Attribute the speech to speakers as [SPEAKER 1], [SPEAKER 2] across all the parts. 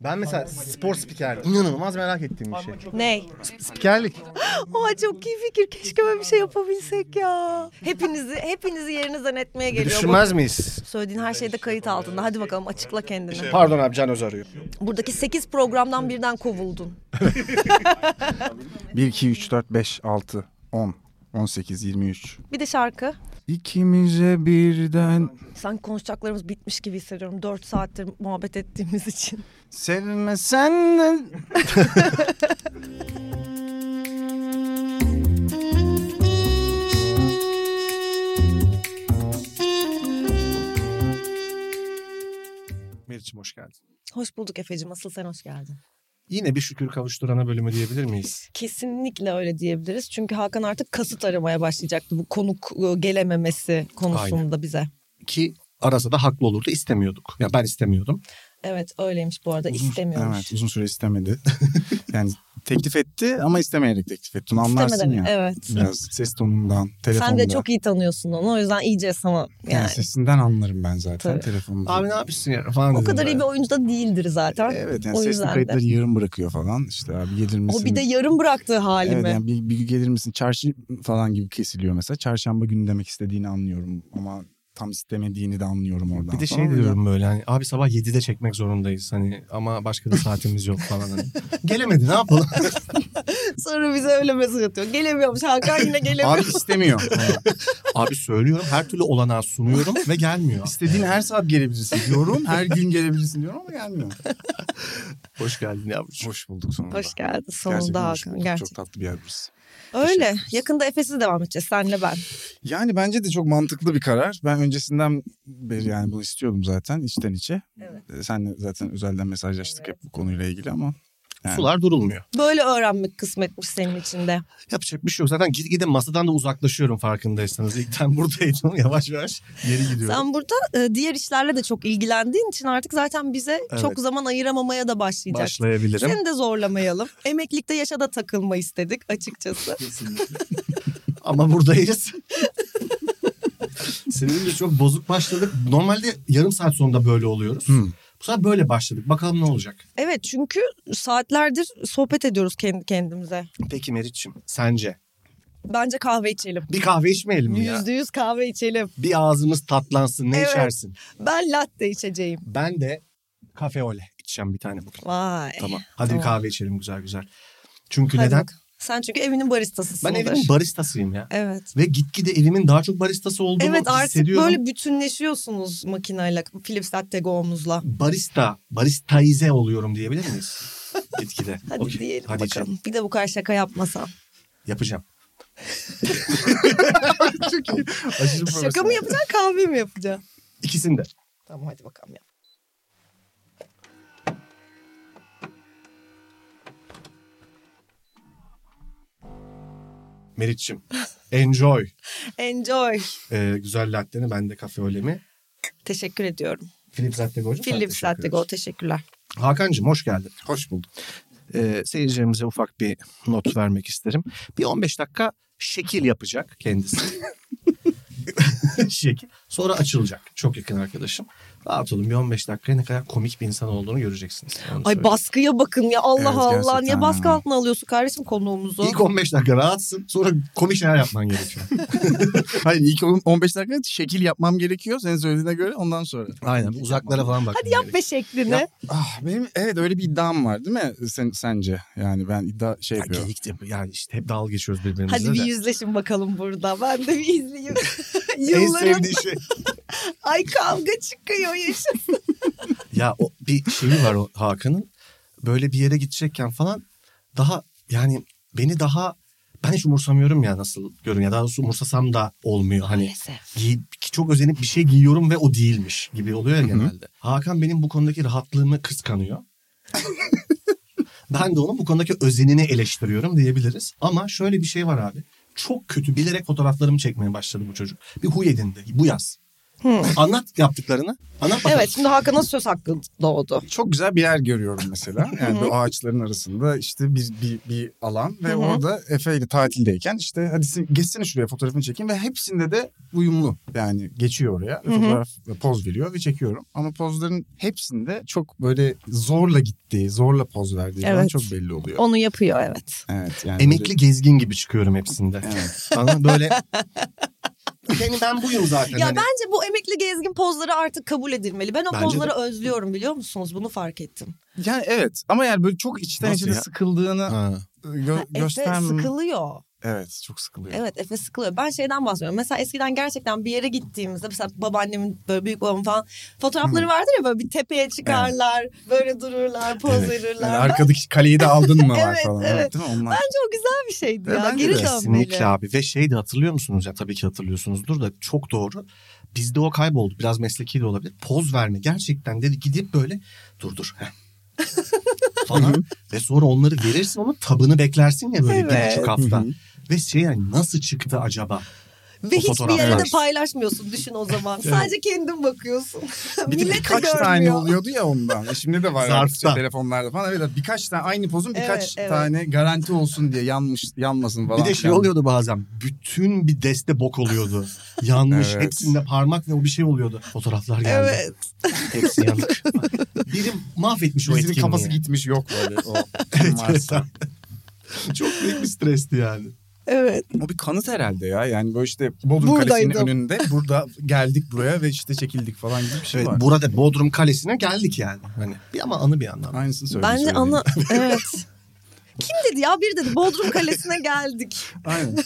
[SPEAKER 1] Ben mesela spor spikerlik inanılmaz merak ettiğim bir şey.
[SPEAKER 2] Ney?
[SPEAKER 1] Spikerlik.
[SPEAKER 2] Oha çok iyi fikir. Keşke böyle bir şey yapabilsek ya. Hepinizi hepinizi yerinizden etmeye
[SPEAKER 1] Bir
[SPEAKER 2] geliyor.
[SPEAKER 1] düşünmez miyiz?
[SPEAKER 2] Söylediğin her şey de kayıt altında. Hadi bakalım açıkla
[SPEAKER 3] şey
[SPEAKER 2] kendini.
[SPEAKER 1] Pardon abi Can Öz arıyor.
[SPEAKER 2] Buradaki 8 programdan birden kovuldun.
[SPEAKER 4] 1, 2, 3, 4, 5, 6, 10, 18, 23.
[SPEAKER 2] Bir de şarkı.
[SPEAKER 4] İkimize birden
[SPEAKER 2] Sanki konuşacaklarımız bitmiş gibi hissediyorum. 4 saattir muhabbet ettiğimiz için.
[SPEAKER 4] sevmesen de...
[SPEAKER 3] Meriç'im hoş geldin.
[SPEAKER 2] Hoş bulduk Efe'cim. Asıl sen hoş geldin.
[SPEAKER 3] Yine bir şükür kavuşturana bölümü diyebilir miyiz?
[SPEAKER 2] Kesinlikle öyle diyebiliriz. Çünkü Hakan artık kasıt aramaya başlayacaktı bu konuk e, gelememesi konusunda bize.
[SPEAKER 3] Ki arasa da haklı olurdu istemiyorduk. Ya ben istemiyordum.
[SPEAKER 2] Evet öyleymiş bu arada istemiyormuş.
[SPEAKER 4] Evet uzun süre istemedi. yani teklif etti ama istemeyerek teklif etti. Onu anlarsın
[SPEAKER 2] İstemeden,
[SPEAKER 4] ya.
[SPEAKER 2] evet.
[SPEAKER 4] Biraz ses tonundan, telefondan.
[SPEAKER 2] Sen de çok iyi tanıyorsun onu o yüzden iyice sana
[SPEAKER 4] yani.
[SPEAKER 2] yani.
[SPEAKER 4] sesinden anlarım ben zaten
[SPEAKER 2] Tabii.
[SPEAKER 4] telefonumda.
[SPEAKER 3] Abi ne yapıyorsun ya falan
[SPEAKER 2] O
[SPEAKER 3] dedim
[SPEAKER 2] kadar
[SPEAKER 3] ben.
[SPEAKER 2] iyi bir oyuncu da değildir zaten.
[SPEAKER 4] Evet yani
[SPEAKER 2] o
[SPEAKER 4] sesli
[SPEAKER 2] yüzden de.
[SPEAKER 4] kayıtları yarım bırakıyor falan. İşte abi gelir misin?
[SPEAKER 2] O bir de yarım bıraktığı hali
[SPEAKER 4] Evet
[SPEAKER 2] mi?
[SPEAKER 4] yani bir, bir gün gelir misin çarşı falan gibi kesiliyor mesela. Çarşamba günü demek istediğini anlıyorum ama tam istemediğini de anlıyorum oradan.
[SPEAKER 3] Bir de
[SPEAKER 4] falan.
[SPEAKER 3] şey diyorum böyle hani abi sabah 7'de çekmek zorundayız hani ama başka da saatimiz yok falan hani. Gelemedi ne yapalım?
[SPEAKER 2] Sonra bize öyle mesaj atıyor. Gelemiyormuş Hakan yine
[SPEAKER 4] Abi
[SPEAKER 2] gelemiyor.
[SPEAKER 4] istemiyor.
[SPEAKER 3] abi söylüyorum her türlü olanağı sunuyorum ve gelmiyor.
[SPEAKER 4] İstediğin her saat gelebilirsin diyorum. Her gün gelebilirsin diyorum ama gelmiyor.
[SPEAKER 3] Hoş geldin yavrucuğum.
[SPEAKER 4] Hoş bulduk sonunda.
[SPEAKER 2] Hoş geldin sonunda
[SPEAKER 4] Gerçekten hoş
[SPEAKER 2] Hakan.
[SPEAKER 4] bulduk.
[SPEAKER 2] Gerçekten.
[SPEAKER 4] Çok tatlı bir yer burası.
[SPEAKER 2] Öyle. Yakında Efes'i devam edeceğiz senle ben.
[SPEAKER 4] Yani bence de çok mantıklı bir karar. Ben öncesinden beri yani bunu istiyordum zaten içten içe. Evet. Senle zaten özelden mesajlaştık hep bu konuyla ilgili ama. Yani.
[SPEAKER 3] Sular durulmuyor.
[SPEAKER 2] Böyle öğrenmek kısmetmiş senin için de.
[SPEAKER 3] Yapacak bir şey yok. Zaten gitgide masadan da uzaklaşıyorum farkındaysanız. İlkten buradaydım. Yavaş yavaş geri gidiyorum.
[SPEAKER 2] Sen burada e, diğer işlerle de çok ilgilendiğin için artık zaten bize
[SPEAKER 3] Evet.
[SPEAKER 2] çok zaman ayıramamaya da başlayacaksın.
[SPEAKER 3] Başlayabilirim.
[SPEAKER 2] Seni de zorlamayalım. Emeklilikte yaşa da takılma istedik açıkçası.
[SPEAKER 3] Ama buradayız. Seninle çok bozuk başladık. Normalde yarım saat sonunda böyle oluyoruz.
[SPEAKER 4] Hmm.
[SPEAKER 3] Bu sefer böyle başladık. Bakalım ne olacak?
[SPEAKER 2] Evet çünkü saatlerdir sohbet ediyoruz kendi kendimize.
[SPEAKER 3] Peki Meriç'im sence?
[SPEAKER 2] Bence kahve içelim.
[SPEAKER 3] Bir kahve içmeyelim mi ya?
[SPEAKER 2] Yüzde yüz kahve içelim.
[SPEAKER 3] Bir ağzımız tatlansın. Ne
[SPEAKER 2] Evet.
[SPEAKER 3] içersin?
[SPEAKER 2] Ben latte içeceğim.
[SPEAKER 3] Ben de kafe ole içeceğim bir tane bugün.
[SPEAKER 2] Vay.
[SPEAKER 3] Tamam. Hadi
[SPEAKER 2] Eh, Tamam.
[SPEAKER 3] bir kahve içelim güzel güzel. Çünkü
[SPEAKER 2] Hadi
[SPEAKER 3] neden?
[SPEAKER 2] bak. Sen çünkü evinin baristasısın.
[SPEAKER 3] Ben evimin baristasıyım ya.
[SPEAKER 2] Evet.
[SPEAKER 3] Ve gitgide evimin daha çok baristası olduğunu
[SPEAKER 2] Evet artık
[SPEAKER 3] hissediyorum.
[SPEAKER 2] böyle bütünleşiyorsunuz makinayla, Philips Latte Go'muzla.
[SPEAKER 3] barista, baristaize oluyorum diyebilir miyiz? Gitgide.
[SPEAKER 2] Hadi
[SPEAKER 3] Okey.
[SPEAKER 2] diyelim
[SPEAKER 3] Hadi
[SPEAKER 2] bakalım.
[SPEAKER 3] canım.
[SPEAKER 2] Bir de bu kadar şaka yapmasan.
[SPEAKER 3] Yapacağım. Aşırı
[SPEAKER 2] Şaka mı yapacaksın kahve mi yapacaksın?
[SPEAKER 3] İkisini de.
[SPEAKER 2] Tamam hadi bakalım yap.
[SPEAKER 3] Meriç'im. Enjoy.
[SPEAKER 2] Enjoy.
[SPEAKER 3] Ee, güzel latteni. Ben de kafe olemi.
[SPEAKER 2] Teşekkür ediyorum.
[SPEAKER 3] Philips Latte Go'cum. sana
[SPEAKER 2] Philips
[SPEAKER 3] teşekkür
[SPEAKER 2] Latte
[SPEAKER 3] ederim.
[SPEAKER 2] Go teşekkürler.
[SPEAKER 3] Hakan'cığım hoş geldin.
[SPEAKER 4] Hoş bulduk.
[SPEAKER 3] Ee, seyircilerimize ufak bir not vermek isterim. Bir 15 dakika şekil yapacak kendisi. şekil. Sonra açılacak. Çok yakın arkadaşım. Rahat olun bir 15 dakikaya ne kadar komik bir insan olduğunu göreceksiniz. Onu
[SPEAKER 2] Ay
[SPEAKER 3] söyleyeyim.
[SPEAKER 2] baskıya bakın ya Allah
[SPEAKER 4] Evet,
[SPEAKER 2] Allah.
[SPEAKER 4] gerçekten
[SPEAKER 2] Niye baskı
[SPEAKER 4] ha.
[SPEAKER 2] altına alıyorsun kardeşim konuğumuzu?
[SPEAKER 3] İlk 15 dakika rahatsın. Sonra komik şeyler yapman gerekiyor.
[SPEAKER 4] Hayır ilk on- 15 dakika şekil yapmam gerekiyor senin söylediğine göre ondan sonra.
[SPEAKER 3] Aynen. Uzaklara falan bak.
[SPEAKER 2] Hadi yap be şeklini.
[SPEAKER 3] Yap.
[SPEAKER 4] Ah, benim evet öyle bir iddiam var değil mi sen, sence? Yani ben iddia şey yapıyorum.
[SPEAKER 3] yani işte hep dalga geçiyoruz birbirimize
[SPEAKER 2] Hadi bir
[SPEAKER 3] de.
[SPEAKER 2] yüzleşin bakalım burada. Ben de bir izleyeyim.
[SPEAKER 3] En
[SPEAKER 2] Yılların
[SPEAKER 3] sevdiği şey.
[SPEAKER 2] ay kavga çıkıyor yaşa.
[SPEAKER 3] Ya o bir şeyi var o Hakan'ın. Böyle bir yere gidecekken falan daha yani beni daha ben hiç umursamıyorum ya nasıl görün ya daha doğrusu umursasam da olmuyor hani giy- çok özenip bir şey giyiyorum ve o değilmiş gibi oluyor ya genelde. Hakan benim bu konudaki rahatlığımı kıskanıyor. ben de onun bu konudaki özenini eleştiriyorum diyebiliriz. Ama şöyle bir şey var abi. Çok kötü bilerek fotoğraflarımı çekmeye başladı bu çocuk. Bir huy edindi bu yaz. Anlat yaptıklarını. Anlat bakalım.
[SPEAKER 2] Evet şimdi Hakan'a söz hakkı doğdu.
[SPEAKER 4] Çok güzel bir yer görüyorum mesela. Yani bu ağaçların arasında işte bir bir, bir alan ve
[SPEAKER 2] Hı hı.
[SPEAKER 4] orada Efe ile tatildeyken işte hadi sen- geçsene şuraya fotoğrafını çekeyim ve hepsinde de uyumlu. Yani geçiyor oraya ve
[SPEAKER 2] Hı hı.
[SPEAKER 4] fotoğraf ve poz veriyor ve çekiyorum. Ama pozların hepsinde çok böyle zorla gittiği, zorla poz verdiği falan
[SPEAKER 2] Evet.
[SPEAKER 4] çok belli oluyor.
[SPEAKER 2] Onu yapıyor evet.
[SPEAKER 4] Evet yani
[SPEAKER 3] Emekli gezgin gibi çıkıyorum hepsinde.
[SPEAKER 4] böyle- Evet.
[SPEAKER 3] Bana böyle benim ben buyum zaten.
[SPEAKER 2] Ya
[SPEAKER 3] hani.
[SPEAKER 2] bence bu emekli gezgin pozları artık kabul edilmeli. Ben o
[SPEAKER 3] Bence de.
[SPEAKER 2] pozları özlüyorum biliyor musunuz? Bunu fark ettim.
[SPEAKER 4] Yani evet ama yani böyle çok içten
[SPEAKER 3] Nasıl
[SPEAKER 4] içe de
[SPEAKER 3] ya?
[SPEAKER 4] sıkıldığını e,
[SPEAKER 3] Ha.
[SPEAKER 4] gö-
[SPEAKER 2] Efe
[SPEAKER 4] göstermem.
[SPEAKER 2] sıkılıyor.
[SPEAKER 4] Evet çok sıkılıyor.
[SPEAKER 2] Evet Efe sıkılıyor. Ben şeyden bahsediyorum. Mesela eskiden gerçekten bir yere gittiğimizde mesela babaannemin böyle büyük babamın falan fotoğrafları vardır ya böyle bir tepeye çıkarlar. Böyle dururlar, poz
[SPEAKER 3] Evet.
[SPEAKER 2] verirler.
[SPEAKER 4] Yani arkadaki kaleyi de aldın mı var
[SPEAKER 2] Evet,
[SPEAKER 4] falan.
[SPEAKER 2] evet.
[SPEAKER 4] Değil mi? Onlar...
[SPEAKER 2] Bence o güzel bir şeydi
[SPEAKER 4] Ve
[SPEAKER 2] ya.
[SPEAKER 4] E, bence
[SPEAKER 2] Geri
[SPEAKER 4] de
[SPEAKER 2] dönmeli.
[SPEAKER 3] Kesinlikle abi ve şey de hatırlıyor musunuz ya tabii ki hatırlıyorsunuzdur da çok doğru. Bizde o kayboldu biraz mesleki de olabilir. Poz verme gerçekten dedi gidip böyle dur dur. heh. falan ve sonra onları verirsin onun tabını beklersin ya böyle bir
[SPEAKER 2] Evet.
[SPEAKER 3] buçuk hafta. ve şey yani nasıl çıktı acaba?
[SPEAKER 2] Ve
[SPEAKER 3] O
[SPEAKER 2] hiçbir yere de
[SPEAKER 3] fotoğraflar.
[SPEAKER 2] paylaşmıyorsun düşün o zaman. Sadece kendin bakıyorsun.
[SPEAKER 4] Bir de
[SPEAKER 2] Millet de
[SPEAKER 4] birkaç
[SPEAKER 2] görmüyor.
[SPEAKER 4] tane oluyordu ya ondan. E Şimdi de var
[SPEAKER 3] Zarfta.
[SPEAKER 4] artık işte telefonlarda falan. Evet birkaç tane aynı pozun birkaç
[SPEAKER 2] Evet, evet.
[SPEAKER 4] tane garanti olsun diye yanmış yanmasın falan.
[SPEAKER 3] Bir de şey
[SPEAKER 4] Yani
[SPEAKER 3] oluyordu bazen. Bütün bir deste bok oluyordu. Yanmış.
[SPEAKER 4] Evet.
[SPEAKER 3] Hepsinde parmak ve o bir şey oluyordu. Fotoğraflar geldi.
[SPEAKER 2] Evet.
[SPEAKER 3] Hepsi yanık. Biri mahvetmiş o
[SPEAKER 4] Birinin
[SPEAKER 3] etkinliği.
[SPEAKER 4] kafası gitmiş yok böyle o.
[SPEAKER 3] evet.
[SPEAKER 4] varsa.
[SPEAKER 3] Çok büyük bir stresti yani.
[SPEAKER 2] Evet.
[SPEAKER 4] o bir kanıt herhalde ya. Yani böyle işte Bodrum Kalesi'nin
[SPEAKER 2] Buradaydım.
[SPEAKER 4] önünde burada geldik buraya ve işte çekildik falan gibi bir şey
[SPEAKER 3] Evet,
[SPEAKER 4] var.
[SPEAKER 3] burada Bodrum Kalesi'ne geldik yani. Hani bir ama anı bir yandan.
[SPEAKER 4] Aynısını söyledim.
[SPEAKER 2] Bence
[SPEAKER 4] söyleyeyim.
[SPEAKER 2] ana... Evet. Kim dedi ya? Biri dedi Bodrum Kalesi'ne geldik.
[SPEAKER 4] Aynen.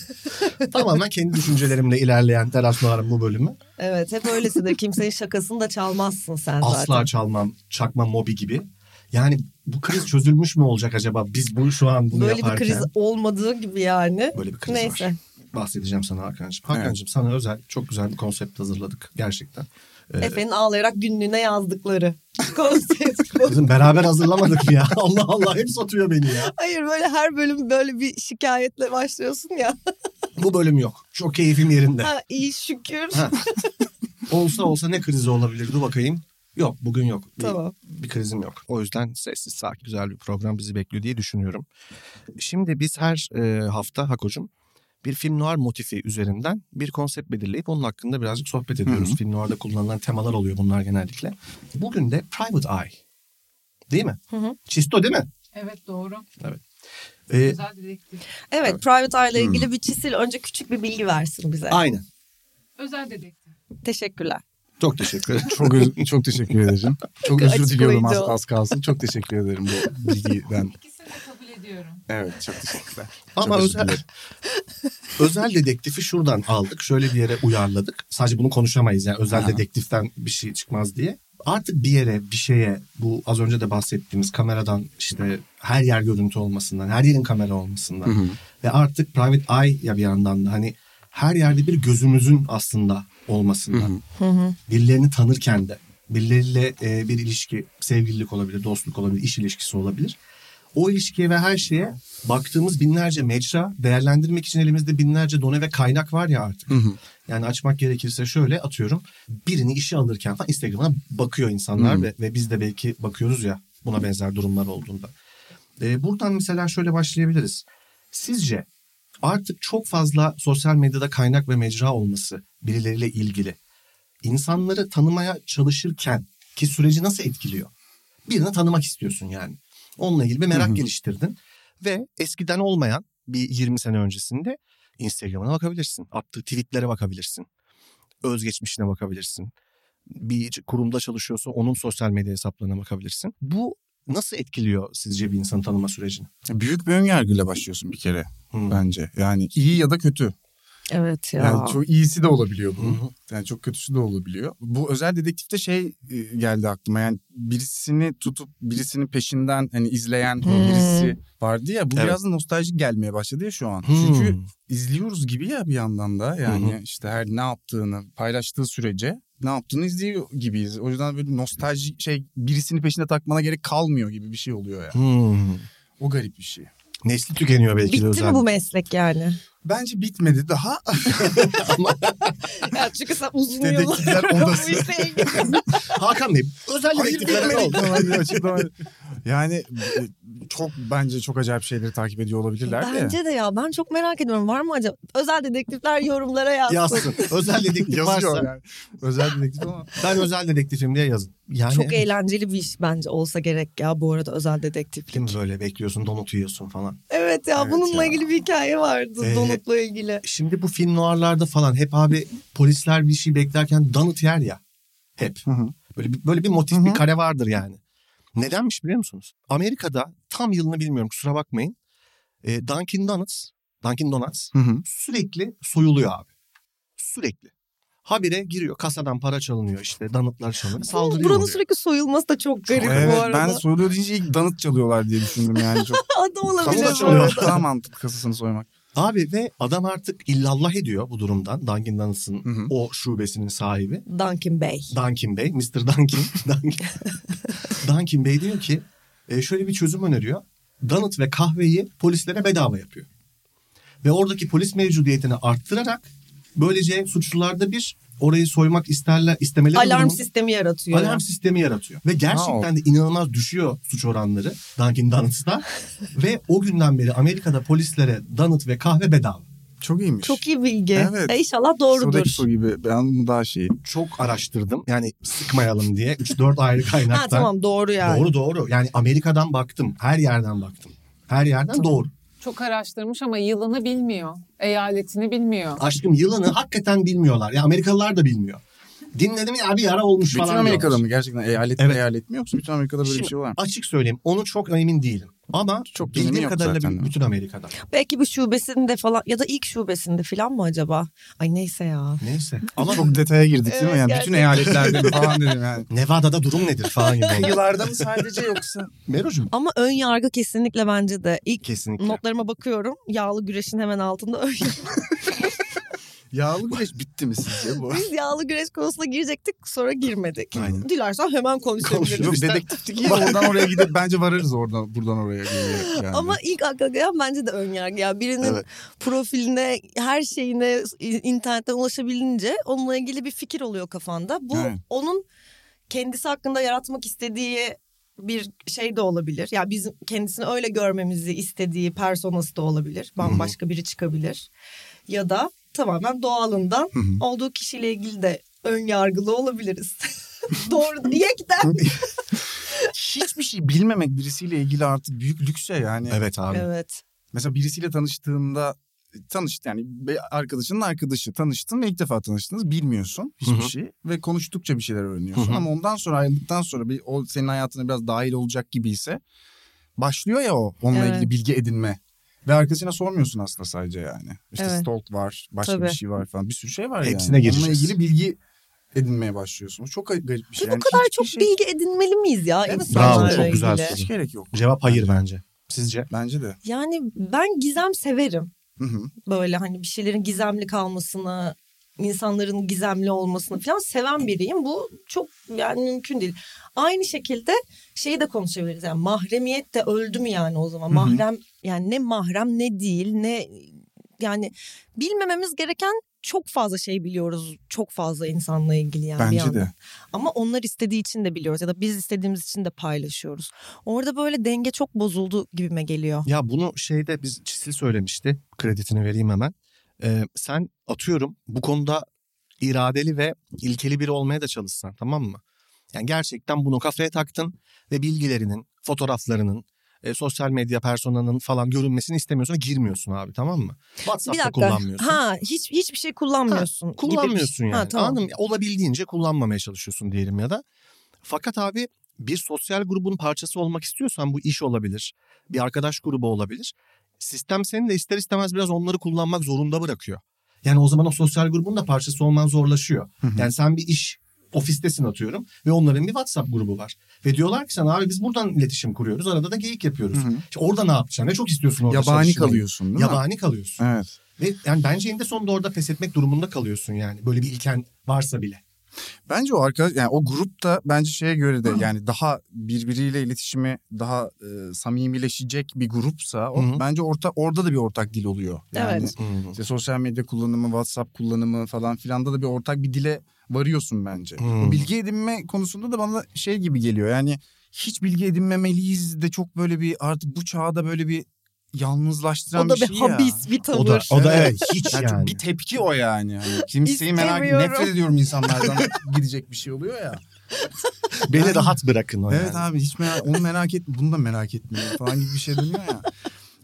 [SPEAKER 3] Tamamen kendi düşüncelerimle ilerleyen Teras Nuhar'ın bu bölümü.
[SPEAKER 2] Evet hep öylesidir. Kimsenin şakasını da çalmazsın sen zaten.
[SPEAKER 3] Asla çalmam, çakma mobi gibi. Yani bu kriz çözülmüş mü olacak acaba? Biz bu şu an bunu
[SPEAKER 2] Böyle bir
[SPEAKER 3] yaparken.
[SPEAKER 2] kriz olmadığı gibi yani.
[SPEAKER 3] Böyle bir kriz
[SPEAKER 2] Neyse.
[SPEAKER 3] var. bahsedeceğim sana Hakan'cığım. Hakan'cığım sana özel çok güzel bir konsept hazırladık gerçekten. Ee,
[SPEAKER 2] Efe'nin ağlayarak günlüğüne yazdıkları. Konsept bu.
[SPEAKER 3] Kızım beraber hazırlamadık mı ya? Allah Allah hep satıyor beni ya.
[SPEAKER 2] Hayır böyle her bölüm böyle bir şikayetle başlıyorsun ya.
[SPEAKER 3] Bu bölüm yok. Çok keyfim yerinde.
[SPEAKER 2] Ha, iyi şükür.
[SPEAKER 3] Ha. Olsa olsa ne krizi olabilir? Dur bakayım. Yok bugün yok. Bir-
[SPEAKER 2] Tamam.
[SPEAKER 3] bir krizim yok. O yüzden sessiz sakin güzel bir program bizi bekliyor diye düşünüyorum. Şimdi biz her e, hafta Hakocuğum bir film noir motifi üzerinden bir konsept belirleyip onun hakkında birazcık sohbet ediyoruz. Film noir'da kullanılan temalar oluyor bunlar genellikle. Bugün de Private Eye. Değil mi?
[SPEAKER 2] Hı hı.
[SPEAKER 3] Çisto değil mi?
[SPEAKER 5] Evet doğru.
[SPEAKER 3] E,
[SPEAKER 5] Güzel dedektif.
[SPEAKER 2] Evet Private Eye ile ilgili bir çisil önce küçük bir bilgi versin bize.
[SPEAKER 3] aynen.
[SPEAKER 5] Özel dedektif.
[SPEAKER 2] Teşekkürler.
[SPEAKER 3] Çok teşekkür ederim.
[SPEAKER 4] Çok öz- çok teşekkür ederim. Çok özür
[SPEAKER 2] Açıklayıcı
[SPEAKER 4] diliyorum az,
[SPEAKER 2] ol.
[SPEAKER 4] az kalsın. Çok teşekkür ederim bu bilgiden.
[SPEAKER 5] İkisini de kabul ediyorum.
[SPEAKER 4] Evet çok teşekkürler.
[SPEAKER 3] Ama
[SPEAKER 4] özür
[SPEAKER 3] özel,
[SPEAKER 4] dilerim.
[SPEAKER 3] özel dedektifi şuradan aldık. Şöyle bir yere uyarladık. Sadece bunu konuşamayız yani özel
[SPEAKER 4] Aha.
[SPEAKER 3] dedektiften bir şey çıkmaz diye. Artık bir yere, bir şeye bu az önce de bahsettiğimiz kameradan işte her yer görüntü olmasından, her yerin kamera olmasından
[SPEAKER 4] hı.
[SPEAKER 3] ve artık private eye ya bir yandan da hani her yerde bir gözümüzün aslında olmasından birilerini tanırken de birileriyle e, bir ilişki, sevgililik olabilir, dostluk olabilir, iş ilişkisi olabilir. O ilişkiye ve her şeye baktığımız binlerce mecra, değerlendirmek için elimizde binlerce done ve kaynak var ya artık. Yani açmak gerekirse şöyle atıyorum. Birini işe alırken falan Instagram'a bakıyor insanlar ve, ve biz de belki bakıyoruz ya buna benzer durumlar olduğunda. E, buradan mesela şöyle başlayabiliriz. Sizce artık çok fazla sosyal medyada kaynak ve mecra olması birileriyle ilgili insanları tanımaya çalışırken ki süreci nasıl etkiliyor? Birini tanımak istiyorsun yani. Onunla ilgili bir merak geliştirdin ve eskiden olmayan bir 20 sene öncesinde Instagram'ına bakabilirsin. Attığı tweetlere bakabilirsin. Özgeçmişine bakabilirsin. Bir kurumda çalışıyorsa onun sosyal medya hesaplarına bakabilirsin. Bu nasıl etkiliyor sizce bir insanı tanıma sürecini?
[SPEAKER 4] Büyük bir önyargıyla başlıyorsun bir kere
[SPEAKER 3] Hmm.
[SPEAKER 4] bence. Yani iyi ya da kötü.
[SPEAKER 2] Evet ya.
[SPEAKER 4] Yani çok iyisi de olabiliyor
[SPEAKER 3] Hı
[SPEAKER 4] bunun. Yani çok kötüsü de olabiliyor. Bu özel dedektifte şey e, geldi aklıma. Yani birisini tutup birisinin peşinden hani izleyen
[SPEAKER 2] Hmm.
[SPEAKER 4] birisi vardı ya. Bu
[SPEAKER 3] Evet.
[SPEAKER 4] biraz da nostaljik gelmeye başladı ya şu an.
[SPEAKER 3] Çünkü
[SPEAKER 4] Çünkü izliyoruz gibi ya bir yandan da. Yani işte her ne yaptığını paylaştığı sürece ne yaptığını izliyor gibiyiz. O yüzden böyle nostalji şey birisini peşinde takmana gerek kalmıyor gibi bir şey oluyor ya.
[SPEAKER 3] Hmm.
[SPEAKER 4] O garip bir şey.
[SPEAKER 3] nesli tükeniyor belki de
[SPEAKER 2] Bitti
[SPEAKER 3] özel.
[SPEAKER 2] mi bu meslek yani?
[SPEAKER 4] Bence bitmedi daha.
[SPEAKER 2] Ya çünkü sen uzun
[SPEAKER 4] Dedektifler
[SPEAKER 2] yıllar
[SPEAKER 4] odası.
[SPEAKER 2] bu işle ilgili-
[SPEAKER 3] Hakan Bey özel
[SPEAKER 4] Hayır
[SPEAKER 3] dedektiflere ne
[SPEAKER 4] bitmedi.
[SPEAKER 3] oldu?
[SPEAKER 4] Tamam, bir açıklama. yani e, çok bence çok acayip şeyleri takip ediyor olabilirler de.
[SPEAKER 2] Bence de ya ben çok merak ediyorum var mı acaba? Özel dedektifler yorumlara yazsın.
[SPEAKER 3] Yazsın. Özel dedektif
[SPEAKER 4] Yazıyor
[SPEAKER 3] varsa
[SPEAKER 4] yani. Özel dedektif ama.
[SPEAKER 3] ben özel dedektifim diye yazın. Yani
[SPEAKER 2] Çok eğlenceli bir iş bence olsa gerek ya bu arada özel dedektiflik.
[SPEAKER 3] Değil mi böyle bekliyorsun donut yiyorsun falan.
[SPEAKER 2] Evet ya
[SPEAKER 3] Evet
[SPEAKER 2] bununla
[SPEAKER 3] ya.
[SPEAKER 2] ilgili bir hikaye vardı
[SPEAKER 3] Ee,
[SPEAKER 2] donutla ilgili.
[SPEAKER 3] Şimdi bu film noirlarda falan hep abi polisler bir şey beklerken donut yer ya. Hep.
[SPEAKER 4] Hı hı.
[SPEAKER 3] Böyle bir, böyle bir motif
[SPEAKER 4] Hı hı.
[SPEAKER 3] bir kare vardır yani. Nedenmiş biliyor musunuz? Amerika'da tam yılını bilmiyorum kusura bakmayın. E, Dunkin Donuts, Dunkin Donuts
[SPEAKER 4] Hı hı.
[SPEAKER 3] sürekli soyuluyor abi. Sürekli. Habire giriyor kasadan para çalınıyor işte donutlar çalınıyor saldırıyor.
[SPEAKER 2] Buranın
[SPEAKER 3] oluyor.
[SPEAKER 2] sürekli soyulması da çok garip bu
[SPEAKER 4] Evet,
[SPEAKER 2] arada.
[SPEAKER 4] ben soyuluyor deyince ilk danıt çalıyorlar diye düşündüm yani. Çok
[SPEAKER 2] Adam olabilir.
[SPEAKER 4] kasa
[SPEAKER 3] Kasa
[SPEAKER 2] bu
[SPEAKER 3] çalıyor.
[SPEAKER 4] çalıyor.
[SPEAKER 2] arada.
[SPEAKER 4] Daha mantıklı kasasını soymak.
[SPEAKER 3] Abi ve adam artık illallah ediyor bu durumdan. Dunkin Donuts'ın
[SPEAKER 4] Hı hı.
[SPEAKER 3] o şubesinin sahibi.
[SPEAKER 2] Duncan Bey.
[SPEAKER 3] Duncan Bey, Mr. Duncan. Duncan, Duncan Bey diyor ki e, şöyle bir çözüm öneriyor. Donut ve kahveyi polislere bedava yapıyor. Ve oradaki polis mevcudiyetini arttırarak böylece suçlularda bir orayı soymak isterler istemeleri
[SPEAKER 2] Alarm
[SPEAKER 3] durumu-
[SPEAKER 2] sistemi yaratıyor.
[SPEAKER 3] alarm sistemi yaratıyor. Ve gerçekten de inanılmaz düşüyor suç oranları Dunkin Donuts'ta. ve o günden beri Amerika'da polislere donut ve kahve bedava.
[SPEAKER 4] Çok iyiymiş.
[SPEAKER 2] Çok iyi bilgi.
[SPEAKER 4] Evet.
[SPEAKER 2] E, inşallah doğrudur.
[SPEAKER 4] Sodaki su gibi. Ben bunu daha şey- şeyi.
[SPEAKER 3] Çok araştırdım. Yani sıkmayalım diye 3-4 ayrı kaynaktan.
[SPEAKER 2] Ha tamam doğru yani.
[SPEAKER 3] Doğru doğru. Yani Amerika'dan baktım. Her yerden baktım. Her yerden doğru.
[SPEAKER 5] Çok araştırmış ama yılını bilmiyor. Eyaletini bilmiyor.
[SPEAKER 3] Aşkım yılını hakikaten bilmiyorlar. Ya Amerikalılar da bilmiyor. Dinledim ya bir ara olmuş
[SPEAKER 4] Bütün
[SPEAKER 3] falan.
[SPEAKER 4] Amerika'da
[SPEAKER 3] diyorlar.
[SPEAKER 4] mı? Gerçekten eyalet mi
[SPEAKER 3] Evet.
[SPEAKER 4] eyalet mi yoksa bütün Amerika'da böyle bir
[SPEAKER 3] Şimdi
[SPEAKER 4] şey var mı?
[SPEAKER 3] Açık söyleyeyim onu çok emin değilim. Ama
[SPEAKER 4] Çok
[SPEAKER 3] çok
[SPEAKER 4] bir önemi
[SPEAKER 3] bildiğim
[SPEAKER 4] yok
[SPEAKER 3] kadarıyla
[SPEAKER 4] zaten, değil mi?
[SPEAKER 3] bütün Amerika'da.
[SPEAKER 2] Belki bir şubesinde falan ya da ilk şubesinde falan mı acaba? Ay neyse ya.
[SPEAKER 3] Neyse. Ama
[SPEAKER 4] Çok detaya girdik değil
[SPEAKER 2] Evet,
[SPEAKER 4] mi? Yani bütün
[SPEAKER 2] gerçekten.
[SPEAKER 4] eyaletlerde mi falan dedim yani.
[SPEAKER 3] Nevada'da durum nedir falan gibi. oldu.
[SPEAKER 4] Yıllarda mı sadece yoksa?
[SPEAKER 3] Merocuğum.
[SPEAKER 2] Ama ön yargı kesinlikle bence de. İlk
[SPEAKER 3] Kesinlikle.
[SPEAKER 2] notlarıma bakıyorum. Yağlı güreşin hemen altında ön yargı.
[SPEAKER 4] Yağlı güreş bitti mi sizce bu?
[SPEAKER 2] Biz yağlı güreş konusuna girecektik sonra girmedik.
[SPEAKER 3] Aynen.
[SPEAKER 2] Dilersen hemen konuşabiliriz.
[SPEAKER 4] Yok
[SPEAKER 3] İşte-
[SPEAKER 4] dedektiflik iyi. Oradan oraya gidip bence varırız oradan buradan oraya. diyerek Yani.
[SPEAKER 2] Ama ilk akla gelen bence de ön yargı. Ya birinin
[SPEAKER 3] Evet.
[SPEAKER 2] profiline, her şeyine i- internetten ulaşabilince onunla ilgili bir fikir oluyor kafanda. Bu
[SPEAKER 4] Evet.
[SPEAKER 2] onun kendisi hakkında yaratmak istediği bir şey de olabilir. Ya bizim kendisini öyle görmemizi istediği personası da olabilir. Bambaşka biri çıkabilir. Ya da tamamen doğalından olduğu kişiyle ilgili de ön yargılı olabiliriz. Doğru. Yekten.
[SPEAKER 4] hiçbir şey bilmemek birisiyle ilgili artık büyük lüks ya yani.
[SPEAKER 3] Evet abi.
[SPEAKER 2] Evet.
[SPEAKER 4] Mesela birisiyle tanıştığında tanıştın yani bir arkadaşının arkadaşı tanıştın ve ilk defa tanıştınız bilmiyorsun hiçbir
[SPEAKER 3] Hı hı.
[SPEAKER 4] şeyi ve konuştukça bir şeyler öğreniyorsun
[SPEAKER 3] Hı hı.
[SPEAKER 4] ama ondan sonra ayrıldıktan sonra bir o senin hayatına biraz dahil olacak gibi ise başlıyor ya o onunla
[SPEAKER 2] Evet.
[SPEAKER 4] ilgili bilgi edinme ve arkadaşına sormuyorsun aslında sadece yani işte
[SPEAKER 2] Evet.
[SPEAKER 4] stalk var başka bir
[SPEAKER 2] Tabii.
[SPEAKER 4] şey var falan bir sürü şey var
[SPEAKER 3] Hepsine
[SPEAKER 4] yani onunla
[SPEAKER 3] gireceğiz.
[SPEAKER 4] ilgili bilgi edinmeye başlıyorsun O çok garip bir şey
[SPEAKER 2] Biz
[SPEAKER 4] yani
[SPEAKER 2] bu kadar
[SPEAKER 4] hiçbir
[SPEAKER 2] çok
[SPEAKER 4] şey-
[SPEAKER 2] bilgi edinmeli miyiz ya
[SPEAKER 4] Evet,
[SPEAKER 2] insanlarla
[SPEAKER 3] bravo, çok güzel
[SPEAKER 2] ilgili?
[SPEAKER 3] soru.
[SPEAKER 4] hiç gerek yok
[SPEAKER 3] Cevap hayır bence. Sizce?
[SPEAKER 4] bence de
[SPEAKER 2] Yani ben gizem severim.
[SPEAKER 4] Hı hı.
[SPEAKER 2] Böyle hani bir şeylerin gizemli kalmasını, insanların gizemli olmasını falan seven biriyim. Bu çok yani mümkün değil. Aynı şekilde şeyi de konuşabiliriz. Yani mahremiyet de öldü mü yani o zaman?
[SPEAKER 4] Hı hı.
[SPEAKER 2] Mahrem yani ne mahrem ne değil ne yani bilmememiz gereken çok fazla şey biliyoruz. Çok fazla insanla ilgili yani bir
[SPEAKER 4] bence
[SPEAKER 2] yandan.
[SPEAKER 4] de
[SPEAKER 2] Ama onlar istediği için de biliyoruz ya da biz istediğimiz için de paylaşıyoruz. Orada böyle denge çok bozuldu gibime geliyor.
[SPEAKER 3] Ya bunu şeyde biz Çisil söylemişti. Kredisini vereyim hemen. Ee, sen atıyorum bu konuda iradeli ve ilkeli biri olmaya da çalışsan tamam mı? Yani gerçekten bunu kafaya taktın ve bilgilerinin, fotoğraflarının, e, sosyal medya personanın falan görünmesini istemiyorsun ve girmiyorsun abi tamam mı?
[SPEAKER 2] Bir
[SPEAKER 3] WhatsApp'ta
[SPEAKER 2] dakika.
[SPEAKER 3] kullanmıyorsun.
[SPEAKER 2] Ha, hiç hiçbir şey kullanmıyorsun. gibi bir-
[SPEAKER 3] Kullanmıyorsun yani.
[SPEAKER 2] Ha, tamam.
[SPEAKER 3] Anladın mı? Olabildiğince kullanmamaya çalışıyorsun diyelim ya da. Fakat abi bir sosyal grubun parçası olmak istiyorsan bu iş olabilir. Bir arkadaş grubu olabilir. Sistem seni de ister istemez biraz onları kullanmak zorunda bırakıyor. Yani o zaman o sosyal grubun da parçası olman zorlaşıyor. Yani sen bir iş ofistesin atıyorum ve onların bir WhatsApp grubu var. Ve diyorlar ki sana abi biz buradan iletişim kuruyoruz. Arada da geyik yapıyoruz.
[SPEAKER 4] Hı hı.
[SPEAKER 3] İşte orada ne yapacaksın? Ne çok istiyorsun orada
[SPEAKER 4] Yabani
[SPEAKER 3] çalışmayı?
[SPEAKER 4] kalıyorsun değil mi?
[SPEAKER 3] Yabani kalıyorsun.
[SPEAKER 4] Evet.
[SPEAKER 3] Ve yani bence eninde sonunda orada pes etmek durumunda kalıyorsun yani. Böyle bir ilken varsa bile.
[SPEAKER 4] Bence o arkadaş yani o grupta bence şeye göre de yani daha birbiriyle iletişimi daha e, samimileşecek bir grupsa o,
[SPEAKER 3] Hı hı.
[SPEAKER 4] bence orta orada da bir ortak dil oluyor. Yani
[SPEAKER 2] Evet.
[SPEAKER 3] Hmm.
[SPEAKER 4] işte sosyal medya kullanımı, WhatsApp kullanımı falan filanda da bir ortak bir dile varıyorsun bence.
[SPEAKER 3] Hmm.
[SPEAKER 4] Bu bilgi edinme konusunda da bana şey gibi geliyor. Yani hiç bilgi edinmemeliyiz de çok böyle bir artık bu çağda böyle bir yalnızlaştıran
[SPEAKER 2] O da
[SPEAKER 4] bir
[SPEAKER 2] bir
[SPEAKER 4] şey ya.
[SPEAKER 2] habis, bir tavır.
[SPEAKER 3] O da, o da evet, hiç
[SPEAKER 4] Yani
[SPEAKER 3] yani.
[SPEAKER 4] çok bir tepki o yani. Hani kimseyi merak
[SPEAKER 2] İstemiyorum.
[SPEAKER 4] nefret ediyorum insanlardan gidecek bir şey oluyor ya.
[SPEAKER 3] Beni rahat bırakın o
[SPEAKER 4] Evet
[SPEAKER 3] yani.
[SPEAKER 4] abi hiç merak onu merak et bunu da merak etmiyorum falan gibi bir şey dönüyor ya.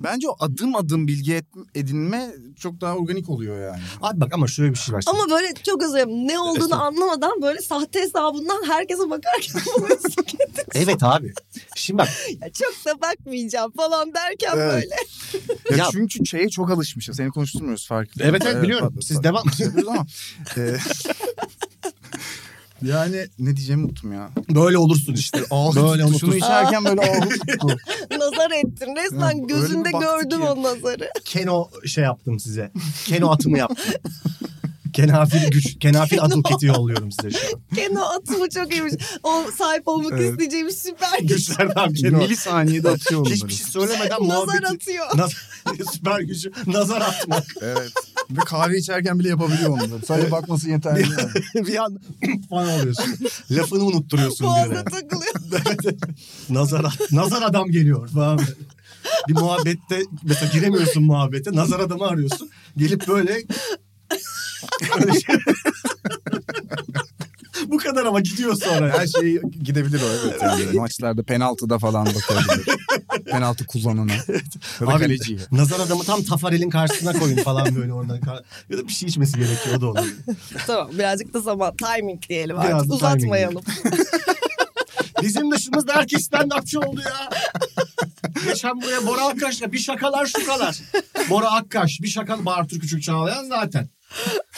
[SPEAKER 4] Bence o adım adım bilgi et- edinme çok daha organik oluyor yani.
[SPEAKER 3] Abi bak ama şöyle bir şey var.
[SPEAKER 2] Ama böyle çok özür dilerim. Ne olduğunu anlamadan böyle sahte hesabından herkese bakarken buluyorsun.
[SPEAKER 3] Evet abi. Şimdi bak
[SPEAKER 2] Ya çok da bakmayacağım falan derken
[SPEAKER 4] Evet.
[SPEAKER 2] böyle.
[SPEAKER 4] Ya,
[SPEAKER 3] Ya-
[SPEAKER 4] çünkü şeye çok alışmışız. Seni konuşturmuyoruz farkında.
[SPEAKER 3] Evet, evet, biliyorum. Siz
[SPEAKER 4] fark-
[SPEAKER 3] devam.
[SPEAKER 4] şey yapıyoruz ama. e, yani ne diyeceğimi unuttum ya.
[SPEAKER 3] böyle olursun işte.
[SPEAKER 4] Ah,
[SPEAKER 3] Böyle
[SPEAKER 4] tuttu. Şunu
[SPEAKER 3] unutursun.
[SPEAKER 4] içerken böyle ah tuttu.
[SPEAKER 2] Nazar ettin.
[SPEAKER 4] Ya,
[SPEAKER 2] Resmen
[SPEAKER 4] öyle bir
[SPEAKER 2] gözünde
[SPEAKER 4] baktı
[SPEAKER 2] gördüm
[SPEAKER 4] ki.
[SPEAKER 2] o nazarı.
[SPEAKER 3] Keno şey yaptım size. Keno atımı yaptım. Kenafil güç, kenafil atıl keti yolluyorum size şu an.
[SPEAKER 2] Keno atımı çok iyiymiş. O sahip olmak
[SPEAKER 4] Evet.
[SPEAKER 2] isteyeceğim süper güç.
[SPEAKER 3] Güçlerden Keno.
[SPEAKER 4] Milisaniyede atıyor onları.
[SPEAKER 3] Hiçbir şey söylemeden
[SPEAKER 2] Nazar
[SPEAKER 3] muhabbeti.
[SPEAKER 2] atıyor.
[SPEAKER 3] Nazar, süper gücü. Nazar atmak.
[SPEAKER 4] Evet. Ve kahve içerken bile yapabiliyor onları. Sadece bakması yeterli. yani.
[SPEAKER 3] bir an falan oluyorsun. Lafını unutturuyorsun birine.
[SPEAKER 2] Boğazda takılıyor.
[SPEAKER 3] nazar, nazar adam geliyor falan. bir muhabbette mesela giremiyorsun muhabbete. Nazar adamı arıyorsun. Gelip böyle... Öyle şey- Bu kadar ama gidiyor sonra.
[SPEAKER 4] Her şey gidebilir o evet. Yani. Maçlarda penaltıda falan bakabilir. Penaltı kullanana. Ya da
[SPEAKER 3] Abi,
[SPEAKER 4] kaleciye.
[SPEAKER 3] Nazar adamı tam Tafarel'in karşısına koyun falan böyle oradan. kar- Ya da bir şey içmesi gerekiyor o da olabilir.
[SPEAKER 2] tamam birazcık da zaman. Timing diyelim
[SPEAKER 3] Biraz
[SPEAKER 2] artık.
[SPEAKER 3] da timing.
[SPEAKER 2] Uzatmayalım.
[SPEAKER 3] Bizim dışımızda herkes stand-upçı oldu ya. Geçen buraya Bora Akkaş'la bir şakalar şukalar. Bora Akkaş bir şaka Bartur Küçük Çağlayan zaten.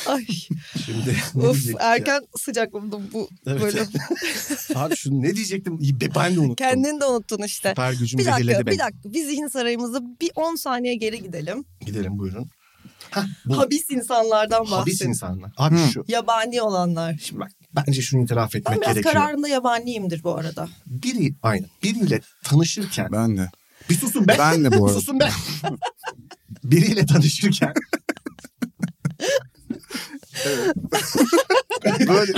[SPEAKER 2] Ay,
[SPEAKER 3] Şimdi ne
[SPEAKER 2] of
[SPEAKER 3] diyecektim ya?
[SPEAKER 2] erken sıcakladım bu
[SPEAKER 3] Evet.
[SPEAKER 2] böyle.
[SPEAKER 3] Abi şunu ne diyecektim? Be- Ben de unuttum.
[SPEAKER 2] Kendini de unuttun işte.
[SPEAKER 3] Süper gücüm
[SPEAKER 2] Bir dakika,
[SPEAKER 3] zehirledi beni.
[SPEAKER 2] bir dakika. Biz zihin sarayımızda bir 10 saniye geri gidelim.
[SPEAKER 3] Gidelim buyurun. Hah, bu
[SPEAKER 2] Habis insanlardan
[SPEAKER 3] habis
[SPEAKER 2] bahsedin.
[SPEAKER 3] insanlar. Abi
[SPEAKER 4] Hı.
[SPEAKER 3] şu.
[SPEAKER 2] Yabani olanlar.
[SPEAKER 3] Şimdi bak bence şunu itiraf etmek
[SPEAKER 2] Ben biraz
[SPEAKER 3] gerekiyor.
[SPEAKER 2] kararında yabaniyimdir bu arada.
[SPEAKER 3] Biri aynen. Biriyle tanışırken.
[SPEAKER 4] Ben de.
[SPEAKER 3] Bir susun be.
[SPEAKER 4] Ben de bu arada.
[SPEAKER 3] Susun be. Biriyle tanışırken
[SPEAKER 4] Böyle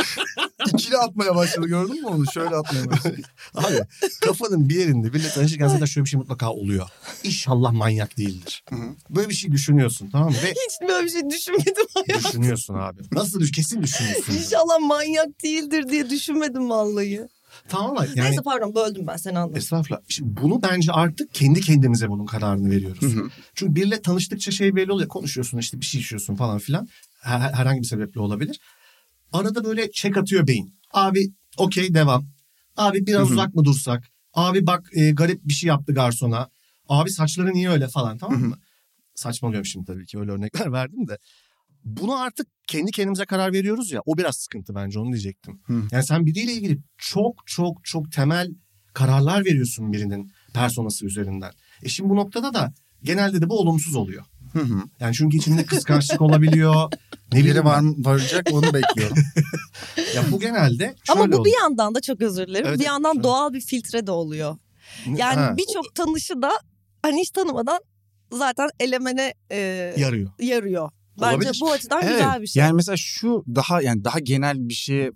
[SPEAKER 4] ikili atmaya başladı gördün mü onu? Şöyle atmaya başladı.
[SPEAKER 3] Abi kafanın bir yerinde biriyle tanışırken zaten şöyle bir şey mutlaka oluyor. İnşallah manyak değildir. Böyle bir şey düşünüyorsun tamam mı? Ve
[SPEAKER 2] Hiç böyle bir şey düşünmedim hayatım.
[SPEAKER 3] düşünüyorsun abi. Nasıl düş? Kesin düşünüyorsun.
[SPEAKER 2] İnşallah manyak değildir diye düşünmedim vallahi.
[SPEAKER 3] tamam mı? Yani
[SPEAKER 2] Neyse pardon böldüm ben seni anladım.
[SPEAKER 3] Estağfurullah. Şimdi bunu bence artık kendi kendimize bunun kararını veriyoruz. Çünkü biriyle tanıştıkça şey belli oluyor. Konuşuyorsun işte bir şey içiyorsun falan filan. Her- herhangi bir sebeple olabilir. Arada böyle çek atıyor beyin. Abi okey devam. Abi biraz uzak mı dursak? Abi bak e, garip bir şey yaptı garsona. Abi saçları niye öyle falan tamam mı? Saçmalıyorum şimdi tabii ki öyle örnekler verdim de. Bunu artık kendi kendimize karar veriyoruz ya. O biraz sıkıntı bence onu diyecektim.
[SPEAKER 4] Hı.
[SPEAKER 3] Yani sen biriyle ilgili çok çok çok temel kararlar veriyorsun birinin personası üzerinden. E şimdi bu noktada da genelde de bu olumsuz oluyor.
[SPEAKER 4] Hı hı.
[SPEAKER 3] Yani çünkü içinde kıskançlık olabiliyor. Ne
[SPEAKER 4] Biri
[SPEAKER 3] bileyim
[SPEAKER 4] var
[SPEAKER 3] var.
[SPEAKER 4] varacak onu bekliyorum.
[SPEAKER 3] Ya bu genelde şöyle
[SPEAKER 2] Ama bu
[SPEAKER 3] oluyor.
[SPEAKER 2] bir yandan da çok özür dilerim.
[SPEAKER 3] Evet,
[SPEAKER 2] bir yandan
[SPEAKER 3] evet.
[SPEAKER 2] doğal bir filtre de oluyor. Yani
[SPEAKER 3] Ha,
[SPEAKER 2] birçok tanışı da hani hiç tanımadan zaten elemene e,
[SPEAKER 3] yarıyor.
[SPEAKER 2] yarıyor. Bence
[SPEAKER 3] Olabilir.
[SPEAKER 2] bu açıdan
[SPEAKER 3] Evet,
[SPEAKER 2] güzel bir şey.
[SPEAKER 4] Yani mesela şu daha yani daha genel bir şeye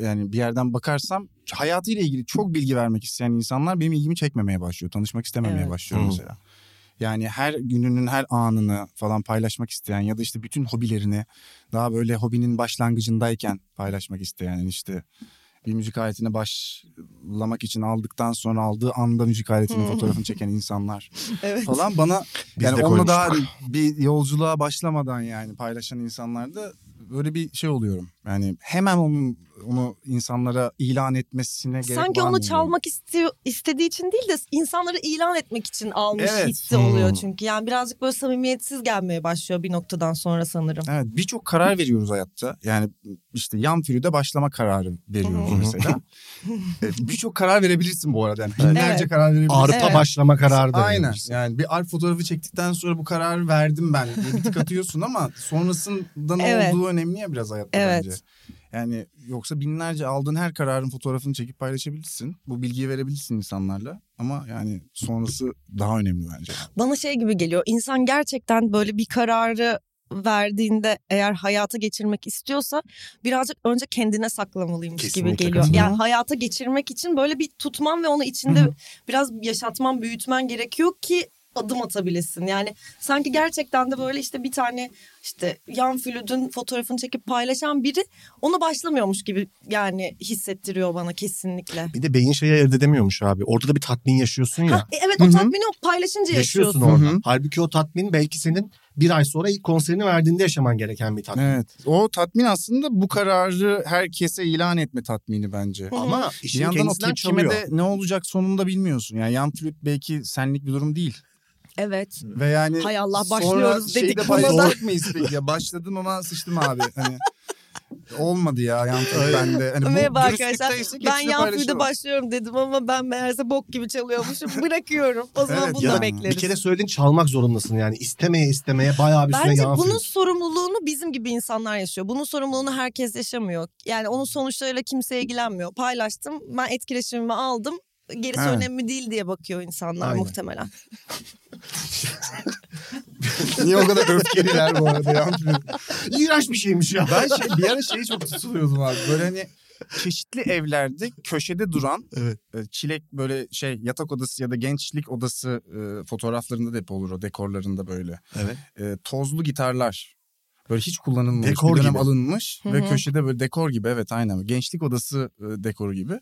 [SPEAKER 4] yani bir yerden bakarsam hayatıyla ilgili çok bilgi vermek isteyen insanlar benim ilgimi çekmemeye başlıyor. Tanışmak istememeye
[SPEAKER 2] Evet.
[SPEAKER 4] başlıyor
[SPEAKER 3] Hı.
[SPEAKER 4] mesela. Yani her gününün her anını falan paylaşmak isteyen ya da işte bütün hobilerini daha böyle hobinin başlangıcındayken paylaşmak isteyen yani işte bir müzik aletine başlamak için aldıktan sonra aldığı anda müzik aletinin
[SPEAKER 2] Hı.
[SPEAKER 4] fotoğrafını çeken insanlar
[SPEAKER 2] Hmm. evet.
[SPEAKER 4] falan bana
[SPEAKER 3] Biz
[SPEAKER 4] yani
[SPEAKER 3] de
[SPEAKER 4] onunla daha
[SPEAKER 3] koymuştuk.
[SPEAKER 4] bir yolculuğa başlamadan yani paylaşan insanlarda böyle bir şey oluyorum. Yani hemen onu, onu insanlara ilan etmesine gerek
[SPEAKER 2] Sanki
[SPEAKER 4] var mı
[SPEAKER 2] onu
[SPEAKER 4] diyorum.
[SPEAKER 2] çalmak istiyor, istediği için değil de insanları ilan etmek için almış
[SPEAKER 4] Evet.
[SPEAKER 2] hissi oluyor
[SPEAKER 3] Hmm.
[SPEAKER 2] çünkü. Yani birazcık böyle samimiyetsiz gelmeye başlıyor bir noktadan sonra sanırım.
[SPEAKER 4] Evet birçok karar veriyoruz hayatta. Yani işte yan de başlama kararı veriyoruz
[SPEAKER 3] Hı hı.
[SPEAKER 4] mesela. E, birçok karar verebilirsin bu arada. Yani binlerce
[SPEAKER 2] Evet.
[SPEAKER 4] karar verebilirsin.
[SPEAKER 3] Arpa
[SPEAKER 2] Evet.
[SPEAKER 3] başlama kararı da
[SPEAKER 4] Aynen.
[SPEAKER 3] verebilirsin.
[SPEAKER 4] Yani bir alp fotoğrafı çektikten sonra bu kararı verdim ben diye bir tık atıyorsun ama sonrasında ne
[SPEAKER 2] Evet.
[SPEAKER 4] olduğu önemli ya biraz hayatta
[SPEAKER 2] Evet.
[SPEAKER 4] bence. Yani yoksa binlerce aldığın her kararın fotoğrafını çekip paylaşabilirsin. Bu bilgiyi verebilirsin insanlarla. Ama yani sonrası daha önemli bence.
[SPEAKER 2] Bana şey gibi geliyor. İnsan gerçekten böyle bir kararı verdiğinde eğer hayata geçirmek istiyorsa birazcık önce kendine saklamalıymış gibi
[SPEAKER 3] Kesinlikle
[SPEAKER 2] geliyor.
[SPEAKER 3] katılıyorum.
[SPEAKER 2] Yani hayata geçirmek için böyle bir tutman ve onu içinde
[SPEAKER 4] Hı hı.
[SPEAKER 2] biraz yaşatman, büyütmen gerekiyor ki adım atabilesin. Yani sanki gerçekten de böyle işte bir tane işte yan flütün fotoğrafını çekip paylaşan biri onu başlamıyormuş gibi yani hissettiriyor bana kesinlikle.
[SPEAKER 3] Bir de beyin şeyi ayırt edemiyormuş abi. Orada da bir tatmin yaşıyorsun ya.
[SPEAKER 2] Ha, e, evet o
[SPEAKER 4] Hı hı.
[SPEAKER 2] tatmini o paylaşınca yaşıyorsun.
[SPEAKER 3] yaşıyorsun
[SPEAKER 4] Hı
[SPEAKER 3] orada.
[SPEAKER 4] hı.
[SPEAKER 3] Halbuki o tatmin belki senin bir ay sonra ilk konserini verdiğinde yaşaman gereken bir tatmin.
[SPEAKER 4] Evet. O tatmin aslında bu kararı herkese ilan etme tatmini bence.
[SPEAKER 2] Hı.
[SPEAKER 3] Ama
[SPEAKER 4] Bir
[SPEAKER 3] işin
[SPEAKER 4] yandan o
[SPEAKER 3] kendisinden
[SPEAKER 4] tepkime
[SPEAKER 3] çalıyor.
[SPEAKER 4] de ne olacak sonunda bilmiyorsun. Yani yan flüt belki senlik bir durum değil.
[SPEAKER 2] Evet.
[SPEAKER 4] Ve yani
[SPEAKER 2] Hay Allah,
[SPEAKER 4] sonra
[SPEAKER 2] başlıyoruz
[SPEAKER 4] şeyi de
[SPEAKER 2] dedik
[SPEAKER 4] paylaşacak
[SPEAKER 2] buna
[SPEAKER 4] mıyız peki? Ya başladım ama sıçtım abi. Hani olmadı ya yan flüt bende. Hani bu
[SPEAKER 2] Merhaba
[SPEAKER 4] dürüstlükte
[SPEAKER 2] arkadaşlar.
[SPEAKER 4] ise
[SPEAKER 2] Ben
[SPEAKER 4] geçişle
[SPEAKER 2] yan flüte
[SPEAKER 4] paylaşırım.
[SPEAKER 2] başlıyorum dedim ama ben meğerse bok gibi çalıyormuşum. Bırakıyorum. O zaman
[SPEAKER 4] Evet,
[SPEAKER 2] bunu
[SPEAKER 3] ya
[SPEAKER 2] da
[SPEAKER 3] da
[SPEAKER 2] bekleriz.
[SPEAKER 3] Bir kere söylediğin çalmak zorundasın yani. İstemeye istemeye bayağı bir süre
[SPEAKER 2] Bence
[SPEAKER 3] yan
[SPEAKER 2] bunun
[SPEAKER 3] flüt.
[SPEAKER 2] sorumluluğunu bizim gibi insanlar yaşıyor. Bunun sorumluluğunu herkes yaşamıyor. Yani onun sonuçlarıyla kimse ilgilenmiyor. Paylaştım, ben etkileşimimi aldım. Gerisi
[SPEAKER 4] Evet.
[SPEAKER 2] önemli değil diye bakıyor insanlar
[SPEAKER 3] Aynen.
[SPEAKER 2] muhtemelen.
[SPEAKER 4] Niye o kadar öfkeliler bu arada yan flüt?
[SPEAKER 3] İğrenç bir şeymiş ya.
[SPEAKER 4] Ben şey, bir ara şeyi çok tutuluyordum abi. Böyle hani çeşitli evlerde köşede duran
[SPEAKER 3] Evet.
[SPEAKER 4] e, çilek böyle şey yatak odası ya da gençlik odası e, fotoğraflarında da hep olur o dekorlarında böyle.
[SPEAKER 3] Evet.
[SPEAKER 4] E, tozlu gitarlar. Böyle hiç kullanılmamış.
[SPEAKER 3] Dekor
[SPEAKER 4] bir dönem
[SPEAKER 3] gibi.
[SPEAKER 4] alınmış
[SPEAKER 2] Hı
[SPEAKER 4] ve
[SPEAKER 2] hı.
[SPEAKER 4] köşede böyle dekor gibi evet aynen. Gençlik odası e, dekoru gibi.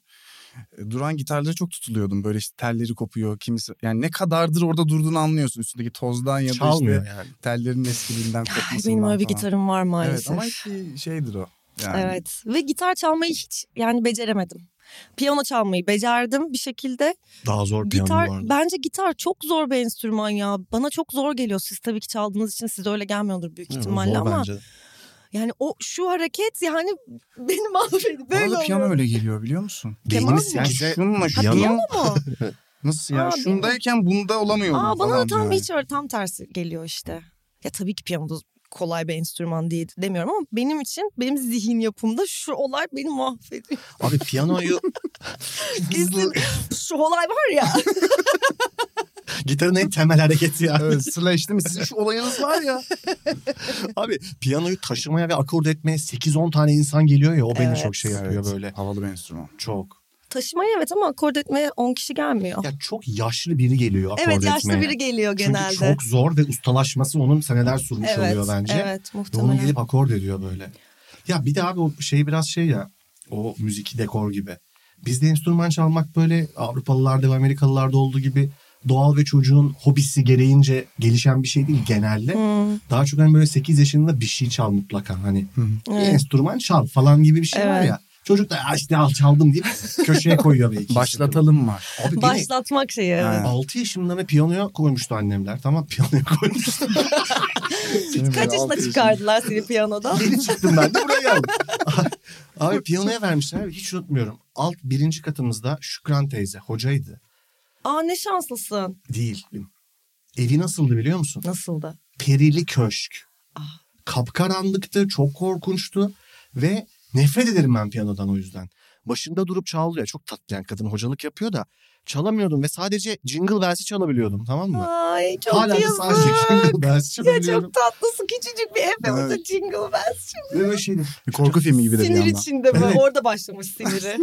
[SPEAKER 4] E, Duran gitarlara çok tutuluyordum. Böyle işte telleri kopuyor. Kimisi yani ne kadardır orada durduğunu anlıyorsun. Üstündeki tozdan ya da
[SPEAKER 3] Çalmıyor
[SPEAKER 4] işte
[SPEAKER 3] yani.
[SPEAKER 4] tellerin eskiliğinden
[SPEAKER 2] Ay,
[SPEAKER 4] kopmasından
[SPEAKER 2] Ah, benim öyle bir
[SPEAKER 4] falan.
[SPEAKER 2] gitarım var
[SPEAKER 4] Evet
[SPEAKER 2] maalesef.
[SPEAKER 4] ama hiç bir şeydir o. Yani.
[SPEAKER 2] Evet ve gitar çalmayı hiç yani beceremedim. Piyano çalmayı becerdim bir şekilde.
[SPEAKER 3] Daha zor piyano
[SPEAKER 2] Gitar
[SPEAKER 3] bu arada.
[SPEAKER 2] bence gitar çok zor bir enstrüman ya. Bana çok zor geliyor. Siz tabii ki çaldığınız için size öyle gelmiyordur büyük
[SPEAKER 3] Evet,
[SPEAKER 2] ihtimalle
[SPEAKER 3] zor
[SPEAKER 2] ama
[SPEAKER 3] bence de.
[SPEAKER 2] yani o şu hareket yani benim mahvedi. Böyle
[SPEAKER 4] Bana da piyano
[SPEAKER 2] oluyor.
[SPEAKER 4] öyle geliyor biliyor musun?
[SPEAKER 3] Beynimiz
[SPEAKER 2] mı?
[SPEAKER 3] yani bize
[SPEAKER 4] Şunla
[SPEAKER 2] Ha,
[SPEAKER 3] Piyano-
[SPEAKER 4] şunu
[SPEAKER 2] piyano mu?
[SPEAKER 4] nasıl ya?
[SPEAKER 2] Aa,
[SPEAKER 4] Şundayken bunda olamıyorum
[SPEAKER 2] Aa bana da
[SPEAKER 4] falan
[SPEAKER 2] tam
[SPEAKER 4] yani.
[SPEAKER 2] hiç öyle tam tersi geliyor işte. Ya tabii ki piyano da kolay bir enstrüman diye demiyorum ama benim için benim zihin yapımda şu olay beni mahvediyor.
[SPEAKER 3] Abi piyanoyu
[SPEAKER 2] Kesin şu olay var ya.
[SPEAKER 3] gitarın en temel hareketi ya.
[SPEAKER 4] Evet, slash değil mi? Sizin şu olayınız var ya.
[SPEAKER 3] Abi piyanoyu taşımaya ve akord etmeye 8-10 tane insan geliyor ya o beni
[SPEAKER 2] Evet.
[SPEAKER 3] çok şey yapıyor
[SPEAKER 4] Evet,
[SPEAKER 3] böyle.
[SPEAKER 4] Havalı bir enstrüman.
[SPEAKER 3] Çok.
[SPEAKER 2] Taşımayı evet ama akord etmeye 10 kişi gelmiyor.
[SPEAKER 3] Ya çok yaşlı biri geliyor akord
[SPEAKER 2] evet yaşlı
[SPEAKER 3] etmeye.
[SPEAKER 2] biri geliyor
[SPEAKER 3] Çünkü
[SPEAKER 2] genelde.
[SPEAKER 3] çok zor ve ustalaşması onun seneler sürmüş
[SPEAKER 2] evet,
[SPEAKER 3] oluyor bence.
[SPEAKER 2] Evet
[SPEAKER 3] Ve onun
[SPEAKER 2] muhtemelen.
[SPEAKER 3] gelip akord ediyor böyle. Ya bir de abi o şey biraz şey ya o müziki dekor gibi. Bizde enstrüman çalmak böyle Avrupalılarda ve Amerikalılarda olduğu gibi doğal ve çocuğun hobisi gereğince gelişen bir şey değil genelde.
[SPEAKER 2] Hmm,
[SPEAKER 3] Daha çok hani böyle 8 yaşında bir şey çal mutlaka hani bir
[SPEAKER 2] evet.
[SPEAKER 3] enstrüman çal falan gibi bir şey var
[SPEAKER 2] Evet.
[SPEAKER 3] ya. Çocuk da "Ya işte al çaldım deyip köşeye koyuyor belki.
[SPEAKER 4] Başlatalım var.
[SPEAKER 3] Abi beni
[SPEAKER 2] Başlatmak şeyi. evet.
[SPEAKER 4] Ha.
[SPEAKER 3] 6 yaşımda mı piyanoya koymuştu annemler. Tamam piyanoya koymuştu.
[SPEAKER 2] Kaç yaşında çıkardılar seni piyanodan?
[SPEAKER 3] Yeni çıktım ben de buraya geldim. Abi piyanoya vermişler. Hiç unutmuyorum. Alt birinci katımızda Şükran teyze hocaydı.
[SPEAKER 2] Aa ne şanslısın.
[SPEAKER 3] Değil. Evi nasıldı biliyor musun?
[SPEAKER 2] Nasıldı?
[SPEAKER 3] Perili köşk.
[SPEAKER 2] Ah.
[SPEAKER 3] Kapkaranlıktı. Çok korkunçtu. Ve nefret ederim ben piyanodan o yüzden. Başında durup çalıyor. Çok tatlı yani kadın hocalık yapıyor da çalamıyordum ve sadece jingle bells'i çalabiliyordum tamam mı?
[SPEAKER 2] Ay çok
[SPEAKER 3] Hala da
[SPEAKER 2] yazık.
[SPEAKER 3] sadece jingle bells
[SPEAKER 2] Ya
[SPEAKER 3] çalabiliyorum.
[SPEAKER 2] çok tatlısın küçücük bir efe o da
[SPEAKER 4] Evet.
[SPEAKER 2] jingle bells.
[SPEAKER 3] Ve böyle şey şeydi.
[SPEAKER 4] Bir korku filmi gibi de bir
[SPEAKER 2] Sinir
[SPEAKER 4] yandan.
[SPEAKER 2] içinde böyle
[SPEAKER 3] Evet.
[SPEAKER 2] orada başlamış siniri.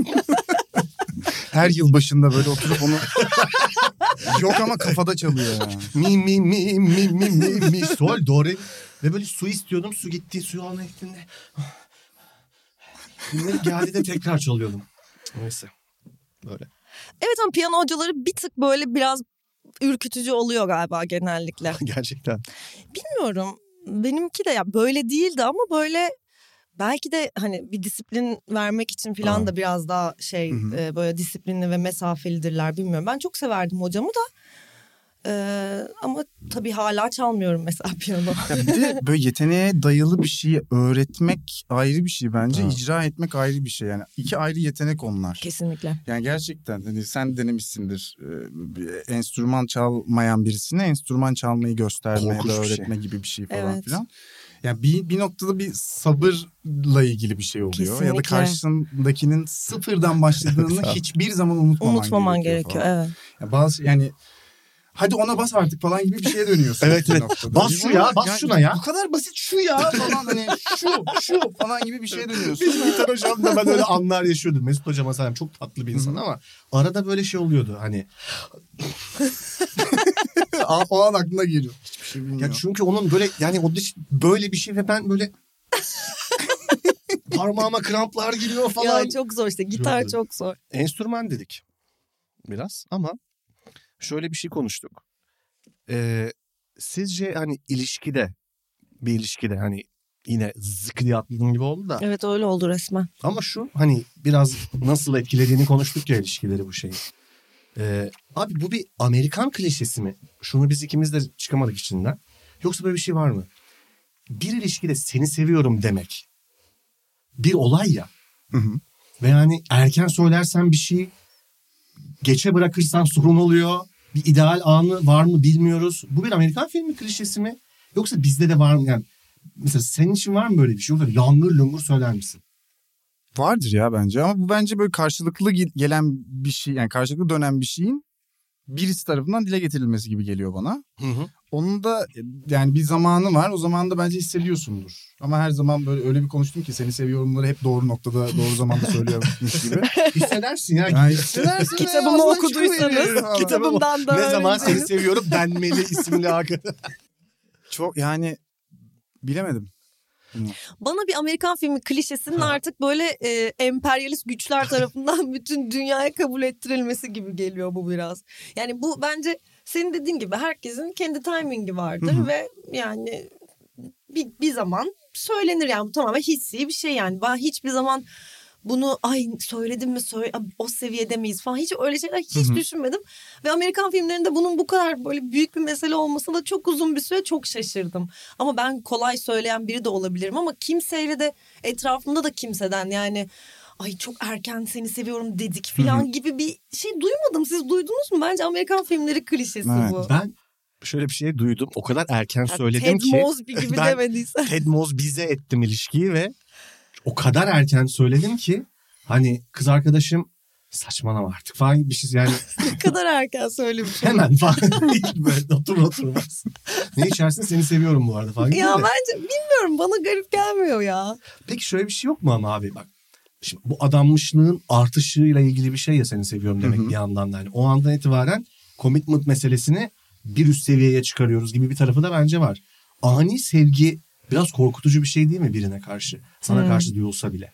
[SPEAKER 4] Her yıl başında böyle oturup onu... Yok ama kafada çalıyor yani.
[SPEAKER 3] mi mi mi mi mi mi mi sol do re ve böyle su istiyordum su gitti suyu almaya gittiğinde bunları geldi de tekrar çalıyordum. Neyse böyle.
[SPEAKER 2] evet ama piyano hocaları bir tık böyle biraz ürkütücü oluyor galiba genellikle.
[SPEAKER 3] Gerçekten.
[SPEAKER 2] Bilmiyorum. Benimki de ya böyle değildi ama böyle belki de hani bir disiplin vermek için falan da biraz daha şey
[SPEAKER 4] Hı hı.
[SPEAKER 2] e, böyle disiplinli ve mesafelidirler bilmiyorum. Ben çok severdim hocamı da Ee, ama tabii hala çalmıyorum mesela piyano.
[SPEAKER 4] Ya bir de böyle yeteneğe dayalı bir şeyi öğretmek ayrı bir şey bence.
[SPEAKER 3] Ha.
[SPEAKER 4] icra etmek ayrı bir şey. Yani iki ayrı yetenek onlar.
[SPEAKER 2] Kesinlikle.
[SPEAKER 4] Yani gerçekten hani sen denemişsindir. Ee, bir enstrüman çalmayan birisine enstrüman çalmayı göstermeye
[SPEAKER 3] Korkunç
[SPEAKER 4] de
[SPEAKER 3] bir şey.
[SPEAKER 4] öğretme gibi bir şey falan
[SPEAKER 2] Evet.
[SPEAKER 4] filan. Yani bir, bir noktada bir sabırla ilgili bir şey oluyor. Ya da
[SPEAKER 2] Kesinlikle.
[SPEAKER 4] karşısındakinin sıfırdan başladığını
[SPEAKER 3] Evet abi.
[SPEAKER 4] hiçbir zaman unutmaman,
[SPEAKER 2] Unutmaman
[SPEAKER 4] gerekiyor.
[SPEAKER 2] gerekiyor.
[SPEAKER 4] falan.
[SPEAKER 2] Evet.
[SPEAKER 4] Yani bazı yani hadi ona bas artık falan gibi bir şeye dönüyorsun.
[SPEAKER 3] Evet,
[SPEAKER 4] bir
[SPEAKER 3] evet.
[SPEAKER 4] noktada.
[SPEAKER 3] Bas şu ya, bas şuna ya.
[SPEAKER 4] Bu kadar basit şu ya falan hani şu şu falan gibi bir şeye dönüyorsun.
[SPEAKER 3] Bizim gitar hocam da ben öyle anlar yaşıyordum. Mesut hocama selam çok tatlı bir insan ama arada böyle şey oluyordu hani.
[SPEAKER 4] Aa, o an aklına geliyor. Hiçbir şey
[SPEAKER 3] Ya
[SPEAKER 4] bilmiyor.
[SPEAKER 3] çünkü onun böyle yani o diş böyle bir şey ve ben böyle parmağıma kramplar giriyor falan.
[SPEAKER 2] Ya çok zor işte
[SPEAKER 3] Yok.
[SPEAKER 2] gitar çok zor.
[SPEAKER 3] enstrüman dedik biraz ama şöyle bir şey konuştuk. Ee, sizce hani ilişkide bir ilişkide hani yine zık diye atladığın gibi oldu da
[SPEAKER 2] Evet öyle oldu resmen.
[SPEAKER 3] ama şu hani biraz nasıl etkilediğini konuştuk ya ilişkileri bu şeyi. Ee, abi bu bir Amerikan klişesi mi? Şunu biz ikimiz de çıkamadık içinden. Yoksa böyle bir şey var mı? Bir ilişkide seni seviyorum demek bir olay ya.
[SPEAKER 4] Hı hı.
[SPEAKER 3] Ve yani erken söylersen bir şey geçe bırakırsan sorun oluyor. Bir ideal anı var mı bilmiyoruz. Bu bir Amerikan filmi klişesi mi? Yoksa bizde de var mı? Yani mesela senin için var mı böyle bir şey? Yoksa langır lungur söyler misin?
[SPEAKER 4] Vardır ya bence ama bu bence böyle karşılıklı gel- gelen bir şey yani karşılıklı dönen bir şeyin birisi tarafından dile getirilmesi gibi geliyor bana.
[SPEAKER 3] Hı hı.
[SPEAKER 4] Onun da e, yani bir zamanı var o zaman da bence hissediyorsundur. Ama her zaman böyle öyle bir konuştum ki seni seviyorumları hep doğru noktada doğru zamanda söylüyormuş gibi.
[SPEAKER 3] Hissedersin ya.
[SPEAKER 4] Yani hissedersin ya,
[SPEAKER 2] Kitabımı
[SPEAKER 4] ağzından çıkıveriyor falan.
[SPEAKER 2] okuduysanız kitabımdan da
[SPEAKER 3] ne zaman
[SPEAKER 2] öğrendiniz.
[SPEAKER 3] seni seviyorum denmeli isimli arkadaş.
[SPEAKER 4] Çok yani bilemedim.
[SPEAKER 2] Bana bir Amerikan filmi klişesinin
[SPEAKER 3] Ha.
[SPEAKER 2] artık böyle e, emperyalist güçler tarafından bütün dünyaya kabul ettirilmesi gibi geliyor bu biraz. Yani bu bence senin dediğin gibi herkesin kendi timingi vardır
[SPEAKER 4] Hı hı.
[SPEAKER 2] ve yani bir, bir zaman söylenir yani bu tamamen hissi bir şey yani. Ben hiçbir zaman bunu ay söyledim mi söyle o seviyede miyiz falan hiç öyle şeyler hiç
[SPEAKER 4] Hı hı.
[SPEAKER 2] düşünmedim. Ve Amerikan filmlerinde bunun bu kadar böyle büyük bir mesele olmasına da çok uzun bir süre çok şaşırdım. Ama ben kolay söyleyen biri de olabilirim ama kimseyle de etrafımda da kimseden yani ay çok erken seni seviyorum dedik falan gibi bir şey duymadım. Siz duydunuz mu? Bence Amerikan filmleri klişesi
[SPEAKER 4] Evet,
[SPEAKER 2] bu.
[SPEAKER 3] Ben şöyle bir şey duydum. O kadar erken
[SPEAKER 2] Ya
[SPEAKER 3] söyledim
[SPEAKER 2] Ted
[SPEAKER 3] ki.
[SPEAKER 2] Mosby gibi
[SPEAKER 3] Ben-
[SPEAKER 2] demediysen.
[SPEAKER 3] Ted Moz bize ettim ilişkiyi ve o kadar erken söyledim ki hani kız arkadaşım saçmalama artık falan gibi bir şey yani
[SPEAKER 2] ne kadar erken söylemiş.
[SPEAKER 3] hemen falan değil böyle otur oturmaz. ne içersin seni seviyorum bu arada falan. gibi
[SPEAKER 2] ya
[SPEAKER 3] de.
[SPEAKER 2] bence bilmiyorum bana garip gelmiyor ya.
[SPEAKER 3] Peki şöyle bir şey yok mu ama abi bak. Şimdi bu adanmışlığın artışıyla ilgili bir şey ya seni seviyorum demek
[SPEAKER 4] Hı hı.
[SPEAKER 3] bir yandan da. Yani o andan itibaren commitment meselesini bir üst seviyeye çıkarıyoruz gibi bir tarafı da bence var. Ani sevgi biraz korkutucu bir şey değil mi birine karşı? Sana
[SPEAKER 2] Hmm.
[SPEAKER 3] karşı duyulsa bile.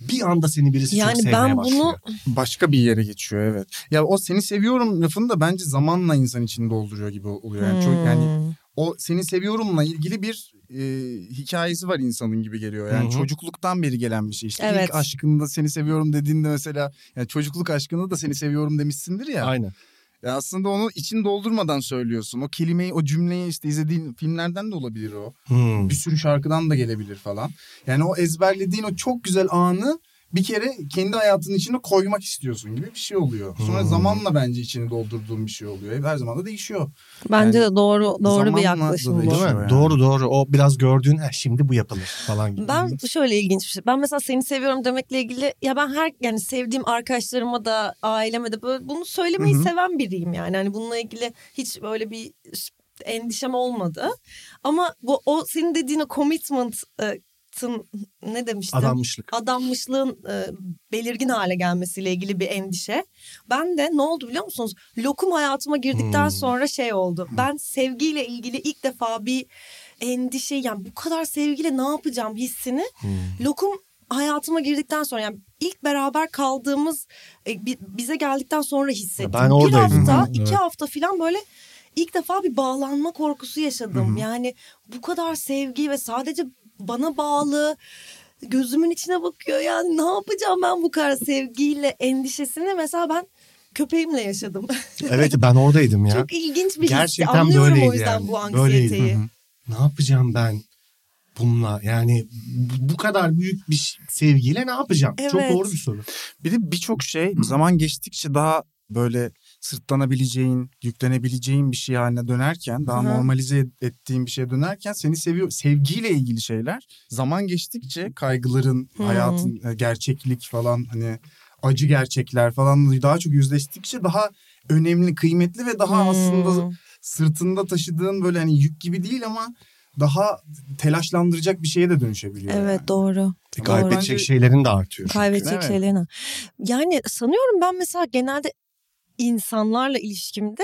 [SPEAKER 3] Bir anda seni birisi çok
[SPEAKER 2] Yani
[SPEAKER 3] sevmeye
[SPEAKER 2] ben bunu-
[SPEAKER 3] başlıyor.
[SPEAKER 4] başka bir yere geçiyor evet. Ya o seni seviyorum lafını da bence zamanla insan için dolduruyor gibi oluyor. Yani çok yani
[SPEAKER 2] Hmm.
[SPEAKER 4] o seni seviyorumla ilgili bir e, hikayesi var insanın gibi geliyor. Yani
[SPEAKER 3] Hı hı.
[SPEAKER 4] çocukluktan beri gelen bir şey. İşte
[SPEAKER 2] Evet.
[SPEAKER 4] ilk aşkında seni seviyorum dediğinde mesela yani çocukluk aşkında da seni seviyorum demişsindir ya.
[SPEAKER 3] Aynen.
[SPEAKER 4] Ya aslında onu için doldurmadan söylüyorsun. O kelimeyi, o cümleyi işte izlediğin filmlerden de olabilir o
[SPEAKER 3] Hmm.
[SPEAKER 4] bir sürü şarkıdan da gelebilir falan. Yani o ezberlediğin o çok güzel anı bir kere kendi hayatının içine koymak istiyorsun gibi bir şey oluyor. Sonra
[SPEAKER 3] Hmm.
[SPEAKER 4] zamanla bence içini doldurduğun bir şey oluyor. Her zaman da değişiyor.
[SPEAKER 2] Bence
[SPEAKER 4] Yani
[SPEAKER 2] de doğru doğru
[SPEAKER 4] zamanla
[SPEAKER 2] bir yaklaşım
[SPEAKER 4] dolayı-
[SPEAKER 2] bu.
[SPEAKER 3] Değil mi?
[SPEAKER 4] şey Yani.
[SPEAKER 3] Doğru doğru. O biraz gördüğün "Ha, şimdi bu yapılır falan gibi.
[SPEAKER 2] Ben şöyle ilginç bir şey. Ben mesela seni seviyorum demekle ilgili ya ben her yani sevdiğim arkadaşlarıma da aileme de böyle bunu söylemeyi
[SPEAKER 4] Hı hı.
[SPEAKER 2] seven biriyim yani. Hani bununla ilgili hiç böyle bir endişem olmadı. Ama bu o senin dediğin o commitment e, tın- ne demiştim?
[SPEAKER 3] Adanmışlık.
[SPEAKER 2] adanmışlığın e, belirgin hale gelmesiyle ilgili bir endişe. Ben de ne oldu biliyor musunuz? Lokum hayatıma girdikten
[SPEAKER 3] Hmm.
[SPEAKER 2] sonra şey oldu. Ben sevgiyle ilgili ilk defa bir endişe yani bu kadar sevgiyle ne yapacağım hissini
[SPEAKER 3] Hmm.
[SPEAKER 2] lokum hayatıma girdikten sonra yani ilk beraber kaldığımız e, bi- bize geldikten sonra hissettim.
[SPEAKER 3] Ben
[SPEAKER 2] bir
[SPEAKER 3] oradaydım.
[SPEAKER 2] hafta,
[SPEAKER 3] Hı,
[SPEAKER 2] iki
[SPEAKER 3] evet.
[SPEAKER 2] hafta falan böyle ilk defa bir bağlanma korkusu yaşadım.
[SPEAKER 4] Hı hı.
[SPEAKER 2] Yani bu kadar sevgi ve sadece bana bağlı gözümün içine bakıyor. Yani ne yapacağım ben bu kadar sevgiyle endişesini mesela ben köpeğimle yaşadım.
[SPEAKER 3] Evet ben oradaydım ya.
[SPEAKER 2] Çok ilginç bir histi.
[SPEAKER 3] Gerçekten
[SPEAKER 2] Anlıyorum
[SPEAKER 3] böyleydi
[SPEAKER 2] o yüzden
[SPEAKER 3] yani.
[SPEAKER 2] bu
[SPEAKER 3] Böyleydi.
[SPEAKER 2] anksiyeteyi.
[SPEAKER 3] Ne yapacağım ben bununla? Yani bu bu kadar büyük bir ş- sevgiyle ne yapacağım? Çok
[SPEAKER 2] Evet.
[SPEAKER 3] doğru bir soru.
[SPEAKER 4] Bir de birçok şey zaman geçtikçe daha böyle sırtlanabileceğin, yüklenebileceğin bir şey haline dönerken, daha
[SPEAKER 2] Hı hı.
[SPEAKER 4] normalize ettiğin bir şeye dönerken seni seviyor sevgiyle ilgili şeyler zaman geçtikçe kaygıların,
[SPEAKER 2] Hı.
[SPEAKER 4] hayatın e, gerçeklik falan hani acı gerçekler falan daha çok yüzleştikçe daha önemli, kıymetli ve daha aslında
[SPEAKER 2] Hmm.
[SPEAKER 4] sırtında taşıdığın böyle hani yük gibi değil ama daha telaşlandıracak bir şeye de dönüşebiliyor.
[SPEAKER 2] Evet
[SPEAKER 4] yani.
[SPEAKER 2] doğru.
[SPEAKER 3] E,
[SPEAKER 4] Doğru.
[SPEAKER 3] Kaybedecek
[SPEAKER 4] Bence-
[SPEAKER 3] şeylerin de artıyor.
[SPEAKER 2] Kaybedecek
[SPEAKER 4] Evet.
[SPEAKER 2] şeylerini. Yani sanıyorum ben mesela genelde insanlarla ilişkimde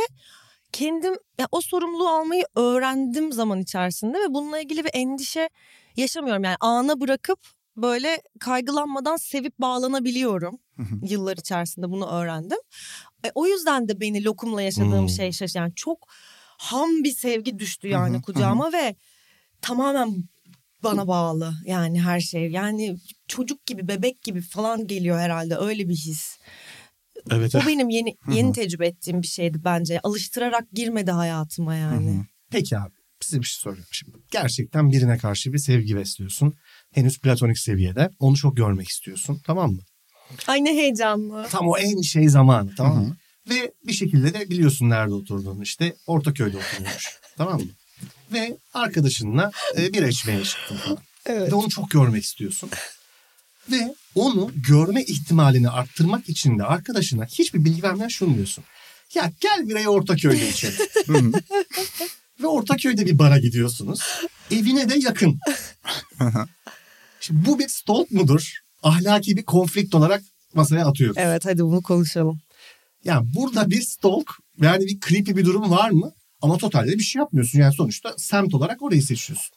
[SPEAKER 2] kendim ya o sorumluluğu almayı öğrendim zaman içerisinde ve bununla ilgili bir endişe yaşamıyorum. Yani ana bırakıp böyle kaygılanmadan sevip bağlanabiliyorum. Yıllar içerisinde bunu öğrendim. E, o yüzden de beni lokumla yaşadığım
[SPEAKER 3] Hmm.
[SPEAKER 2] şey şaş yani çok ham bir sevgi düştü yani
[SPEAKER 4] Hı hı,
[SPEAKER 2] kucağıma ve tamamen bana bağlı yani her şey. Yani çocuk gibi bebek gibi falan geliyor herhalde öyle bir his.
[SPEAKER 3] Evet.
[SPEAKER 2] O benim yeni yeni tecrübe ettiğim bir şeydi bence. Alıştırarak girmedi hayatıma yani.
[SPEAKER 3] Peki abi size bir şey soruyorum şimdi. Gerçekten birine karşı bir sevgi besliyorsun. Henüz platonik seviyede. Onu çok görmek istiyorsun tamam mı?
[SPEAKER 2] Ay ne heyecanlı.
[SPEAKER 3] Tam o en şey zamanı tamam mı? Ve bir şekilde de biliyorsun nerede oturduğunu işte Ortaköy'de oturuyormuş tamam mı? Ve arkadaşınla e, bira içmeye çıktın falan.
[SPEAKER 2] Evet.
[SPEAKER 3] Ve onu çok görmek istiyorsun. Ve onu görme ihtimalini arttırmak için de arkadaşına hiçbir bilgi vermeden şunu diyorsun. Ya gel birayı Ortaköy'de içelim. Ve Ortaköy'de bir bara gidiyorsunuz. Evine de yakın. Şimdi bu bir stalk mudur? Ahlaki bir konflikt olarak masaya atıyoruz.
[SPEAKER 2] Evet hadi bunu konuşalım.
[SPEAKER 3] Yani burada bir stalk yani bir creepy bir durum var mı? Ama totalde bir şey yapmıyorsun. Yani sonuçta semt olarak orayı seçiyorsun.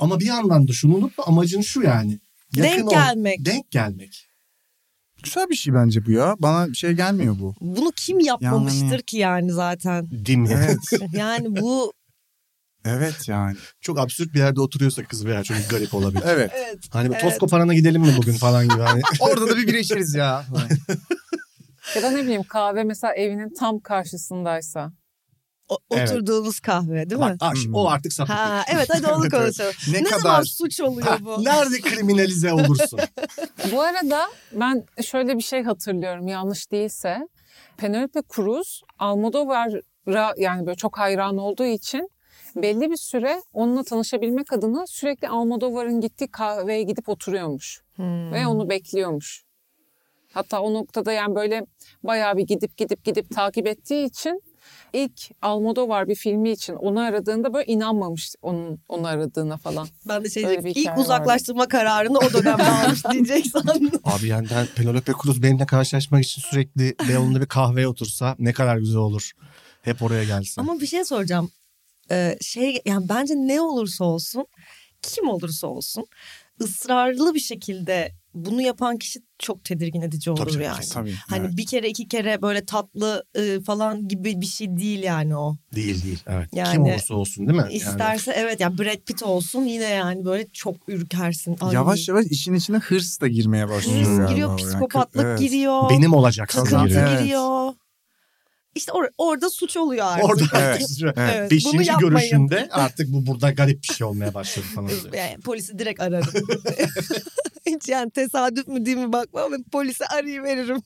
[SPEAKER 3] Ama bir yandan da şunu unutma amacın şu yani.
[SPEAKER 2] Denk
[SPEAKER 3] ol-
[SPEAKER 2] gelmek.
[SPEAKER 3] Denk gelmek.
[SPEAKER 4] Güzel bir şey bence bu ya. Bana bir şey gelmiyor bu.
[SPEAKER 2] Bunu kim yapmamıştır
[SPEAKER 4] Yani-
[SPEAKER 2] ki yani zaten?
[SPEAKER 3] Değil mi?
[SPEAKER 4] Evet.
[SPEAKER 2] Yani bu
[SPEAKER 4] evet yani.
[SPEAKER 3] Çok absürt bir yerde oturuyorsa kız veya çok garip olabilir.
[SPEAKER 4] Evet.
[SPEAKER 2] evet.
[SPEAKER 3] Hani bir
[SPEAKER 2] Evet.
[SPEAKER 3] Toskoparan'a gidelim mi bugün falan gibi. Hani.
[SPEAKER 4] E, Orada da bir bira içeriz ya.
[SPEAKER 5] Ya da ne bileyim kahve mesela evinin tam karşısındaysa.
[SPEAKER 2] O-
[SPEAKER 3] Evet.
[SPEAKER 2] Oturduğumuz kahve değil
[SPEAKER 3] Bak,
[SPEAKER 2] mi?
[SPEAKER 3] ah, şimdi o artık sapık.
[SPEAKER 2] Ha evet hadi onu
[SPEAKER 4] Evet, evet.
[SPEAKER 2] konuşalım.
[SPEAKER 4] ne,
[SPEAKER 2] Ne,
[SPEAKER 4] kadar
[SPEAKER 2] zaman suç
[SPEAKER 3] Ha,
[SPEAKER 2] oluyor bu?
[SPEAKER 3] nerede kriminalize olursun?
[SPEAKER 5] Bu arada ben şöyle bir şey hatırlıyorum yanlış değilse. Penelope Cruz Almodovar'a yani böyle çok hayran olduğu için belli bir süre onunla tanışabilmek adına sürekli Almodovar'ın gittiği kahveye gidip oturuyormuş.
[SPEAKER 2] Hmm.
[SPEAKER 5] Ve onu bekliyormuş. Hatta o noktada yani böyle bayağı bir gidip gidip gidip takip ettiği için ilk Almodovar bir filmi için onu aradığında böyle inanmamış onun onu aradığına falan.
[SPEAKER 2] Ben de şey
[SPEAKER 5] Öyle
[SPEAKER 2] diyecektim.
[SPEAKER 5] bir hikaye
[SPEAKER 2] İlk uzaklaştırma kararını o dönemde almış diyecek sandım.
[SPEAKER 3] Abi yani ben Penelope Cruz benimle karşılaşmak için sürekli Beyoğlu'nda bir kahveye otursa ne kadar güzel olur. Hep oraya gelsin.
[SPEAKER 2] Ama bir şey soracağım. Ee, şey yani bence ne olursa olsun kim olursa olsun ısrarlı bir şekilde bunu yapan kişi çok tedirgin edici olur
[SPEAKER 3] Tabii,
[SPEAKER 2] yani.
[SPEAKER 4] Tabii.
[SPEAKER 2] Hani
[SPEAKER 4] evet.
[SPEAKER 2] bir kere iki kere böyle tatlı e, falan gibi bir şey değil yani o.
[SPEAKER 3] Değil değil. Evet.
[SPEAKER 2] Yani-
[SPEAKER 3] Kim olursa olsun değil mi? Yani-
[SPEAKER 2] İsterse evet yani Brad Pitt olsun yine yani böyle çok ürkersin. Ay.
[SPEAKER 4] Yavaş yavaş işin içine hırs da girmeye başlıyor.
[SPEAKER 2] Hırs
[SPEAKER 4] galiba
[SPEAKER 2] giriyor,
[SPEAKER 4] bu yani.
[SPEAKER 2] psikopatlık
[SPEAKER 4] Evet.
[SPEAKER 2] giriyor.
[SPEAKER 3] Benim olacak.
[SPEAKER 4] Kazan-
[SPEAKER 2] Kazantı
[SPEAKER 3] sanırım.
[SPEAKER 4] Evet.
[SPEAKER 2] giriyor. İşte or- orada suç oluyor artık.
[SPEAKER 3] Orada
[SPEAKER 4] Evet.
[SPEAKER 3] artık
[SPEAKER 4] Evet.
[SPEAKER 2] Evet, bunu
[SPEAKER 3] beşinci
[SPEAKER 2] yapmayın.
[SPEAKER 3] görüşünde artık bu burada garip bir şey olmaya başladı falan. diyor.
[SPEAKER 2] Yani polisi direkt ararım. Hiç yani tesadüf mü değil mi bakmam ve polisi arayıveririm.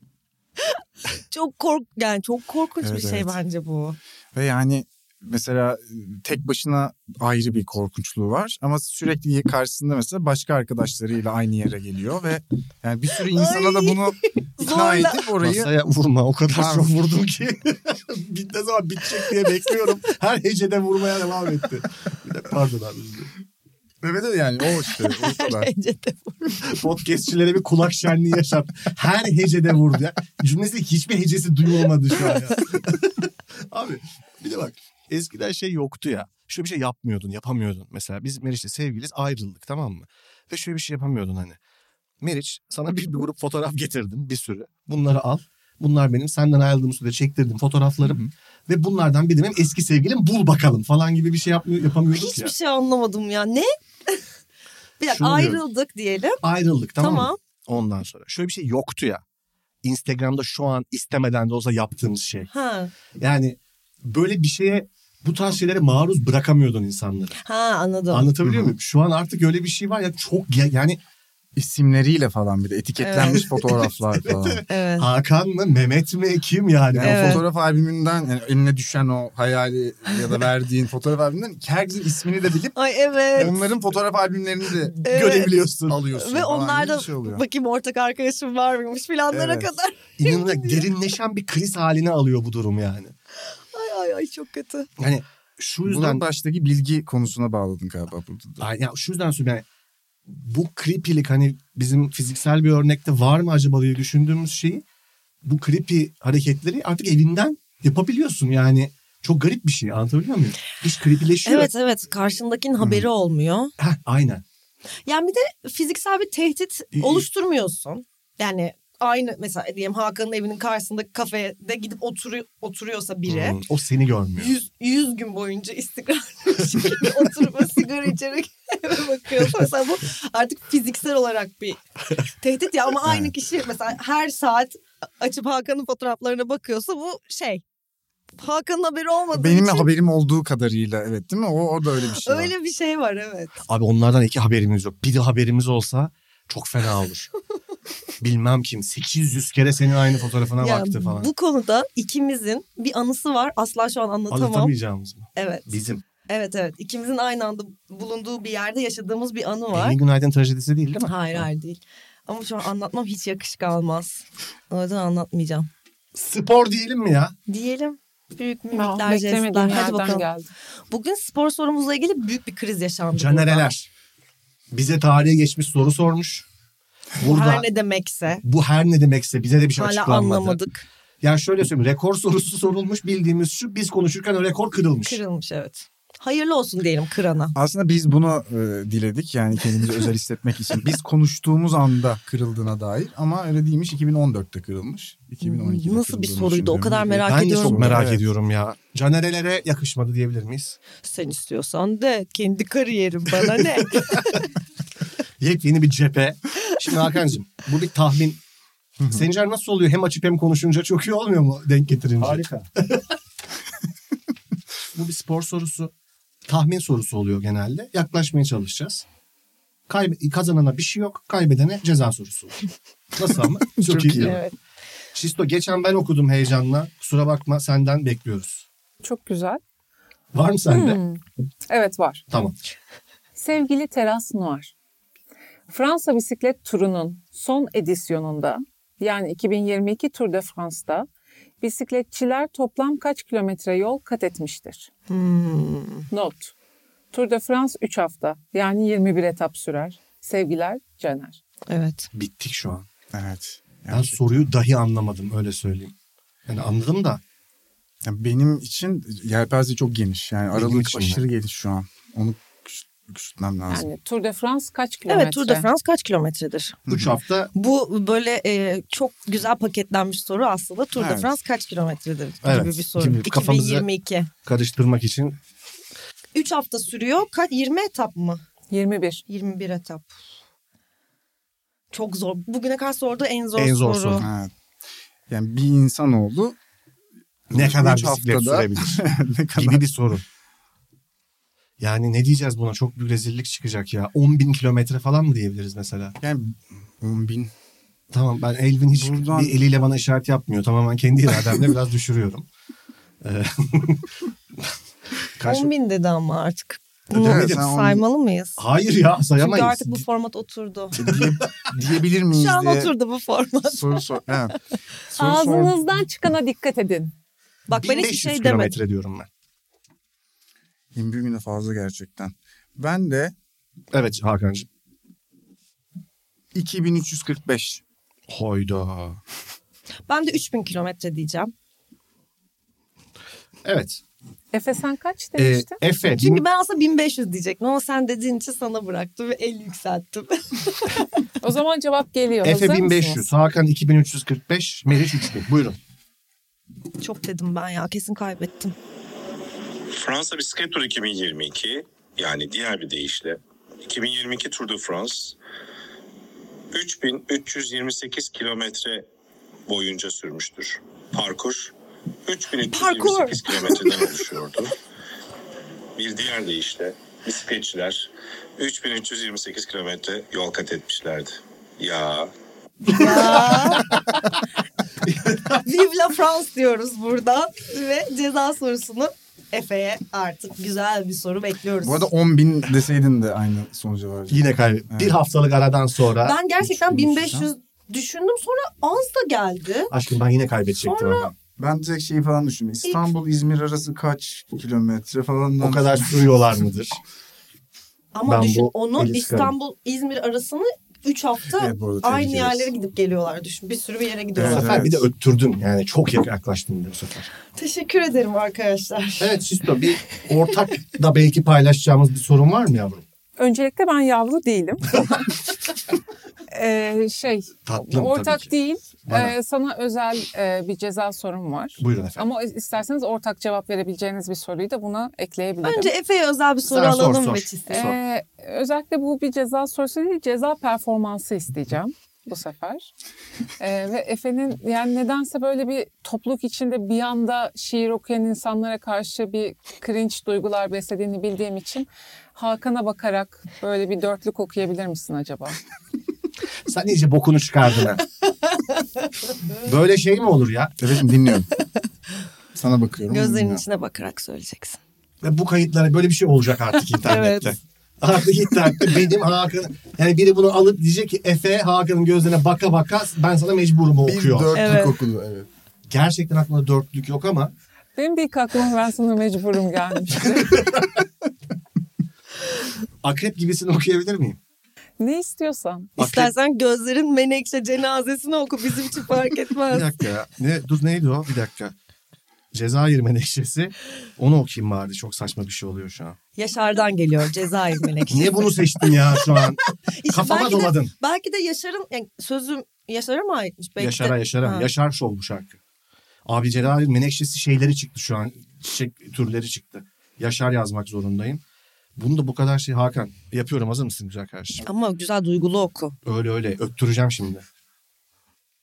[SPEAKER 2] çok kork yani çok korkunç
[SPEAKER 4] Evet,
[SPEAKER 2] bir şey
[SPEAKER 4] evet.
[SPEAKER 2] bence bu.
[SPEAKER 4] Ve yani mesela e, tek başına ayrı bir korkunçluğu var ama sürekli karşısında mesela başka arkadaşlarıyla aynı yere geliyor ve yani bir sürü insana da
[SPEAKER 2] Ay,
[SPEAKER 4] bunu ikna
[SPEAKER 2] zorla.
[SPEAKER 4] edip orayı
[SPEAKER 3] Masaya vurma o kadar
[SPEAKER 4] Tamam.
[SPEAKER 3] çok vurdum ki. Bir- ne zaman bitecek diye bekliyorum. Her hecede vurmaya devam etti. Bir de pardon abi. özür dilerim.
[SPEAKER 4] evet evet yani o işte o kadar.
[SPEAKER 2] Bence de.
[SPEAKER 3] Podcastçilere bir kulak şenliği yaşat. Her hecede vurdu ya. Cümlesi hiçbir hecesi duyulmadı şu an ya. abi bir de bak eskiden şey yoktu ya. Şöyle bir şey yapmıyordun yapamıyordun. Mesela biz Meriç'le sevgiliz ayrıldık tamam mı? Ve şöyle bir şey yapamıyordun hani. Meriç sana bir, bir grup fotoğraf getirdim bir sürü. Bunları al. Bunlar benim senden ayrıldığım sürede çektirdim fotoğraflarım. Ve bunlardan bir de benim eski sevgilim bul bakalım falan gibi bir şey yapmıyor, yapamıyorduk
[SPEAKER 2] Hiçbir
[SPEAKER 3] ya.
[SPEAKER 2] şey anlamadım ya. Ne? bir dakika
[SPEAKER 3] Şunu diyorum.
[SPEAKER 2] ayrıldık diyelim.
[SPEAKER 3] Ayrıldık tamam,
[SPEAKER 2] Tamam.
[SPEAKER 3] mı? Ondan sonra. Şöyle bir şey yoktu ya. Instagram'da şu an istemeden de olsa yaptığımız şey.
[SPEAKER 2] Ha,
[SPEAKER 3] Yani böyle bir şeye bu tarz şeylere maruz bırakamıyordun insanları.
[SPEAKER 2] ha anladım.
[SPEAKER 3] Anlatabiliyor muyum? Şu an artık öyle bir şey var ya çok ya- yani
[SPEAKER 4] İsimleriyle falan bir de etiketlenmiş fotoğraflar falan.
[SPEAKER 2] evet.
[SPEAKER 3] Hakan mı Mehmet mi kim yani?
[SPEAKER 4] Yani
[SPEAKER 2] Evet.
[SPEAKER 4] o fotoğraf albümünden yani önüne düşen o hayali ya da verdiğin fotoğraf albümünden herkesin ismini de bilip
[SPEAKER 2] Ay evet.
[SPEAKER 4] onların fotoğraf albümlerini de
[SPEAKER 2] Evet.
[SPEAKER 4] görebiliyorsun. Alıyorsun
[SPEAKER 2] Ve
[SPEAKER 4] falan gibi
[SPEAKER 2] onlardan
[SPEAKER 4] bir şey oluyor.
[SPEAKER 2] bakayım ortak arkadaşım var mıymış filanlara
[SPEAKER 4] Evet.
[SPEAKER 2] kadar.
[SPEAKER 3] İnanın ya, derinleşen bir kriz haline alıyor bu durum yani.
[SPEAKER 2] Ay ay ay çok kötü.
[SPEAKER 3] Yani şu yüzden
[SPEAKER 4] Bunu baştaki bilgi konusuna bağladın galiba burada da.
[SPEAKER 3] Ay, ya şu yüzden söylüyorum yani bu creepy'lik hani bizim fiziksel bir örnekte var mı acaba diye düşündüğümüz şeyi bu creepy hareketleri artık evinden yapabiliyorsun yani. Çok garip bir şey anlatabiliyor muyum? İş creepyleşiyor.
[SPEAKER 2] Evet evet karşındakinin haberi olmuyor.
[SPEAKER 3] Heh, aynen.
[SPEAKER 2] Yani bir de fiziksel bir tehdit
[SPEAKER 3] İyi.
[SPEAKER 2] oluşturmuyorsun. Yani aynı mesela diyelim Hakan'ın evinin karşısındaki kafede gidip oturu, oturuyorsa biri.
[SPEAKER 3] Hmm, O seni görmüyor.
[SPEAKER 2] 100, 100 gün boyunca istikrarlı bir şekilde oturup o sigara içerek eve bakıyorsa mesela bu artık fiziksel olarak bir tehdit ya ama aynı kişi mesela her saat açıp Hakan'ın fotoğraflarına bakıyorsa bu şey Hakan'ın haberi olmadığı
[SPEAKER 4] Benim
[SPEAKER 2] için
[SPEAKER 4] haberim olduğu kadarıyla evet değil mi? O orada öyle bir şey var.
[SPEAKER 2] öyle bir şey var evet.
[SPEAKER 3] Abi onlardan iki haberimiz yok. Bir de haberimiz olsa çok fena olur. Bilmem kim 800 kere senin aynı fotoğrafına
[SPEAKER 2] Ya
[SPEAKER 3] baktı falan.
[SPEAKER 2] bu konuda ikimizin bir anısı var. Asla şu an anlatamam.
[SPEAKER 3] Anlatamayacağımız mı?
[SPEAKER 2] Evet.
[SPEAKER 3] Bizim.
[SPEAKER 2] Evet evet. İkimizin aynı anda bulunduğu bir yerde yaşadığımız bir anı var.
[SPEAKER 3] Engin Günaydın trajedisi değil değil mi?
[SPEAKER 2] Hayır hayır değil. Ama şu an anlatmam hiç yakışık almaz. O yüzden anlatmayacağım.
[SPEAKER 3] Spor diyelim mi ya?
[SPEAKER 2] Diyelim büyük
[SPEAKER 5] Ah,
[SPEAKER 2] mimikler,
[SPEAKER 5] Beklemediğim
[SPEAKER 2] jestler. Hadi
[SPEAKER 5] yerden
[SPEAKER 2] bakalım.
[SPEAKER 5] geldi.
[SPEAKER 2] Bugün spor sorumuzla ilgili büyük bir kriz yaşandı. burada.
[SPEAKER 3] Canereler. Bize tarihe geçmiş soru sormuş.
[SPEAKER 2] Bu
[SPEAKER 3] Burada
[SPEAKER 2] Her ne demekse.
[SPEAKER 3] bu her ne demekse bize de bir şey
[SPEAKER 2] Hala
[SPEAKER 3] açıklanmadı.
[SPEAKER 2] anlamadık.
[SPEAKER 3] Yani şöyle söyleyeyim rekor sorusu sorulmuş bildiğimiz şu biz konuşurken o rekor kırılmış.
[SPEAKER 2] Kırılmış evet. Hayırlı olsun diyelim kırana.
[SPEAKER 4] Aslında biz bunu e, diledik yani kendimizi özel hissetmek için. Biz konuştuğumuz anda kırıldığına dair ama öyle değilmiş 2014'te kırılmış. 2012'de
[SPEAKER 2] Nasıl bir
[SPEAKER 4] kırıldığını
[SPEAKER 2] soruydu o
[SPEAKER 4] düşünüyorum.
[SPEAKER 2] kadar merak
[SPEAKER 3] ben de
[SPEAKER 2] ediyorum.
[SPEAKER 3] çok merak
[SPEAKER 4] Evet.
[SPEAKER 3] ediyorum ya. Canerelere yakışmadı diyebilir miyiz?
[SPEAKER 2] Sen istiyorsan de kendi kariyerim bana ne?
[SPEAKER 3] Yepyeni bir cephe. Şimdi Hakan'cığım bu bir tahmin. Sencer nasıl oluyor? Hem açıp hem konuşunca çok iyi olmuyor mu denk getirince?
[SPEAKER 1] Harika.
[SPEAKER 3] Bu bir spor sorusu. Tahmin sorusu oluyor genelde. Yaklaşmaya çalışacağız. Kaybe- kazanana bir şey yok. Kaybedene ceza sorusu. Nasıl ama? çok,
[SPEAKER 4] Çok
[SPEAKER 3] iyi.
[SPEAKER 4] iyi.
[SPEAKER 3] değil mi?
[SPEAKER 2] evet.
[SPEAKER 3] Şisto geçen ben okudum heyecanla. Kusura bakma senden bekliyoruz.
[SPEAKER 5] Çok güzel.
[SPEAKER 3] Var mı sende?
[SPEAKER 5] Hmm. Evet var.
[SPEAKER 3] Tamam.
[SPEAKER 5] Sevgili Teras Noir, Fransa bisiklet turunun son edisyonunda yani 2022 Tour de France'da bisikletçiler toplam kaç kilometre yol kat etmiştir?
[SPEAKER 2] Hmm,
[SPEAKER 5] Not. Tour de France 3 hafta yani 21 etap sürer. Sevgiler Caner.
[SPEAKER 2] Evet.
[SPEAKER 3] Bittik şu an.
[SPEAKER 4] Evet.
[SPEAKER 3] Ben soruyu dahi anlamadım öyle söyleyeyim. Yani anladım da
[SPEAKER 4] Yani benim için yelpaze çok geniş. Yani aralık
[SPEAKER 3] için de.
[SPEAKER 4] aşırı geniş şu an. Onu küçült- küçültmem lazım.
[SPEAKER 5] Yani Tour de France kaç kilometre?
[SPEAKER 2] Evet Tour de France kaç kilometredir?
[SPEAKER 3] 3 hafta
[SPEAKER 2] Bu böyle e, çok güzel paketlenmiş soru aslında. Tour de
[SPEAKER 4] Evet.
[SPEAKER 2] France kaç kilometredir
[SPEAKER 3] Evet,
[SPEAKER 2] gibi bir soru.
[SPEAKER 3] gibi kafamızı-
[SPEAKER 2] 2022.
[SPEAKER 3] karıştırmak için
[SPEAKER 2] 3 hafta sürüyor. Kaç 20 etap mı?
[SPEAKER 5] 21.
[SPEAKER 2] 21 etap. Çok zor. Bugüne kadar sorduğu en zor,
[SPEAKER 3] En zor
[SPEAKER 2] soru.
[SPEAKER 3] soru.
[SPEAKER 4] Evet. Yani bir insanoğlu
[SPEAKER 3] ne
[SPEAKER 4] Üç
[SPEAKER 3] kadar bisiklet
[SPEAKER 4] haftada-
[SPEAKER 3] sürebilir
[SPEAKER 4] ne kadar
[SPEAKER 3] gibi bir soru. Yani ne diyeceğiz buna? Çok büyük rezillik çıkacak ya. 10 bin kilometre falan mı diyebiliriz mesela?
[SPEAKER 4] yani 10 bin
[SPEAKER 3] Tamam ben Elvin hiç
[SPEAKER 4] Buradan-
[SPEAKER 3] bir eliyle bana işaret yapmıyor. Tamamen kendi irademle biraz düşürüyorum. Ee, Kaç... E,
[SPEAKER 2] 10 bin dedi ama artık. Bunu
[SPEAKER 4] Evet, sen on-
[SPEAKER 2] saymalı mıyız?
[SPEAKER 3] Hayır ya sayamayız.
[SPEAKER 2] Çünkü artık bu format oturdu.
[SPEAKER 4] diye- diyebilir miyiz
[SPEAKER 2] Şu an
[SPEAKER 4] diye
[SPEAKER 2] oturdu bu format.
[SPEAKER 4] soru sor. Evet. Soru sor-
[SPEAKER 5] Ağzınızdan çıkana dikkat edin.
[SPEAKER 2] Bak ben hiçbir
[SPEAKER 3] 1500
[SPEAKER 2] şey demedim.
[SPEAKER 3] kilometre diyorum ben.
[SPEAKER 4] 21 güne fazla gerçekten. Ben de
[SPEAKER 3] Evet Hakan'cığım.
[SPEAKER 4] 2345.
[SPEAKER 3] Hoyda.
[SPEAKER 2] Ben de 3000 kilometre diyeceğim.
[SPEAKER 3] Evet.
[SPEAKER 5] Efe sen kaç
[SPEAKER 3] Ee,
[SPEAKER 5] demiştin?
[SPEAKER 3] Efe.
[SPEAKER 2] Çünkü ben aslında 1500 diyecektim ama sen dediğin için sana bıraktım ve el yükselttim.
[SPEAKER 5] o zaman cevap geliyor.
[SPEAKER 3] Efe
[SPEAKER 5] Hazır
[SPEAKER 3] 1500.
[SPEAKER 5] mısınız?
[SPEAKER 3] Hakan 2345. Meriç 3000. Buyurun.
[SPEAKER 2] Çok dedim ben ya kesin kaybettim.
[SPEAKER 6] Fransa Bisiklet Turu 2022 yani diğer bir deyişle 2022 Tour de France 3328 kilometre boyunca sürmüştür. Parkur 3228
[SPEAKER 2] Parkur.
[SPEAKER 6] kilometreden oluşuyordu. Bir diğer deyişle bisikletçiler 3328 kilometre yol kat etmişlerdi. Ya
[SPEAKER 2] Ya. Vive la France diyoruz burada ve ceza sorusunu Efe'ye artık güzel bir soru bekliyoruz.
[SPEAKER 4] Bu arada 10 bin deseydin de aynı sonuca varacaktın.
[SPEAKER 3] Yine kaybet. Bir haftalık aradan sonra
[SPEAKER 2] ben gerçekten
[SPEAKER 4] üç bin
[SPEAKER 2] 1500 düşündüm sonra az da geldi.
[SPEAKER 3] aşkım ben yine kaybedecektim ama.
[SPEAKER 4] Ben direkt şeyi falan düşündüm. İstanbul-İzmir arası kaç kilometre falan.
[SPEAKER 3] O kadar sürüyorlar mıdır?
[SPEAKER 2] Ama
[SPEAKER 3] Ben bu
[SPEAKER 2] düşün
[SPEAKER 3] eli
[SPEAKER 2] onu
[SPEAKER 3] sıkarım.
[SPEAKER 2] İstanbul İzmir arasını 3 hafta
[SPEAKER 4] Evet, bu arada tebrik
[SPEAKER 2] aynı
[SPEAKER 4] ederiz.
[SPEAKER 2] yerlere gidip geliyorlar düşün. Bir sürü bir yere
[SPEAKER 3] Bu
[SPEAKER 4] Evet,
[SPEAKER 2] gidiyorlar.
[SPEAKER 3] sefer
[SPEAKER 4] evet.
[SPEAKER 3] bir de öttürdün yani çok yaklaştın bu sefer.
[SPEAKER 2] Teşekkür ederim arkadaşlar.
[SPEAKER 3] Evet Sisto bir ortak da belki paylaşacağımız bir sorun var mı yavrum?
[SPEAKER 5] Öncelikle ben yavru değilim. Ee, şey,
[SPEAKER 3] Tatlım tabii ki.
[SPEAKER 5] ortak değil.
[SPEAKER 3] Bana.
[SPEAKER 5] Ee, sana özel e, bir ceza sorum var.
[SPEAKER 3] Buyurun efendim.
[SPEAKER 5] Ama isterseniz ortak cevap verebileceğiniz bir soruyu da buna ekleyebilirim.
[SPEAKER 2] Önce Efe'ye özel bir soru
[SPEAKER 3] Sen sor,
[SPEAKER 2] alalım
[SPEAKER 3] sor.
[SPEAKER 2] ve çizsin.
[SPEAKER 3] Sor.
[SPEAKER 5] Ee, özellikle bu bir ceza sorusu değil, ceza performansı isteyeceğim bu sefer. Ee, ve Efe'nin yani nedense böyle bir topluluk içinde bir anda şiir okuyan insanlara karşı bir cringe duygular beslediğini bildiğim için Hakan'a bakarak böyle bir dörtlük okuyabilir misin acaba?
[SPEAKER 3] Sen iyice bokunu çıkardın ha. Böyle şey mi olur ya?
[SPEAKER 4] Evet dinliyorum. Sana bakıyorum.
[SPEAKER 2] Gözlerinin
[SPEAKER 4] dinliyorum.
[SPEAKER 2] içine bakarak söyleyeceksin.
[SPEAKER 3] Ve bu kayıtlara böyle bir şey olacak artık internette.
[SPEAKER 2] Evet.
[SPEAKER 3] Artık internette benim Hakan yani biri bunu alıp diyecek ki Efe Hakan'ın gözlerine baka baka ben sana mecburum o
[SPEAKER 4] Bir
[SPEAKER 3] okuyor.
[SPEAKER 4] dörtlük
[SPEAKER 2] Evet.
[SPEAKER 4] okulu evet.
[SPEAKER 3] Gerçekten aklımda dörtlük yok ama
[SPEAKER 5] Benim de ilk aklıma ben sana mecburum gelmişti.
[SPEAKER 3] akrep gibisini okuyabilir miyim?
[SPEAKER 5] ne istiyorsan.
[SPEAKER 3] Akrep-
[SPEAKER 2] İstersen gözlerin menekşe cenazesini oku bizim için fark
[SPEAKER 3] Bir
[SPEAKER 2] etmez.
[SPEAKER 3] dakika ya. Ne, dur neydi o? Bir dakika. Cezayir menekşesi. Onu okuyayım bari. Çok saçma bir şey oluyor şu an.
[SPEAKER 2] Yaşar'dan geliyor Cezayir menekşe.
[SPEAKER 3] Niye bunu seçtin ya şu an?
[SPEAKER 2] İşte
[SPEAKER 3] Kafama
[SPEAKER 2] belki De,
[SPEAKER 3] doladın.
[SPEAKER 2] belki de Yaşar'ın yani sözüm Yaşar'a mı aitmiş? Belki
[SPEAKER 3] Yaşar'a
[SPEAKER 2] de-
[SPEAKER 3] Yaşar'a.
[SPEAKER 2] Ha.
[SPEAKER 3] Yaşar Show bu şarkı. Abi Cezayir menekşesi şeyleri çıktı şu an. Çiçek türleri çıktı. Yaşar yazmak zorundayım. Bunu da bu kadar şey Hakan. Yapıyorum hazır mısın güzel kardeşim?
[SPEAKER 2] Ama güzel duygulu oku.
[SPEAKER 3] Öyle öyle öttüreceğim şimdi.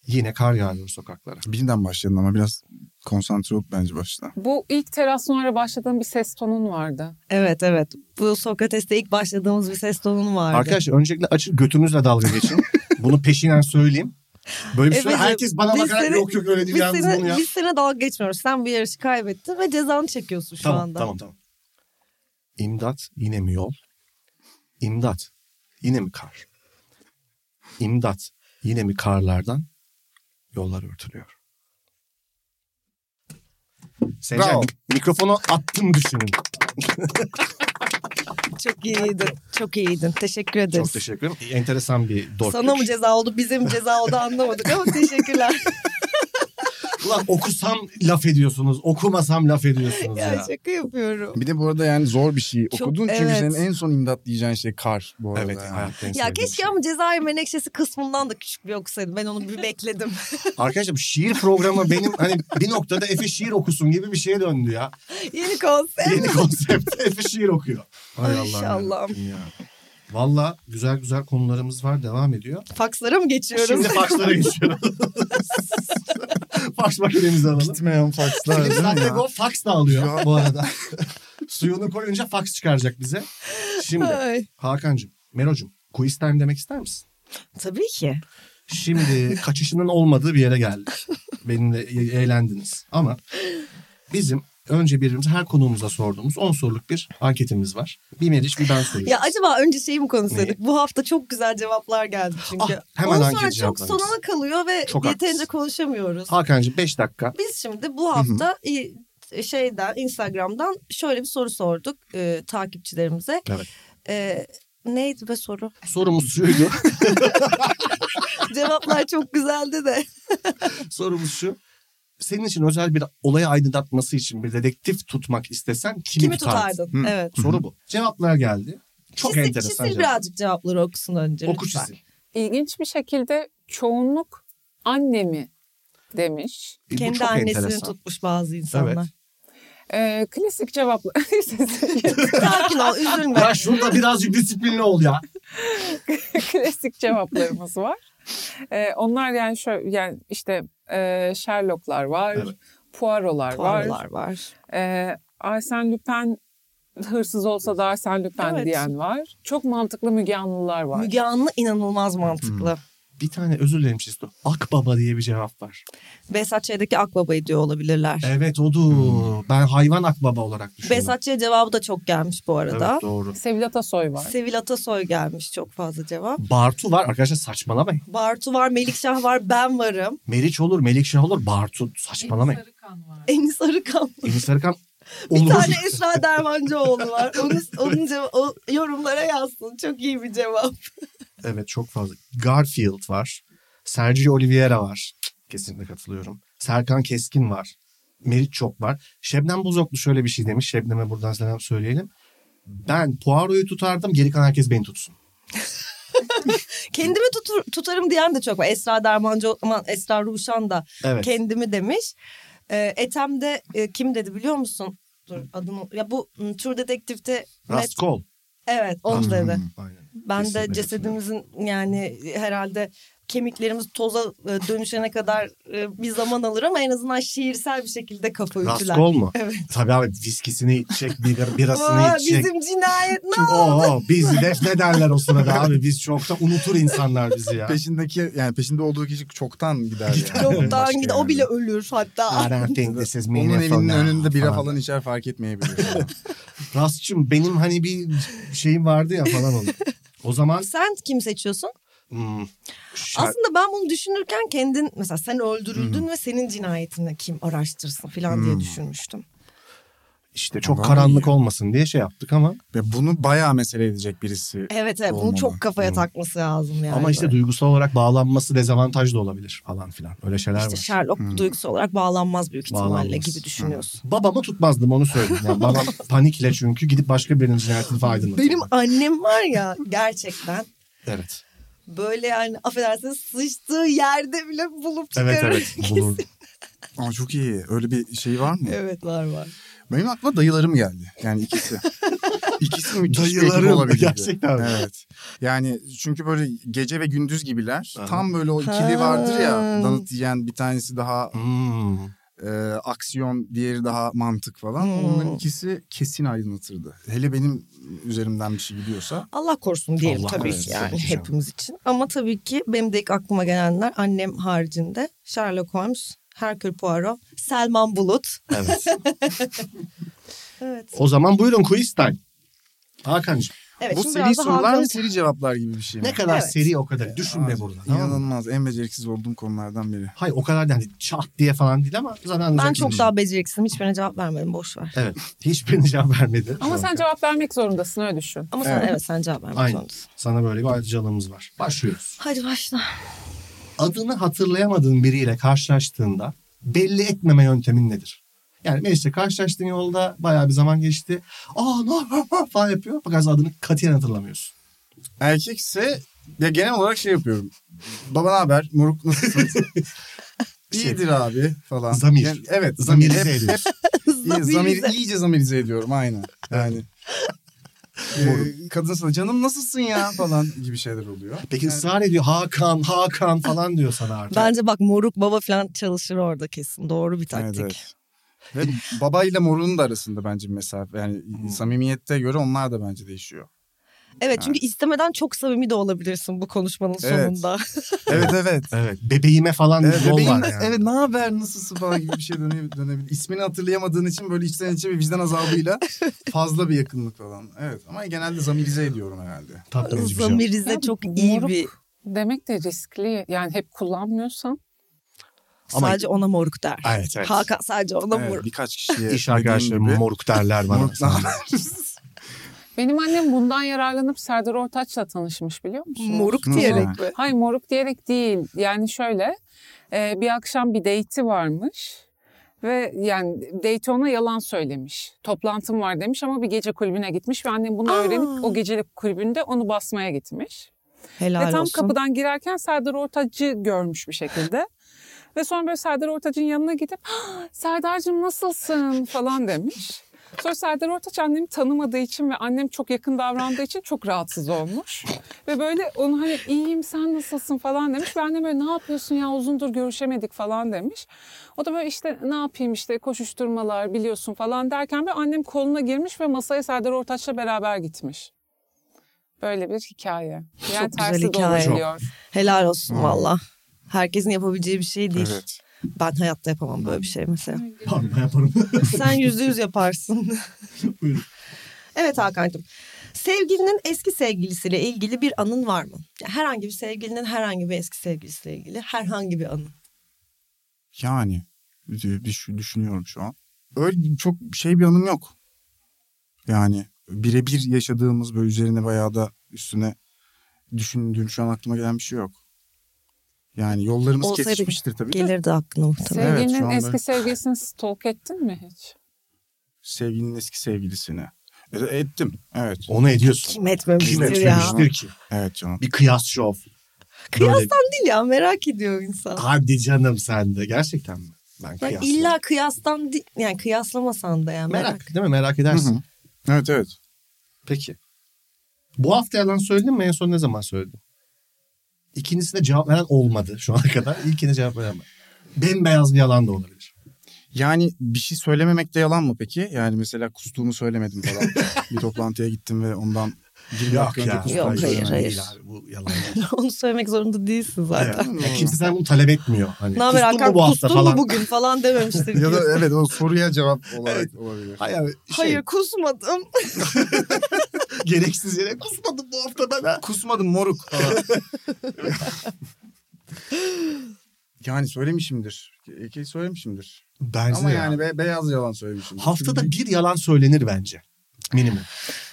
[SPEAKER 3] Yine kar yağıyor sokaklara.
[SPEAKER 4] Birinden başlayalım ama biraz konsantre olup bence başla.
[SPEAKER 5] Bu ilk terasonlara başladığım bir ses tonun vardı.
[SPEAKER 2] Evet evet. Bu Sokrates'te ilk başladığımız bir ses tonun vardı.
[SPEAKER 3] Arkadaşlar öncelikle açın götünüzle dalga geçin. Bunu peşinen söyleyeyim. Böyle bir şey
[SPEAKER 2] Evet,
[SPEAKER 3] herkes bana
[SPEAKER 2] biz
[SPEAKER 3] bakarak
[SPEAKER 2] seni-
[SPEAKER 3] yok yok öyle değil
[SPEAKER 2] Biz
[SPEAKER 3] yalnız bunu
[SPEAKER 2] sene,
[SPEAKER 3] ya.
[SPEAKER 2] biz sene dalga geçmiyoruz. Sen bir yarışı kaybettin ve cezanı çekiyorsun şu
[SPEAKER 3] tamam
[SPEAKER 2] anda.
[SPEAKER 3] tamam tamam. İmdat yine mi yol? İmdat yine mi kar? İmdat yine mi karlardan yollar örtülüyor? Seyirciler
[SPEAKER 4] Bravo.
[SPEAKER 3] mikrofonu attım düşünün.
[SPEAKER 2] Çok iyiydin. Çok iyiydin. Teşekkür ederiz.
[SPEAKER 3] Çok teşekkür ederim. Enteresan bir dörtlük.
[SPEAKER 2] Sana mı ceza oldu, bize mi ceza oldu anlamadık ama teşekkürler.
[SPEAKER 3] Ulan okusam laf ediyorsunuz, okumasam laf ediyorsunuz ya.
[SPEAKER 2] ya şaka yapıyorum.
[SPEAKER 4] Bir de bu arada yani zor bir şey
[SPEAKER 2] Çok-
[SPEAKER 4] okudun çünkü
[SPEAKER 2] evet.
[SPEAKER 4] senin en son imdat diyeceğin şey kar bu arada.
[SPEAKER 3] Evet,
[SPEAKER 4] yani.
[SPEAKER 3] hayatta en
[SPEAKER 2] Ya
[SPEAKER 3] sevdiğim
[SPEAKER 2] keşke
[SPEAKER 3] şey.
[SPEAKER 2] ama Cezayir Menekşesi kısmından da küçük bir okusaydım. Ben onu bir bekledim.
[SPEAKER 3] Arkadaşlar bu şiir programı benim hani bir noktada Efe şiir okusun gibi bir şeye döndü ya.
[SPEAKER 2] Yeni konsept.
[SPEAKER 3] Yeni konsept Efe şiir okuyor.
[SPEAKER 2] Ay inşallah.
[SPEAKER 3] yarabbim ya. Valla güzel güzel konularımız var devam ediyor.
[SPEAKER 2] Fakslara mı geçiyorum?
[SPEAKER 3] Şimdi fakslara geçiyoruz. Faks makinemizi alalım.
[SPEAKER 4] Bitmeyen fakslar değil mi
[SPEAKER 3] Zaten
[SPEAKER 4] ya?
[SPEAKER 3] o faks da alıyor bu arada. Suyunu koyunca faks çıkaracak bize. Şimdi
[SPEAKER 2] Ay.
[SPEAKER 3] Hakan'cığım, Mero'cum quiz time demek ister misin?
[SPEAKER 2] Tabii ki.
[SPEAKER 3] Şimdi kaçışının olmadığı bir yere geldik. Benimle e- eğlendiniz. Ama bizim önce birbirimize her konuğumuza sorduğumuz 10 soruluk bir anketimiz var. Bir Meriç bir ben soracağız.
[SPEAKER 2] Ya acaba önce şeyi mi konuşsaydık?
[SPEAKER 3] Neyi?
[SPEAKER 2] Bu hafta çok güzel cevaplar geldi çünkü.
[SPEAKER 3] Ah, hemen
[SPEAKER 2] Ondan
[SPEAKER 3] hangi
[SPEAKER 2] sonra çok
[SPEAKER 3] cevaplarımız?
[SPEAKER 2] sonuna kalıyor ve
[SPEAKER 3] Çok
[SPEAKER 2] yeterince
[SPEAKER 3] haklısın.
[SPEAKER 2] konuşamıyoruz.
[SPEAKER 3] Hakan'cığım 5 dakika.
[SPEAKER 2] Biz şimdi bu hafta i- şeyden Instagram'dan şöyle bir soru sorduk e, takipçilerimize.
[SPEAKER 3] Evet.
[SPEAKER 2] E, neydi be soru?
[SPEAKER 3] Sorumuz şuydu.
[SPEAKER 2] Cevaplar çok güzeldi de.
[SPEAKER 3] sorumuz şu. Senin için özel bir olayı aydınlatması için bir dedektif tutmak istesen kimi,
[SPEAKER 2] Kimi
[SPEAKER 3] tutardın?
[SPEAKER 2] tutardın?
[SPEAKER 4] Hı.
[SPEAKER 2] Evet.
[SPEAKER 3] Soru bu. Cevaplar geldi. Çok
[SPEAKER 2] çisil,
[SPEAKER 3] enteresan.
[SPEAKER 2] çisil
[SPEAKER 3] cevap.
[SPEAKER 2] birazcık cevapları okusun önce
[SPEAKER 3] Oku
[SPEAKER 2] lütfen.
[SPEAKER 3] çisil.
[SPEAKER 5] İlginç bir şekilde çoğunluk annemi demiş.
[SPEAKER 3] E, bu
[SPEAKER 2] Kendi
[SPEAKER 3] çok
[SPEAKER 2] annesini
[SPEAKER 3] enteresan.
[SPEAKER 2] tutmuş bazı insanlar.
[SPEAKER 5] Ee, klasik cevaplar.
[SPEAKER 2] Sakin ol üzülme.
[SPEAKER 3] Ya şurada birazcık disiplinli ol ya.
[SPEAKER 5] klasik cevaplarımız var. Ee, onlar yani şöyle yani işte e, Sherlock'lar var,
[SPEAKER 3] Evet.
[SPEAKER 5] Poirot'lar var.
[SPEAKER 2] Puanlar var.
[SPEAKER 5] E, Arsene Lupin hırsız olsa da Arsene Lupin
[SPEAKER 2] Evet.
[SPEAKER 5] diyen var. Çok mantıklı Müge Anlılar var.
[SPEAKER 2] Müge Anlı
[SPEAKER 3] Hmm.
[SPEAKER 2] inanılmaz mantıklı.
[SPEAKER 3] Bir tane özür dilerim Şisto. Akbaba diye bir cevap var.
[SPEAKER 2] Behzatçı'daki akbabayı diyor olabilirler.
[SPEAKER 3] Evet odu. Ben hayvan akbaba olarak düşündüm.
[SPEAKER 2] Behzatçı'ya cevabı da çok gelmiş bu
[SPEAKER 3] Evet
[SPEAKER 2] arada.
[SPEAKER 3] doğru.
[SPEAKER 5] Sevil Atasoy var.
[SPEAKER 2] Sevil Atasoy gelmiş çok fazla cevap.
[SPEAKER 3] Bartu var arkadaşlar saçmalamayın.
[SPEAKER 2] Bartu var, Melikşah var, ben varım.
[SPEAKER 3] Meriç olur, Melikşah olur, Bartu saçmalamayın.
[SPEAKER 2] Enis Arıkan.
[SPEAKER 3] Enis Arıkan
[SPEAKER 2] Bir
[SPEAKER 3] olur.
[SPEAKER 2] tane Esra Dermancıoğlu var. Onun, onun ceva- o yorumlara yazsın. Çok iyi bir cevap.
[SPEAKER 3] Evet çok fazla. Garfield var. Sergio Oliveira var. Cık, Kesinlikle katılıyorum. Serkan Keskin var. Meriç çok var. Şebnem Buzoklu şöyle bir şey demiş. Şebnem'e buradan selam söyleyelim. Ben Poirot'u tutardım. Geri kalan herkes beni tutsun.
[SPEAKER 2] Kendimi tutur- tutarım diyen de çok var. Esra Dermancıoğlu, aman Esra Ruşan da
[SPEAKER 3] Evet.
[SPEAKER 2] kendimi demiş. Ee, Etem de e, kim dedi biliyor musun? Dur adını. Ya bu m, True Detective'de net-
[SPEAKER 3] Raskol.
[SPEAKER 2] Evet onu dedi.
[SPEAKER 3] Aynen.
[SPEAKER 2] Ben de
[SPEAKER 3] Kesinlikle.
[SPEAKER 2] cesedimizin yani herhalde kemiklerimiz toza e, dönüşene kadar e, bir zaman alır ama en azından şiirsel bir şekilde kafa ütüler.
[SPEAKER 3] Raskol mu?
[SPEAKER 2] Evet.
[SPEAKER 3] Tabii abi viskisini içecek, bir- birasını
[SPEAKER 2] Aa,
[SPEAKER 3] içecek.
[SPEAKER 2] bizim cinayet ne
[SPEAKER 3] Oo, bizi defnederler o sırada abi. Biz çoktan unutur insanlar bizi ya.
[SPEAKER 4] Peşindeki yani peşinde olduğu kişi çoktan gider. Yani.
[SPEAKER 2] Çoktan
[SPEAKER 4] Başka
[SPEAKER 2] gide
[SPEAKER 4] yani.
[SPEAKER 2] o bile ölür hatta.
[SPEAKER 3] I don't think this is
[SPEAKER 4] Onun
[SPEAKER 3] meaningful
[SPEAKER 4] evinin
[SPEAKER 3] now
[SPEAKER 4] önünde bira falan içer fark etmeyebilir.
[SPEAKER 3] Rastçım benim hani bir şeyim vardı ya falan oldu. O zaman
[SPEAKER 2] Sen kim seçiyorsun?
[SPEAKER 3] hmm, şar-
[SPEAKER 2] Aslında ben bunu düşünürken kendin mesela sen öldürüldün ve senin cinayetini kim araştırsın falan
[SPEAKER 3] Hmm.
[SPEAKER 2] diye düşünmüştüm.
[SPEAKER 3] işte çok
[SPEAKER 4] Aman
[SPEAKER 3] karanlık olmasın diye şey yaptık ama
[SPEAKER 4] Ve bunu bayağı mesele edecek birisi.
[SPEAKER 2] Evet evet bunu
[SPEAKER 4] Olmamalı.
[SPEAKER 2] çok kafaya
[SPEAKER 4] Hı.
[SPEAKER 2] takması lazım yani.
[SPEAKER 3] ama işte
[SPEAKER 2] Böyle.
[SPEAKER 3] duygusal olarak bağlanması dezavantajlı olabilir falan filan. Öyle şeyler
[SPEAKER 2] İşte
[SPEAKER 3] var.
[SPEAKER 2] Sherlock duygusu olarak bağlanmaz büyük ihtimalle
[SPEAKER 3] Bağlanmaz.
[SPEAKER 2] gibi düşünüyorsun.
[SPEAKER 3] Babamı tutmazdım onu söyleyeyim. Yani babam panikle çünkü gidip başka birinin cinayetini aydınlatıyor.
[SPEAKER 2] Benim annem var ya gerçekten
[SPEAKER 3] Evet.
[SPEAKER 2] böyle yani affedersiniz sıçtığı yerde bile bulup
[SPEAKER 3] Evet
[SPEAKER 2] çıkarır.
[SPEAKER 3] evet. Bulurdu.
[SPEAKER 4] Ama çok iyi. Öyle bir şey var mı?
[SPEAKER 2] evet var var.
[SPEAKER 4] Benim aklıma dayılarım geldi. Yani ikisi. ikisi müthiş bir ekip
[SPEAKER 3] Dayılarım,
[SPEAKER 4] olabilirdi.
[SPEAKER 3] gerçekten.
[SPEAKER 4] Evet. Yani çünkü böyle gece ve gündüz gibiler.
[SPEAKER 3] Aha.
[SPEAKER 4] Tam böyle o ikili
[SPEAKER 2] Ha.
[SPEAKER 4] vardır ya. Donut yiyen bir tanesi daha
[SPEAKER 3] Hmm.
[SPEAKER 4] e, aksiyon, diğeri daha mantık falan.
[SPEAKER 2] Hmm.
[SPEAKER 4] Onların ikisi kesin aydınlatırdı. Hele benim üzerimden bir şey gidiyorsa.
[SPEAKER 2] Allah korusun diyelim
[SPEAKER 3] Allah
[SPEAKER 2] tabii
[SPEAKER 3] korusun,
[SPEAKER 2] ki yani
[SPEAKER 3] tabii ki canım.
[SPEAKER 2] hepimiz için. Ama tabii ki benim de ilk aklıma gelenler annem haricinde Sherlock Holmes, Hercule Poirot, Selman Bulut.
[SPEAKER 3] Evet.
[SPEAKER 2] Evet.
[SPEAKER 3] O zaman buyurun quiz time. Hakan'cığım
[SPEAKER 2] Evet,
[SPEAKER 4] Bu
[SPEAKER 2] şimdi
[SPEAKER 4] seri
[SPEAKER 2] biraz da
[SPEAKER 4] sorular
[SPEAKER 2] Hakan-
[SPEAKER 4] mı seri cevaplar gibi bir şey mi?
[SPEAKER 3] ne kadar
[SPEAKER 2] Evet.
[SPEAKER 3] seri o kadar. Düşünme
[SPEAKER 4] Aa,
[SPEAKER 3] burada. Tamam mı?
[SPEAKER 4] İnanılmaz. En beceriksiz olduğum konulardan biri.
[SPEAKER 3] Hayır o kadar yani çat diye falan değil ama zaten
[SPEAKER 2] Ben
[SPEAKER 3] anlayacak
[SPEAKER 2] çok
[SPEAKER 3] gibi.
[SPEAKER 2] daha beceriksizim. Hiçbirine cevap vermedim. Boş ver.
[SPEAKER 3] Evet. Hiçbirine cevap vermedi.
[SPEAKER 5] Ama sen cevap vermek zorundasın öyle düşün.
[SPEAKER 2] Ama sen evet, sen cevap vermek
[SPEAKER 3] Aynen.
[SPEAKER 2] zorundasın.
[SPEAKER 3] Sana böyle bir ayrıcalığımız var. Başlıyoruz.
[SPEAKER 2] Hadi başla.
[SPEAKER 3] Adını hatırlayamadığın biriyle karşılaştığında belli etmeme yöntemin nedir? Yani mecliste karşılaştığın yolda bayağı bir zaman geçti. Aa ne yapıyor falan yapıyor. Fakat adını katiyen hatırlamıyorsun.
[SPEAKER 4] Erkekse ya genel olarak şey yapıyorum. Baba ne haber? Moruk nasılsın? İyidir abi falan.
[SPEAKER 3] Şey Zamir.
[SPEAKER 4] Yani evet.
[SPEAKER 3] Zamirize
[SPEAKER 4] hep- hep
[SPEAKER 3] ediyorsun.
[SPEAKER 4] iyi- zamir,
[SPEAKER 2] Zamirize.
[SPEAKER 4] iyice zamirize ediyorum aynen. Yani. ee, kadınsa da, canım nasılsın ya falan gibi şeyler oluyor.
[SPEAKER 3] Peki
[SPEAKER 4] Yani
[SPEAKER 3] ısrar ediyor Hakan Hakan falan diyor sana artık.
[SPEAKER 2] Bence bak moruk baba falan çalışır orada kesin. Doğru bir
[SPEAKER 4] Evet,
[SPEAKER 2] taktik.
[SPEAKER 4] evet. Ve babayla morunun da arasında bence bir mesafe. Yani
[SPEAKER 3] Hmm.
[SPEAKER 4] samimiyette göre onlar da bence değişiyor.
[SPEAKER 2] Evet, çünkü istemeden çok samimi de olabilirsin bu konuşmanın
[SPEAKER 4] Evet.
[SPEAKER 2] sonunda.
[SPEAKER 4] Evet evet.
[SPEAKER 3] Evet bebeğime falan
[SPEAKER 4] Evet,
[SPEAKER 3] bir yol
[SPEAKER 4] bebeğin-
[SPEAKER 3] var yani.
[SPEAKER 4] evet ne haber nasılsın falan gibi bir şey döne- dönebilir. İsmini hatırlayamadığın için böyle içten içe bir vicdan azabıyla fazla bir yakınlık falan. Evet ama genelde zamirize ediyorum herhalde.
[SPEAKER 3] Tatlı bir şey. yok.
[SPEAKER 2] Zamirize
[SPEAKER 5] Ya,
[SPEAKER 2] çok iyi
[SPEAKER 5] moruk
[SPEAKER 2] bir
[SPEAKER 5] Demek de riskli. Yani hep kullanmıyorsan.
[SPEAKER 3] Ama-
[SPEAKER 2] sadece ona moruk der.
[SPEAKER 3] Evet, evet.
[SPEAKER 2] Hakan sadece ona
[SPEAKER 4] Evet,
[SPEAKER 2] moruk.
[SPEAKER 4] birkaç kişiye
[SPEAKER 3] İş
[SPEAKER 4] dediğim
[SPEAKER 3] arkadaşlarım
[SPEAKER 4] gibi-
[SPEAKER 3] moruk derler bana.
[SPEAKER 4] Moruk ne haber?
[SPEAKER 5] Benim annem bundan yararlanıp Serdar Ortaç'la tanışmış biliyor musun?
[SPEAKER 2] Moruk
[SPEAKER 4] Nasıl
[SPEAKER 2] diyerek
[SPEAKER 4] yani?
[SPEAKER 2] mi?
[SPEAKER 5] Hayır moruk diyerek değil. Yani şöyle e, bir akşam bir date'i varmış. Ve yani date ona yalan söylemiş. Toplantım var demiş ama bir gece kulübüne gitmiş. Ve annem bunu
[SPEAKER 2] Aa.
[SPEAKER 5] öğrenip o gecelik kulübünde onu basmaya gitmiş.
[SPEAKER 2] Helal
[SPEAKER 5] ve tam
[SPEAKER 2] olsun.
[SPEAKER 5] kapıdan girerken Serdar Ortaç'ı görmüş bir şekilde. Ve sonra böyle Serdar Ortaç'ın yanına gidip "Ah, Serdar'cığım nasılsın falan demiş. Sonra Serdar Ortaç annemi tanımadığı için ve annem çok yakın davrandığı için çok rahatsız olmuş. ve böyle onu hani iyiyim sen nasılsın falan demiş. Ben de böyle ne yapıyorsun ya uzundur görüşemedik falan demiş. O da böyle işte ne yapayım işte koşuşturmalar biliyorsun falan derken böyle annem koluna girmiş ve masaya Serdar Ortaç'la beraber gitmiş. Böyle bir hikaye. Yani
[SPEAKER 2] güzel
[SPEAKER 5] tersi
[SPEAKER 2] hikaye.
[SPEAKER 5] dolayılıyor.
[SPEAKER 2] Helal olsun valla. Herkesin yapabileceği bir şey değil.
[SPEAKER 4] Evet.
[SPEAKER 2] Ben hayatta yapamam böyle bir şey mesela.
[SPEAKER 3] Pardon ben yaparım.
[SPEAKER 2] Sen yüzde yüz yaparsın.
[SPEAKER 3] Buyurun.
[SPEAKER 2] evet Hakan'cığım. Sevgilinin eski sevgilisiyle ilgili bir anın var mı? Ya Herhangi bir sevgilinin herhangi bir eski sevgilisiyle ilgili herhangi bir anın.
[SPEAKER 4] Yani bir şu- düşünüyorum şu an. Öyle çok şey bir anım yok. Yani birebir yaşadığımız böyle üzerine bayağı da üstüne düşündüğüm şu an aklıma gelen bir şey yok. Yani yollarımız
[SPEAKER 2] Olsaydı
[SPEAKER 4] kesişmiştir tabii de.
[SPEAKER 2] Gelirdi aklına muhtemelen.
[SPEAKER 4] Evet,
[SPEAKER 5] Sevgilinin
[SPEAKER 4] şu anda-
[SPEAKER 5] eski sevgilisini stalk ettin mi hiç?
[SPEAKER 4] Sevgilinin eski sevgilisine. E, ettim. Evet.
[SPEAKER 3] Onu ediyorsun.
[SPEAKER 2] Kim etmemiştir
[SPEAKER 3] Kim
[SPEAKER 2] ya.
[SPEAKER 3] etmemiştir ki?
[SPEAKER 4] Evet canım.
[SPEAKER 3] Bir kıyas şov. Böyle-
[SPEAKER 2] Değil ya merak ediyor insan.
[SPEAKER 3] Hadi canım sen de. Gerçekten mi? Ben
[SPEAKER 2] Ya
[SPEAKER 3] kıyasla.
[SPEAKER 2] illa kıyastan değil- yani kıyaslamasan da yani merak.
[SPEAKER 3] Merak değil mi? Merak edersin.
[SPEAKER 4] Hı hı. Evet evet.
[SPEAKER 3] Peki. Bu hafta yalan söyledin mi? En son ne zaman söyledin? İkincisine cevap veren olmadı şu ana kadar. İlkine cevap veren var. Bembeyaz bir yalan da olabilir.
[SPEAKER 4] Yani bir şey söylememek de yalan mı peki? Yani mesela kustuğumu söylemedim falan. bir toplantıya gittim ve ondan 20 dakika önce kustuğumu
[SPEAKER 2] Yok, hayır,
[SPEAKER 4] söylemedim.
[SPEAKER 2] hayır.
[SPEAKER 3] Değil abi, bu yalan.
[SPEAKER 2] Onu söylemek zorunda değilsin zaten.
[SPEAKER 3] Evet. Ya kimse sen bunu talep etmiyor. Hani,
[SPEAKER 2] Ne haber
[SPEAKER 3] kustun mu
[SPEAKER 2] Hakan
[SPEAKER 3] bu hafta
[SPEAKER 2] kustun mu
[SPEAKER 3] falan? şey-
[SPEAKER 2] bugün falan dememiştir.
[SPEAKER 4] Ya da
[SPEAKER 2] diyorsun.
[SPEAKER 4] evet o soruya cevap olarak olabilir.
[SPEAKER 3] Hayır, abi, şey,
[SPEAKER 2] Hayır kusmadım.
[SPEAKER 3] gereksiz yere kusmadım bu hafta ben. ha.
[SPEAKER 4] Kusmadım moruk yani söylemişimdir. Eki söylemişimdir.
[SPEAKER 3] Bence
[SPEAKER 4] Ama
[SPEAKER 3] de
[SPEAKER 4] yani
[SPEAKER 3] ya.
[SPEAKER 4] be- beyaz yalan söylemişimdir.
[SPEAKER 3] haftada
[SPEAKER 4] Çünkü
[SPEAKER 3] bir yalan söylenir bence. Minimum.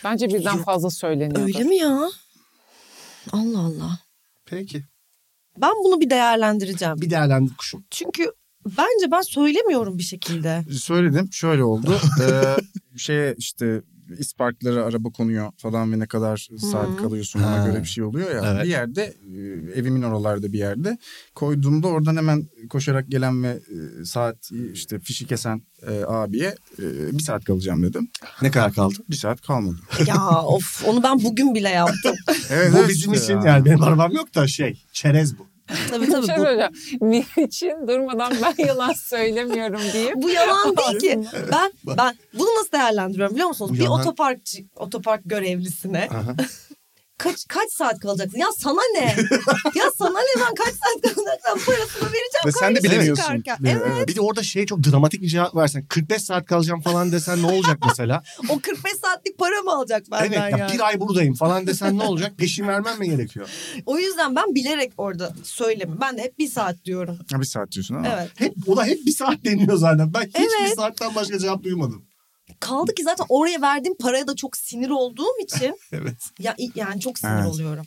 [SPEAKER 5] Bence birden fazla söyleniyor.
[SPEAKER 2] Öyle mi ya? Allah Allah.
[SPEAKER 3] Peki.
[SPEAKER 2] Ben bunu bir değerlendireceğim.
[SPEAKER 3] Bir değerlendir kuşum.
[SPEAKER 2] Çünkü bence ben söylemiyorum bir şekilde.
[SPEAKER 4] söyledim şöyle oldu. ee, şey işte isparklara araba konuyor falan ve ne kadar saat kalıyorsun ona
[SPEAKER 3] Ha.
[SPEAKER 4] göre bir şey oluyor ya.
[SPEAKER 3] Evet.
[SPEAKER 4] Bir yerde e, evimin oralarda bir yerde koyduğumda oradan hemen koşarak gelen ve e, saat işte fişi kesen e, abiye e, bir saat kalacağım dedim.
[SPEAKER 3] Ne kadar kaldı?
[SPEAKER 4] Bir saat kalmadı.
[SPEAKER 2] ya of onu ben bugün bile yaptım.
[SPEAKER 4] Evet,
[SPEAKER 3] bu
[SPEAKER 4] evet
[SPEAKER 3] bizim
[SPEAKER 4] işte
[SPEAKER 3] için
[SPEAKER 4] ya.
[SPEAKER 3] yani benim arabam yok da şey çerez bu.
[SPEAKER 2] tabii
[SPEAKER 5] Bir şey
[SPEAKER 2] tabii.
[SPEAKER 5] söyleyeceğim. Niçin durmadan ben yalan söylemiyorum diye.
[SPEAKER 2] Bu, bu yalan değil ki. Ben
[SPEAKER 3] Bak.
[SPEAKER 2] ben bunu nasıl değerlendiriyorum biliyor musunuz?
[SPEAKER 3] Bu
[SPEAKER 2] bir
[SPEAKER 3] yalan-
[SPEAKER 2] otoparkçı otopark görevlisine
[SPEAKER 3] Aha.
[SPEAKER 2] kaç kaç saat kalacaksın? Ya sana ne? ya sana ne ben kaç saat kalacaksam parasını vereceğim.
[SPEAKER 4] Ve sen de
[SPEAKER 2] kardeşim
[SPEAKER 4] bilemiyorsun.
[SPEAKER 2] çıkarken.
[SPEAKER 4] Evet.
[SPEAKER 2] Evet.
[SPEAKER 3] Bir de orada şey çok dramatik bir cevap versen 45 saat kalacağım falan desen ne olacak mesela?
[SPEAKER 2] O 45 saatlik para mı alacak benden
[SPEAKER 3] evet ya
[SPEAKER 2] yani?
[SPEAKER 3] bir ay buradayım falan desen ne olacak? Peşin vermem mi gerekiyor?
[SPEAKER 2] O yüzden ben bilerek orada söylemi. Ben de hep bir saat diyorum.
[SPEAKER 4] Ha, Bir saat diyorsun ama.
[SPEAKER 2] Evet.
[SPEAKER 3] Hep o da hep bir saat deniyor zaten. Ben
[SPEAKER 2] Evet.
[SPEAKER 3] hiçbir saatten başka cevap duymadım.
[SPEAKER 2] Kaldı ki zaten oraya verdiğim paraya da çok sinir olduğum için
[SPEAKER 3] Evet.
[SPEAKER 2] ya yani çok sinir
[SPEAKER 4] Evet.
[SPEAKER 2] oluyorum.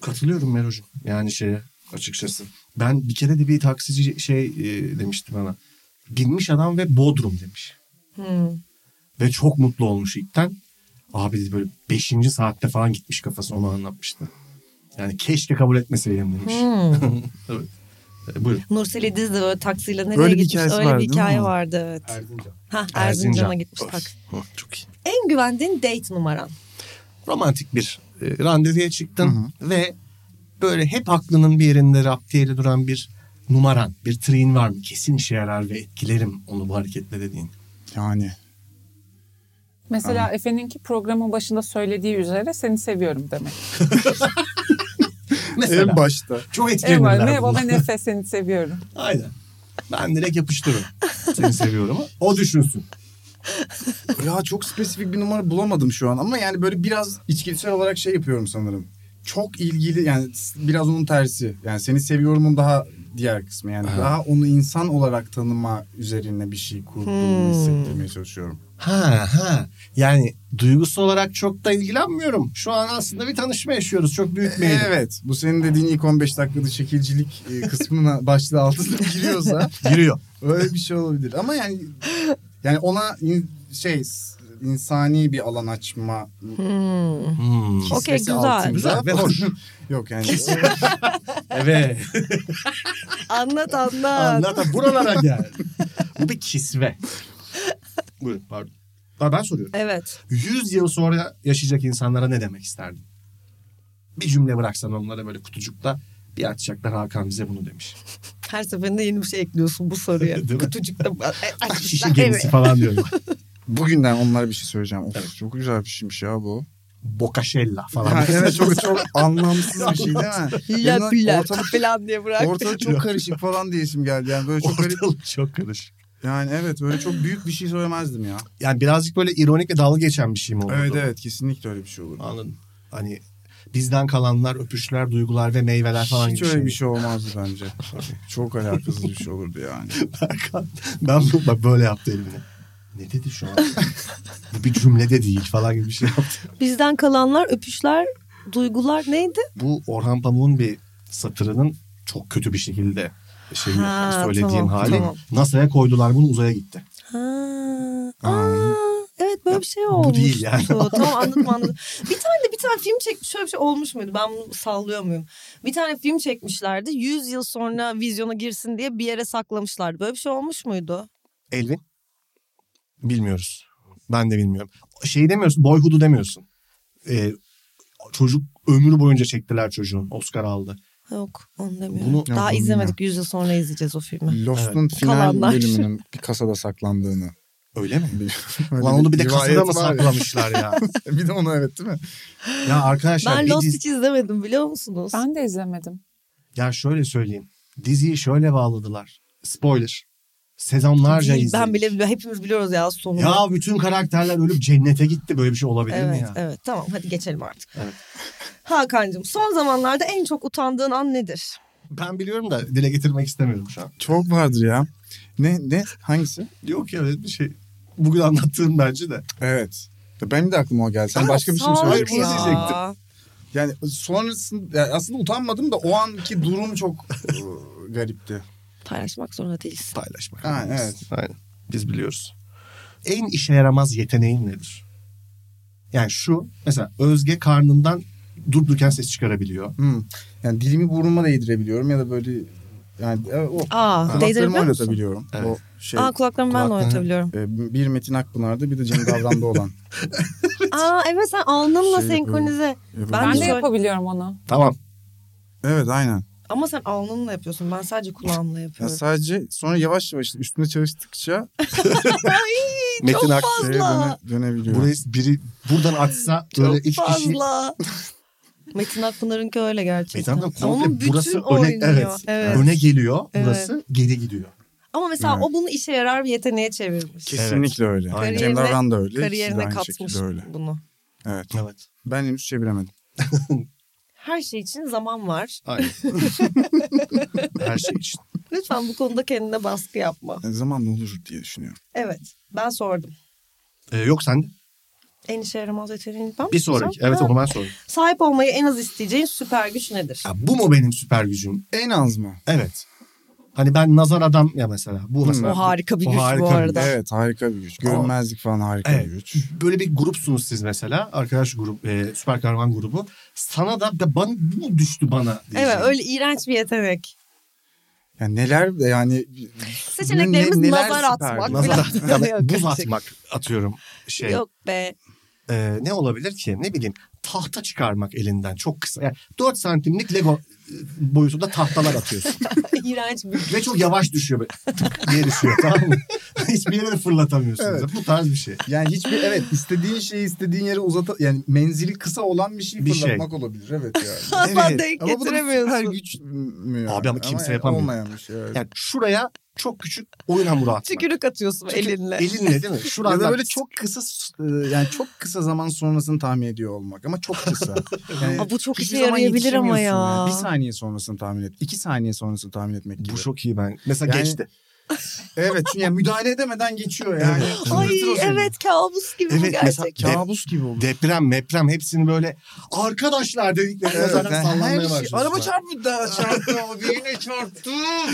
[SPEAKER 3] Katılıyorum Merocuğum. Yani şeye açıkçası. Ben bir kere de bir taksici şey e, demişti bana. Binmiş adam ve Bodrum demiş.
[SPEAKER 2] Hmm.
[SPEAKER 3] Ve çok mutlu olmuş ilkten. Abi dedi böyle 5. saatte falan gitmiş kafası onu anlatmıştı. Yani keşke kabul etmeseydim demiş.
[SPEAKER 2] Hmm.
[SPEAKER 3] E, buyurun.
[SPEAKER 2] Nurseli Diz de böyle taksiyle nereye
[SPEAKER 4] Öyle bir
[SPEAKER 2] gitmiş?
[SPEAKER 4] hikayesi
[SPEAKER 2] öyle
[SPEAKER 4] vardı,
[SPEAKER 2] bir
[SPEAKER 4] değil mi
[SPEAKER 2] hikaye
[SPEAKER 4] onun?
[SPEAKER 2] vardı evet.
[SPEAKER 3] Erdincan.
[SPEAKER 2] Hah, Erzincan'a gitmiş taksi.
[SPEAKER 3] çok iyi.
[SPEAKER 2] En güvendiğin date numaran.
[SPEAKER 3] Romantik bir e, randevuya çıktın ve böyle hep aklının bir yerinde raptiyeli duran bir numaran, bir triğin var mı? Kesin işe yarar ve etkilerim onu bu hareketle dediğin.
[SPEAKER 4] Yani.
[SPEAKER 5] Mesela Efe'ninki programın başında söylediği üzere seni seviyorum demek.
[SPEAKER 3] Mesela
[SPEAKER 4] En başta.
[SPEAKER 3] çok
[SPEAKER 5] Evet,
[SPEAKER 3] etkilenirler
[SPEAKER 5] merhaba
[SPEAKER 3] bundan.
[SPEAKER 5] ben Efe seni seviyorum.
[SPEAKER 3] Aynen. Ben direkt yapıştırırım. Seni seviyorum. O düşünsün.
[SPEAKER 4] Ya çok spesifik bir numara bulamadım şu an ama yani böyle biraz içgüdüsel olarak şey yapıyorum sanırım. Çok ilgili yani s- biraz onun tersi. Yani seni seviyorumun daha diğer kısmı yani
[SPEAKER 3] Aha.
[SPEAKER 4] daha onu insan olarak tanıma üzerine bir şey kurduğumu hissettirmeye çalışıyorum.
[SPEAKER 3] Ha ha. Yani duygusal olarak çok da ilgilenmiyorum. Şu an aslında bir tanışma yaşıyoruz. Çok büyük bir eğilim.
[SPEAKER 4] Evet bu senin dediğin ilk 15 dakikada şekilcilik e, kısmına başlığı altına giriyorsa
[SPEAKER 3] Giriyor.
[SPEAKER 4] öyle bir şey olabilir ama yani yani ona in- şey s- insani bir alan açma
[SPEAKER 3] Hmm.
[SPEAKER 4] hissesi
[SPEAKER 2] Okey, güzel.
[SPEAKER 4] altında-
[SPEAKER 3] Güzel ve hoş.
[SPEAKER 4] Yok yani
[SPEAKER 3] Evet.
[SPEAKER 2] Anlat anlat.
[SPEAKER 3] Anlat buralara gel. Bu bir kisve. Buyurun pardon. Ha, ben soruyorum.
[SPEAKER 2] Evet.
[SPEAKER 3] 100 yıl sonra yaşayacak insanlara ne demek isterdin? Bir cümle bıraksan onlara böyle kutucukta bir açacaklar Hakan bize bunu demiş.
[SPEAKER 2] Her seferinde yeni bir şey ekliyorsun bu soruya.
[SPEAKER 3] Değil mi?
[SPEAKER 2] Kutucukta A- e, açmışlar.
[SPEAKER 3] Şişi gemisi
[SPEAKER 2] Evet.
[SPEAKER 3] falan diyorum.
[SPEAKER 4] Bugünden onlara bir şey söyleyeceğim. Of, Çok güzel bir şeymiş ya bu.
[SPEAKER 3] Bokaşella falan.
[SPEAKER 4] Ha, evet çok çok anlamsız bir şey değil mi?
[SPEAKER 2] Hila
[SPEAKER 4] Yanına
[SPEAKER 2] pila
[SPEAKER 4] ortalık,
[SPEAKER 2] falan diye bırak.
[SPEAKER 4] ortalık çok karışık falan diye isim geldi. Yani böyle çok garip.
[SPEAKER 3] Ortalık çok karışık.
[SPEAKER 4] Yani evet böyle çok büyük bir şey söylemezdim ya.
[SPEAKER 3] Yani birazcık böyle ironik ve dalga geçen bir şey mi oldu?
[SPEAKER 4] Evet evet kesinlikle öyle bir şey olur.
[SPEAKER 3] Anladım. Hani bizden kalanlar, öpüşler, duygular ve meyveler falan
[SPEAKER 4] Hiç
[SPEAKER 3] gibi
[SPEAKER 4] öyle bir
[SPEAKER 3] şey.
[SPEAKER 4] şey olmazdı bence. çok alakasız bir şey olurdu yani.
[SPEAKER 3] Hakan, ben bu, bak böyle yaptı elini. Ne dedi şu an? bu bir cümlede değil falan gibi bir şey yaptı.
[SPEAKER 2] Bizden kalanlar öpüşler, duygular neydi?
[SPEAKER 3] Bu Orhan Pamuk'un bir satırının çok kötü bir şekilde şey
[SPEAKER 2] Ha,
[SPEAKER 3] söylediğim
[SPEAKER 2] tamam,
[SPEAKER 3] hali.
[SPEAKER 2] tamam.
[SPEAKER 3] NASA'ya koydular bunu uzaya gitti.
[SPEAKER 2] Ha.
[SPEAKER 4] Aa.
[SPEAKER 2] Aa, evet böyle bir şey olmuş.
[SPEAKER 3] değil yani.
[SPEAKER 2] tamam anladım anladım. Bir tane bir tane film çekmiş şöyle bir şey olmuş muydu? Ben bunu sallıyor muyum? Bir tane film çekmişlerdi. 100 yıl sonra vizyona girsin diye bir yere saklamışlardı. Böyle bir şey olmuş muydu?
[SPEAKER 3] Elvin? Bilmiyoruz. Ben de bilmiyorum. Şey demiyorsun, Boyhood'u demiyorsun. Ee, çocuk ömür boyunca çektiler çocuğun. Oscar aldı.
[SPEAKER 2] Yok onu demiyorum.
[SPEAKER 4] Bunu-
[SPEAKER 2] Daha
[SPEAKER 4] Yok,
[SPEAKER 2] izlemedik. 100 yıl sonra izleyeceğiz o
[SPEAKER 3] Hmm.
[SPEAKER 2] filmi.
[SPEAKER 4] Lost'un final
[SPEAKER 2] Kalanlar.
[SPEAKER 4] bölümünün bir kasada saklandığını.
[SPEAKER 3] Öyle mi?
[SPEAKER 4] Öyle
[SPEAKER 3] Ulan onu bir de kasada
[SPEAKER 4] rivayet
[SPEAKER 3] mı
[SPEAKER 4] var ya.
[SPEAKER 3] saklamışlar ya?
[SPEAKER 4] bir de onu evet değil mi?
[SPEAKER 3] ya arkadaşlar
[SPEAKER 2] Ben
[SPEAKER 3] bir
[SPEAKER 2] Lost
[SPEAKER 3] dizi-
[SPEAKER 2] hiç izlemedim biliyor musunuz?
[SPEAKER 5] Ben de izlemedim.
[SPEAKER 3] Ya şöyle söyleyeyim. Diziyi şöyle bağladılar. Spoiler. Sezonlarca
[SPEAKER 2] Değil,
[SPEAKER 3] izledik.
[SPEAKER 2] ben bile bile- hepimiz biliyoruz ya sonunu.
[SPEAKER 3] Ya bütün karakterler ölüp cennete gitti. Böyle bir şey olabilir mi
[SPEAKER 2] evet,
[SPEAKER 3] ya?
[SPEAKER 2] evet tamam hadi geçelim artık.
[SPEAKER 3] Evet.
[SPEAKER 2] Hakan'cığım son zamanlarda en çok utandığın an nedir?
[SPEAKER 3] Ben biliyorum da dile getirmek istemiyorum şu an.
[SPEAKER 4] Çok vardır ya. Ne ne hangisi?
[SPEAKER 3] Yok ya öyle bir şey. Bugün anlattığım bence de.
[SPEAKER 4] Evet. Benim de aklıma o geldi. Sen
[SPEAKER 2] Aa,
[SPEAKER 4] başka bir şey mi
[SPEAKER 2] sağ ol
[SPEAKER 4] söyleyeceksin?
[SPEAKER 2] ya.
[SPEAKER 4] Yani sonrasında yani aslında utanmadım da o anki durum çok e, garipti.
[SPEAKER 2] Paylaşmak zorunda değilsin.
[SPEAKER 3] Paylaşmak.
[SPEAKER 4] Ha,
[SPEAKER 3] zorundayız.
[SPEAKER 4] evet.
[SPEAKER 3] Aynen. Biz biliyoruz. En işe yaramaz yeteneğin nedir? Yani şu mesela Özge karnından durdurken ses çıkarabiliyor.
[SPEAKER 4] Hmm. Yani dilimi burnuma değdirebiliyorum ya da böyle yani e, o
[SPEAKER 2] Aa,
[SPEAKER 4] kulaklarımı
[SPEAKER 2] değdirebiliyor musun?
[SPEAKER 4] oynatabiliyorum.
[SPEAKER 3] Evet.
[SPEAKER 4] O şey
[SPEAKER 2] Aa kulaklarımı ben de
[SPEAKER 3] Kulaklarını-
[SPEAKER 2] oynatabiliyorum.
[SPEAKER 4] e, bir Metin Akpınar'da bir de Cem Davran'da olan.
[SPEAKER 2] Aa evet sen alnınla
[SPEAKER 4] Şey
[SPEAKER 2] senkronize. Ben
[SPEAKER 5] Ben de
[SPEAKER 2] de-
[SPEAKER 5] yapabiliyorum onu.
[SPEAKER 3] Tamam.
[SPEAKER 4] Evet aynen.
[SPEAKER 2] Ama sen alnınla yapıyorsun. Ben sadece kulağımla
[SPEAKER 4] Ya
[SPEAKER 2] yapıyorum.
[SPEAKER 4] sadece sonra yavaş yavaş üstüne çalıştıkça
[SPEAKER 3] Metin Ak
[SPEAKER 4] şeye döne, dönebiliyor.
[SPEAKER 3] burayı biri buradan atsa böyle üç kişi
[SPEAKER 2] fazla. Metin Akpınar'ınki öyle gerçekten.
[SPEAKER 4] E,
[SPEAKER 3] Metin Akpınar komple
[SPEAKER 2] Onun bütün
[SPEAKER 3] burası öne,
[SPEAKER 2] oynuyor.
[SPEAKER 3] evet,
[SPEAKER 2] Evet.
[SPEAKER 3] öne geliyor.
[SPEAKER 2] Evet.
[SPEAKER 3] Burası geri gidiyor.
[SPEAKER 2] Ama mesela
[SPEAKER 4] Evet.
[SPEAKER 2] o bunu işe yarar bir yeteneğe çevirmiş.
[SPEAKER 4] Kesinlikle öyle.
[SPEAKER 3] Aynen.
[SPEAKER 4] Cem
[SPEAKER 2] Kariyerine-
[SPEAKER 4] Davran da öyle. İkisi de
[SPEAKER 2] Kariyerine
[SPEAKER 4] aynı
[SPEAKER 2] katmış
[SPEAKER 4] şekilde öyle.
[SPEAKER 2] bunu.
[SPEAKER 4] Evet.
[SPEAKER 3] Evet.
[SPEAKER 4] Ben henüz çeviremedim.
[SPEAKER 2] Her şey için zaman var.
[SPEAKER 3] Aynen. Her şey için.
[SPEAKER 2] Lütfen bu konuda kendine baskı yapma.
[SPEAKER 4] Yani zamanla olur diye düşünüyorum.
[SPEAKER 2] Evet ben sordum.
[SPEAKER 3] Ee, yok sen de.
[SPEAKER 2] En işe yaramaz yeteneğin ben mi
[SPEAKER 3] Bir sonraki.
[SPEAKER 2] soracağım?
[SPEAKER 3] Evet
[SPEAKER 2] Ha.
[SPEAKER 3] onu ben sorayım.
[SPEAKER 2] Sahip olmayı en az isteyeceğin süper güç nedir?
[SPEAKER 3] Ya bu mu benim süper gücüm?
[SPEAKER 4] En az mı?
[SPEAKER 3] Evet. Hani ben nazar adam ya mesela. Bu mesela.
[SPEAKER 2] O harika bir
[SPEAKER 3] O
[SPEAKER 2] güç
[SPEAKER 3] harika
[SPEAKER 2] bu
[SPEAKER 3] bir-
[SPEAKER 2] arada.
[SPEAKER 4] Evet harika bir güç. Görünmezlik falan harika
[SPEAKER 3] Evet.
[SPEAKER 4] bir güç.
[SPEAKER 3] Böyle bir grupsunuz siz mesela. Arkadaş grup, e, süper kahraman grubu. Sana da, da bana, bu düştü bana diyeceğim.
[SPEAKER 2] Evet öyle iğrenç bir yetenek.
[SPEAKER 4] Yani neler de yani
[SPEAKER 2] Seçeneklerimiz
[SPEAKER 4] Ne- neler
[SPEAKER 2] nazar
[SPEAKER 4] süper
[SPEAKER 2] atmak.
[SPEAKER 4] güç?
[SPEAKER 3] Nazar
[SPEAKER 2] falan.
[SPEAKER 3] atmak,
[SPEAKER 2] şey Yok,
[SPEAKER 3] buz
[SPEAKER 2] gerçek.
[SPEAKER 3] atmak atıyorum şey.
[SPEAKER 2] Yok be.
[SPEAKER 3] E, ne olabilir ki? Ne bileyim tahta çıkarmak elinden çok kısa. Yani 4 santimlik Lego e, boyutunda tahtalar atıyorsun.
[SPEAKER 2] İğrenç bir
[SPEAKER 3] Ve çok yavaş düşüyor böyle. Tık diye düşüyor tamam mı? Hiçbir yere de fırlatamıyorsun.
[SPEAKER 4] Evet.
[SPEAKER 3] Bu tarz bir şey.
[SPEAKER 4] yani hiçbir evet istediğin şeyi istediğin yere uzata yani menzili kısa olan bir şey
[SPEAKER 3] Bir
[SPEAKER 4] fırlatmak olabilir evet yani.
[SPEAKER 2] Asla denk
[SPEAKER 4] Ama bu da bir süper
[SPEAKER 2] getiremiyorsun.
[SPEAKER 4] güç mü? yani?
[SPEAKER 3] Abi ama kimse
[SPEAKER 4] yani
[SPEAKER 3] yapamıyor.
[SPEAKER 4] Olmayan bir şey. Evet.
[SPEAKER 3] Yani şuraya çok küçük oyun hamuru atmak.
[SPEAKER 2] Tükürük atıyorsun
[SPEAKER 3] Çünkü
[SPEAKER 2] elinle.
[SPEAKER 3] Elinle değil mi? Şuradan
[SPEAKER 4] ya da böyle çok kısa e, yani çok kısa zaman sonrasını tahmin ediyor olmak ama çok kısa. Yani
[SPEAKER 2] Aa, bu çok
[SPEAKER 4] hiçbir
[SPEAKER 2] işe
[SPEAKER 4] zaman
[SPEAKER 2] yarayabilir ama ya.
[SPEAKER 4] yetişemiyorsun yani. Bir saniye sonrasını tahmin et. iki saniye sonrasını tahmin etmek gibi.
[SPEAKER 3] bu çok iyi ben. Mesela
[SPEAKER 4] Yani-
[SPEAKER 3] geçti.
[SPEAKER 4] Evet çünkü yani müdahale edemeden geçiyor yani.
[SPEAKER 2] Ay
[SPEAKER 4] Fırlatır o seni.
[SPEAKER 2] evet kabus gibi bu
[SPEAKER 3] Evet, mesela-
[SPEAKER 2] gerçekten.
[SPEAKER 4] Kabus gibi olur.
[SPEAKER 3] Deprem, meprem hepsini böyle arkadaşlar dedikleri
[SPEAKER 4] Evet,
[SPEAKER 3] zaten
[SPEAKER 4] yani her
[SPEAKER 3] sallanmaya
[SPEAKER 4] şey-
[SPEAKER 3] başlıyorsun.
[SPEAKER 4] araba çarptı daha çarptı ama birine çarptı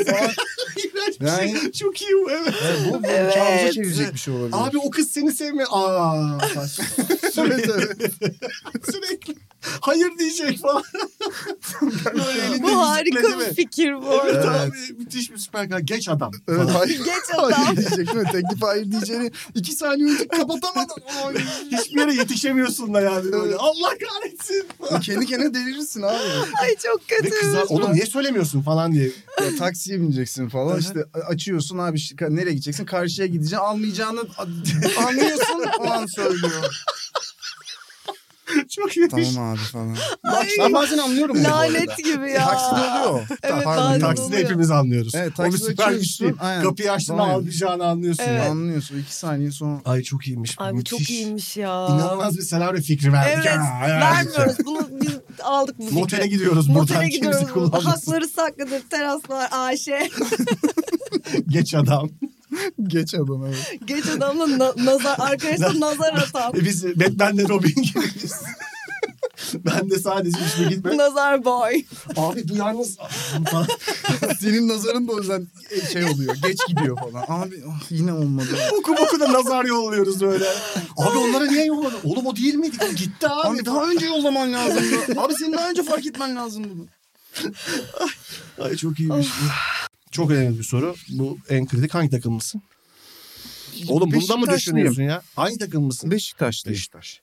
[SPEAKER 4] falan.
[SPEAKER 3] İğrenç bir
[SPEAKER 4] Yani-
[SPEAKER 3] şey. Çok iyi bu evet.
[SPEAKER 4] Yani bu, bu
[SPEAKER 2] Evet.
[SPEAKER 4] kabusa çevirecek bir şey olabilir.
[SPEAKER 3] Abi o kız seni sevmiyor. Aa.
[SPEAKER 4] evet, evet.
[SPEAKER 3] Sürekli. Hayır diyecek falan. Böyle elinde
[SPEAKER 2] Bu harika
[SPEAKER 3] müzikle,
[SPEAKER 2] bir
[SPEAKER 3] değil mi?
[SPEAKER 2] fikir bu
[SPEAKER 3] Evet,
[SPEAKER 2] arada.
[SPEAKER 3] abi müthiş bir süper kahraman. Geç adam.
[SPEAKER 4] Evet,
[SPEAKER 3] falan.
[SPEAKER 4] hayır.
[SPEAKER 2] Geç adam.
[SPEAKER 4] Hayır diyecek değil mi? Teklif hayır diyeceğini iki saniye önce kapatamadım. Oy.
[SPEAKER 3] Hiçbir yere yetişemiyorsun da yani. Böyle. Allah kahretsin.
[SPEAKER 4] Kendi kendine delirirsin abi.
[SPEAKER 2] Ay çok
[SPEAKER 3] Ve
[SPEAKER 2] kötü.
[SPEAKER 3] kızlar oğlum niye söylemiyorsun falan diye.
[SPEAKER 4] Ya, taksiye bineceksin falan
[SPEAKER 3] Aha.
[SPEAKER 4] işte a- açıyorsun abi şi- ka- nereye gideceksin karşıya gideceksin almayacağını a- anlıyorsun o an söylüyor.
[SPEAKER 3] Çok iyi.
[SPEAKER 4] tamam abi falan.
[SPEAKER 2] Ay,
[SPEAKER 4] Ben bazen anlıyorum bunu bu arada.
[SPEAKER 2] Lanet gibi ya.
[SPEAKER 4] Takside oluyor.
[SPEAKER 2] Evet,
[SPEAKER 4] Pardon,
[SPEAKER 2] bazen
[SPEAKER 4] takside.
[SPEAKER 3] Takside
[SPEAKER 2] oluyor.
[SPEAKER 3] hepimiz anlıyoruz.
[SPEAKER 4] Evet,
[SPEAKER 3] o bir
[SPEAKER 4] takside
[SPEAKER 3] süper güç
[SPEAKER 4] açıyorsun,
[SPEAKER 3] değil.
[SPEAKER 4] aynen.
[SPEAKER 3] Kapıyı açtığında
[SPEAKER 4] Aynen.
[SPEAKER 3] almayacağını anlıyorsun.
[SPEAKER 2] Evet.
[SPEAKER 3] ya.
[SPEAKER 4] Anlıyorsun iki saniye sonra.
[SPEAKER 3] Ay çok iyiymiş.
[SPEAKER 2] Ay bu çok iyiymiş ya.
[SPEAKER 3] İnanılmaz bir senaryo fikri verdik.
[SPEAKER 2] Evet.
[SPEAKER 3] ha. Ay, ay.
[SPEAKER 2] Vermiyoruz. Bunu biz aldık bu fikri.
[SPEAKER 3] Motel'e gidiyoruz
[SPEAKER 2] Motel'e
[SPEAKER 3] buradan. Kimse
[SPEAKER 2] gidiyoruz. burada.
[SPEAKER 3] kullanmasın.
[SPEAKER 2] Hakları saklıdır. Teraslar, Ayşe.
[SPEAKER 3] Geç adam.
[SPEAKER 4] Geç adam evet.
[SPEAKER 2] Geç adamla na- nazar, arkadaşlar nazar atan.
[SPEAKER 3] E biz Batman'le Robin gibiyiz. ben de sadece işime gitme.
[SPEAKER 2] nazar boy.
[SPEAKER 3] Abi bu yalnız falan.
[SPEAKER 4] Senin nazarın da o yüzden şey oluyor. Geç gidiyor falan. Abi ah, yine olmadı.
[SPEAKER 3] boku boku da nazar yolluyoruz böyle. Abi onlara niye yolladın? Oğlum o değil miydi? Gitti abi.
[SPEAKER 4] Abi daha önce yollaman lazımdı. Abi senin daha önce fark etmen lazımdı bunu.
[SPEAKER 3] Ay çok iyiymiş bu. Çok önemli bir soru. Bu en kritik hangi takımlısın? Oğlum bunda mı
[SPEAKER 4] Beşiktaşlıyım.
[SPEAKER 3] düşünüyorsun ya? Hangi takımlısın?
[SPEAKER 4] Beşiktaş'tayım.
[SPEAKER 3] Beşiktaş.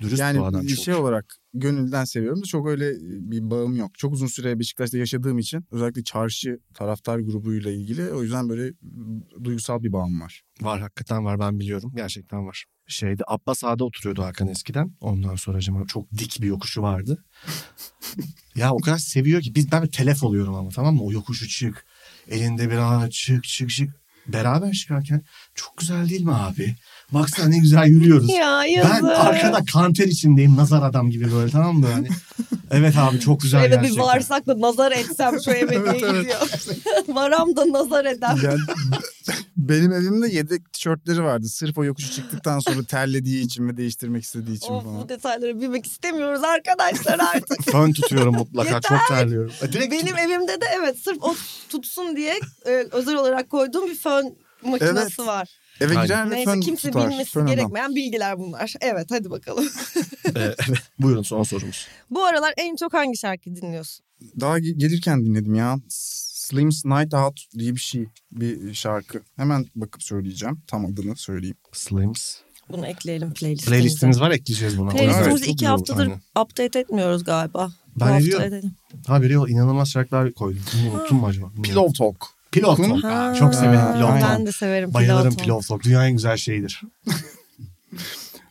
[SPEAKER 3] Dürüst bu adam
[SPEAKER 4] Yani
[SPEAKER 3] çok.
[SPEAKER 4] şey olarak gönülden seviyorum da çok öyle e, bir bağım yok. Çok uzun süre Beşiktaş'ta yaşadığım için özellikle çarşı taraftar grubuyla ilgili o yüzden böyle duygusal bir bağım var.
[SPEAKER 3] Var hakikaten var ben biliyorum. Gerçekten var. Şeyde Abbas Ağa'da oturuyordu Hakan eskiden. Ondan sonra acaba çok dik bir yokuşu vardı. ya o kadar seviyor ki biz ben bir telef oluyorum ama tamam mı? O yokuşu çık. Elinde bir ağaç çık çık çık. Beraber çıkarken çok güzel değil mi abi? Baksana ne güzel yürüyoruz.
[SPEAKER 2] Ya yazık.
[SPEAKER 3] ben arkada kanter içindeyim nazar adam gibi böyle tamam mı? Yani, evet abi çok güzel
[SPEAKER 2] Şöyle bir
[SPEAKER 3] gerçekten.
[SPEAKER 2] varsak da nazar etsem şu eve diye gidiyor. Varam da nazar edem.
[SPEAKER 4] Yani benim evimde yedek tişörtleri vardı. Sırf o yokuşu çıktıktan sonra terlediği için mi değiştirmek istediği için
[SPEAKER 2] Of
[SPEAKER 4] falan.
[SPEAKER 2] bu detaylara bilmek istemiyoruz arkadaşlar artık.
[SPEAKER 3] Fön tutuyorum mutlaka çok terliyorum. E, Direkt
[SPEAKER 2] Benim evimde de evet sırf o tutsun diye e, özel olarak koyduğum bir fön makinesi
[SPEAKER 4] Evet.
[SPEAKER 2] var.
[SPEAKER 4] Eve
[SPEAKER 3] Aynen.
[SPEAKER 4] girer ve
[SPEAKER 2] Neyse
[SPEAKER 4] fön
[SPEAKER 2] kimse
[SPEAKER 4] tutar.
[SPEAKER 2] bilmesi
[SPEAKER 4] Fön adam.
[SPEAKER 2] gerekmeyen bilgiler bunlar. Evet hadi bakalım.
[SPEAKER 3] E, evet. Buyurun son sorumuz.
[SPEAKER 2] Bu aralar en çok hangi şarkı dinliyorsun?
[SPEAKER 4] Daha ge- gelirken dinledim ya. Slim's Night Out diye bir şey. Bir şarkı. Hemen bakıp söyleyeceğim. Tam adını söyleyeyim.
[SPEAKER 3] Slims.
[SPEAKER 2] Bunu ekleyelim playlistimize.
[SPEAKER 3] Playlistimiz var ekleyeceğiz buna.
[SPEAKER 2] Playlistimizi
[SPEAKER 3] Çok
[SPEAKER 2] iki
[SPEAKER 3] iyi olur,
[SPEAKER 2] haftadır
[SPEAKER 3] aynen.
[SPEAKER 2] update etmiyoruz galiba. Bu
[SPEAKER 3] Ben
[SPEAKER 2] hafta
[SPEAKER 3] ediyorum.
[SPEAKER 2] edelim.
[SPEAKER 3] Ha biri o inanılmaz şarkılar koydum. Bunu unuttum mu acaba? Pilot.
[SPEAKER 4] Pillow Talk.
[SPEAKER 3] Pilot Talk. Aa, çok severim Pilot
[SPEAKER 2] Ben
[SPEAKER 3] Talk.
[SPEAKER 2] de severim
[SPEAKER 3] Bayılırım
[SPEAKER 2] Pilot.
[SPEAKER 3] Pilot Talk. Dünyanın en güzel şeyidir.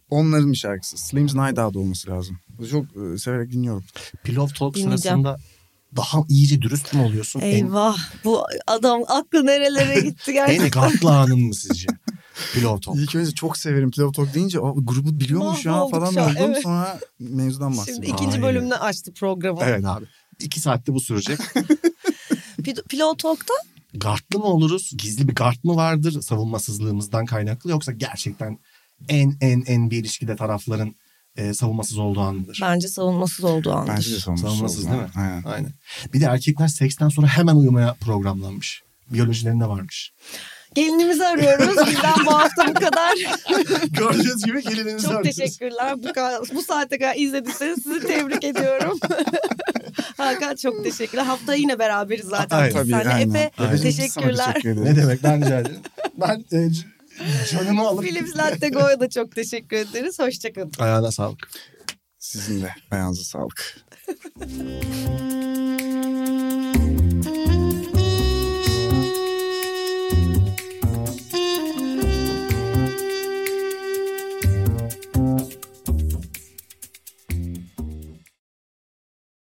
[SPEAKER 4] Onların bir şarkısı. Slim's Night Out olması lazım. Çok e, severek dinliyorum.
[SPEAKER 3] Pilot Talk
[SPEAKER 2] Dinleyeceğim.
[SPEAKER 3] sırasında daha iyice dürüst mü oluyorsun? En,
[SPEAKER 2] Eyvah bu adam aklı nerelere gitti
[SPEAKER 3] en
[SPEAKER 2] gerçekten.
[SPEAKER 3] gaflı anın mı sizce? Pilot Talk.
[SPEAKER 4] İlk önce çok severim Pillow Talk deyince o grubu biliyormuş ya
[SPEAKER 2] Mahvolduk
[SPEAKER 4] falan
[SPEAKER 2] şu an,
[SPEAKER 4] oldum.
[SPEAKER 2] evet.
[SPEAKER 4] Sonra mevzudan bahsediyorum.
[SPEAKER 2] Şimdi ikinci
[SPEAKER 3] Ay.
[SPEAKER 2] bölümünü açtı programı.
[SPEAKER 3] Evet abi. İki saatte bu sürecek.
[SPEAKER 2] Pil- Pilot Talk'ta
[SPEAKER 3] Gartlı mı oluruz? Gizli bir gart mı vardır savunmasızlığımızdan kaynaklı yoksa gerçekten en en en bir ilişkide tarafların e, savunmasız olduğu an mıdır?
[SPEAKER 2] bence savunmasız olduğu andır.
[SPEAKER 4] Bence de savunmasız.
[SPEAKER 3] Savunmasız
[SPEAKER 4] oldu.
[SPEAKER 3] değil mi?
[SPEAKER 4] Aynen.
[SPEAKER 3] Aynen. Bir de erkekler seksten sonra hemen uyumaya programlanmış. Biyolojilerinde varmış.
[SPEAKER 2] Gelinimizi arıyoruz. Bizden bu hafta bu kadar.
[SPEAKER 3] Gördüğünüz gibi gelinimizi
[SPEAKER 2] Çok
[SPEAKER 3] arıyoruz.
[SPEAKER 2] teşekkürler. Bu, ka- bu saate kadar izlediyseniz sizi tebrik ediyorum. Hakan çok teşekkürler. Hafta yine beraberiz zaten.
[SPEAKER 3] Aynen.
[SPEAKER 2] biz
[SPEAKER 4] Tabii,
[SPEAKER 2] seninle.
[SPEAKER 4] aynen.
[SPEAKER 2] Efe
[SPEAKER 4] Efe'cim, biz sana
[SPEAKER 2] teşekkürler.
[SPEAKER 4] teşekkür
[SPEAKER 3] Ne
[SPEAKER 4] ederiz.
[SPEAKER 3] demek ben rica ederim. Ben e, c- canımı alıp...
[SPEAKER 2] Philips Latte Go'ya da çok teşekkür ederiz. Hoşçakalın.
[SPEAKER 3] Ayağına sağlık.
[SPEAKER 4] Sizin de ayağınıza sağlık.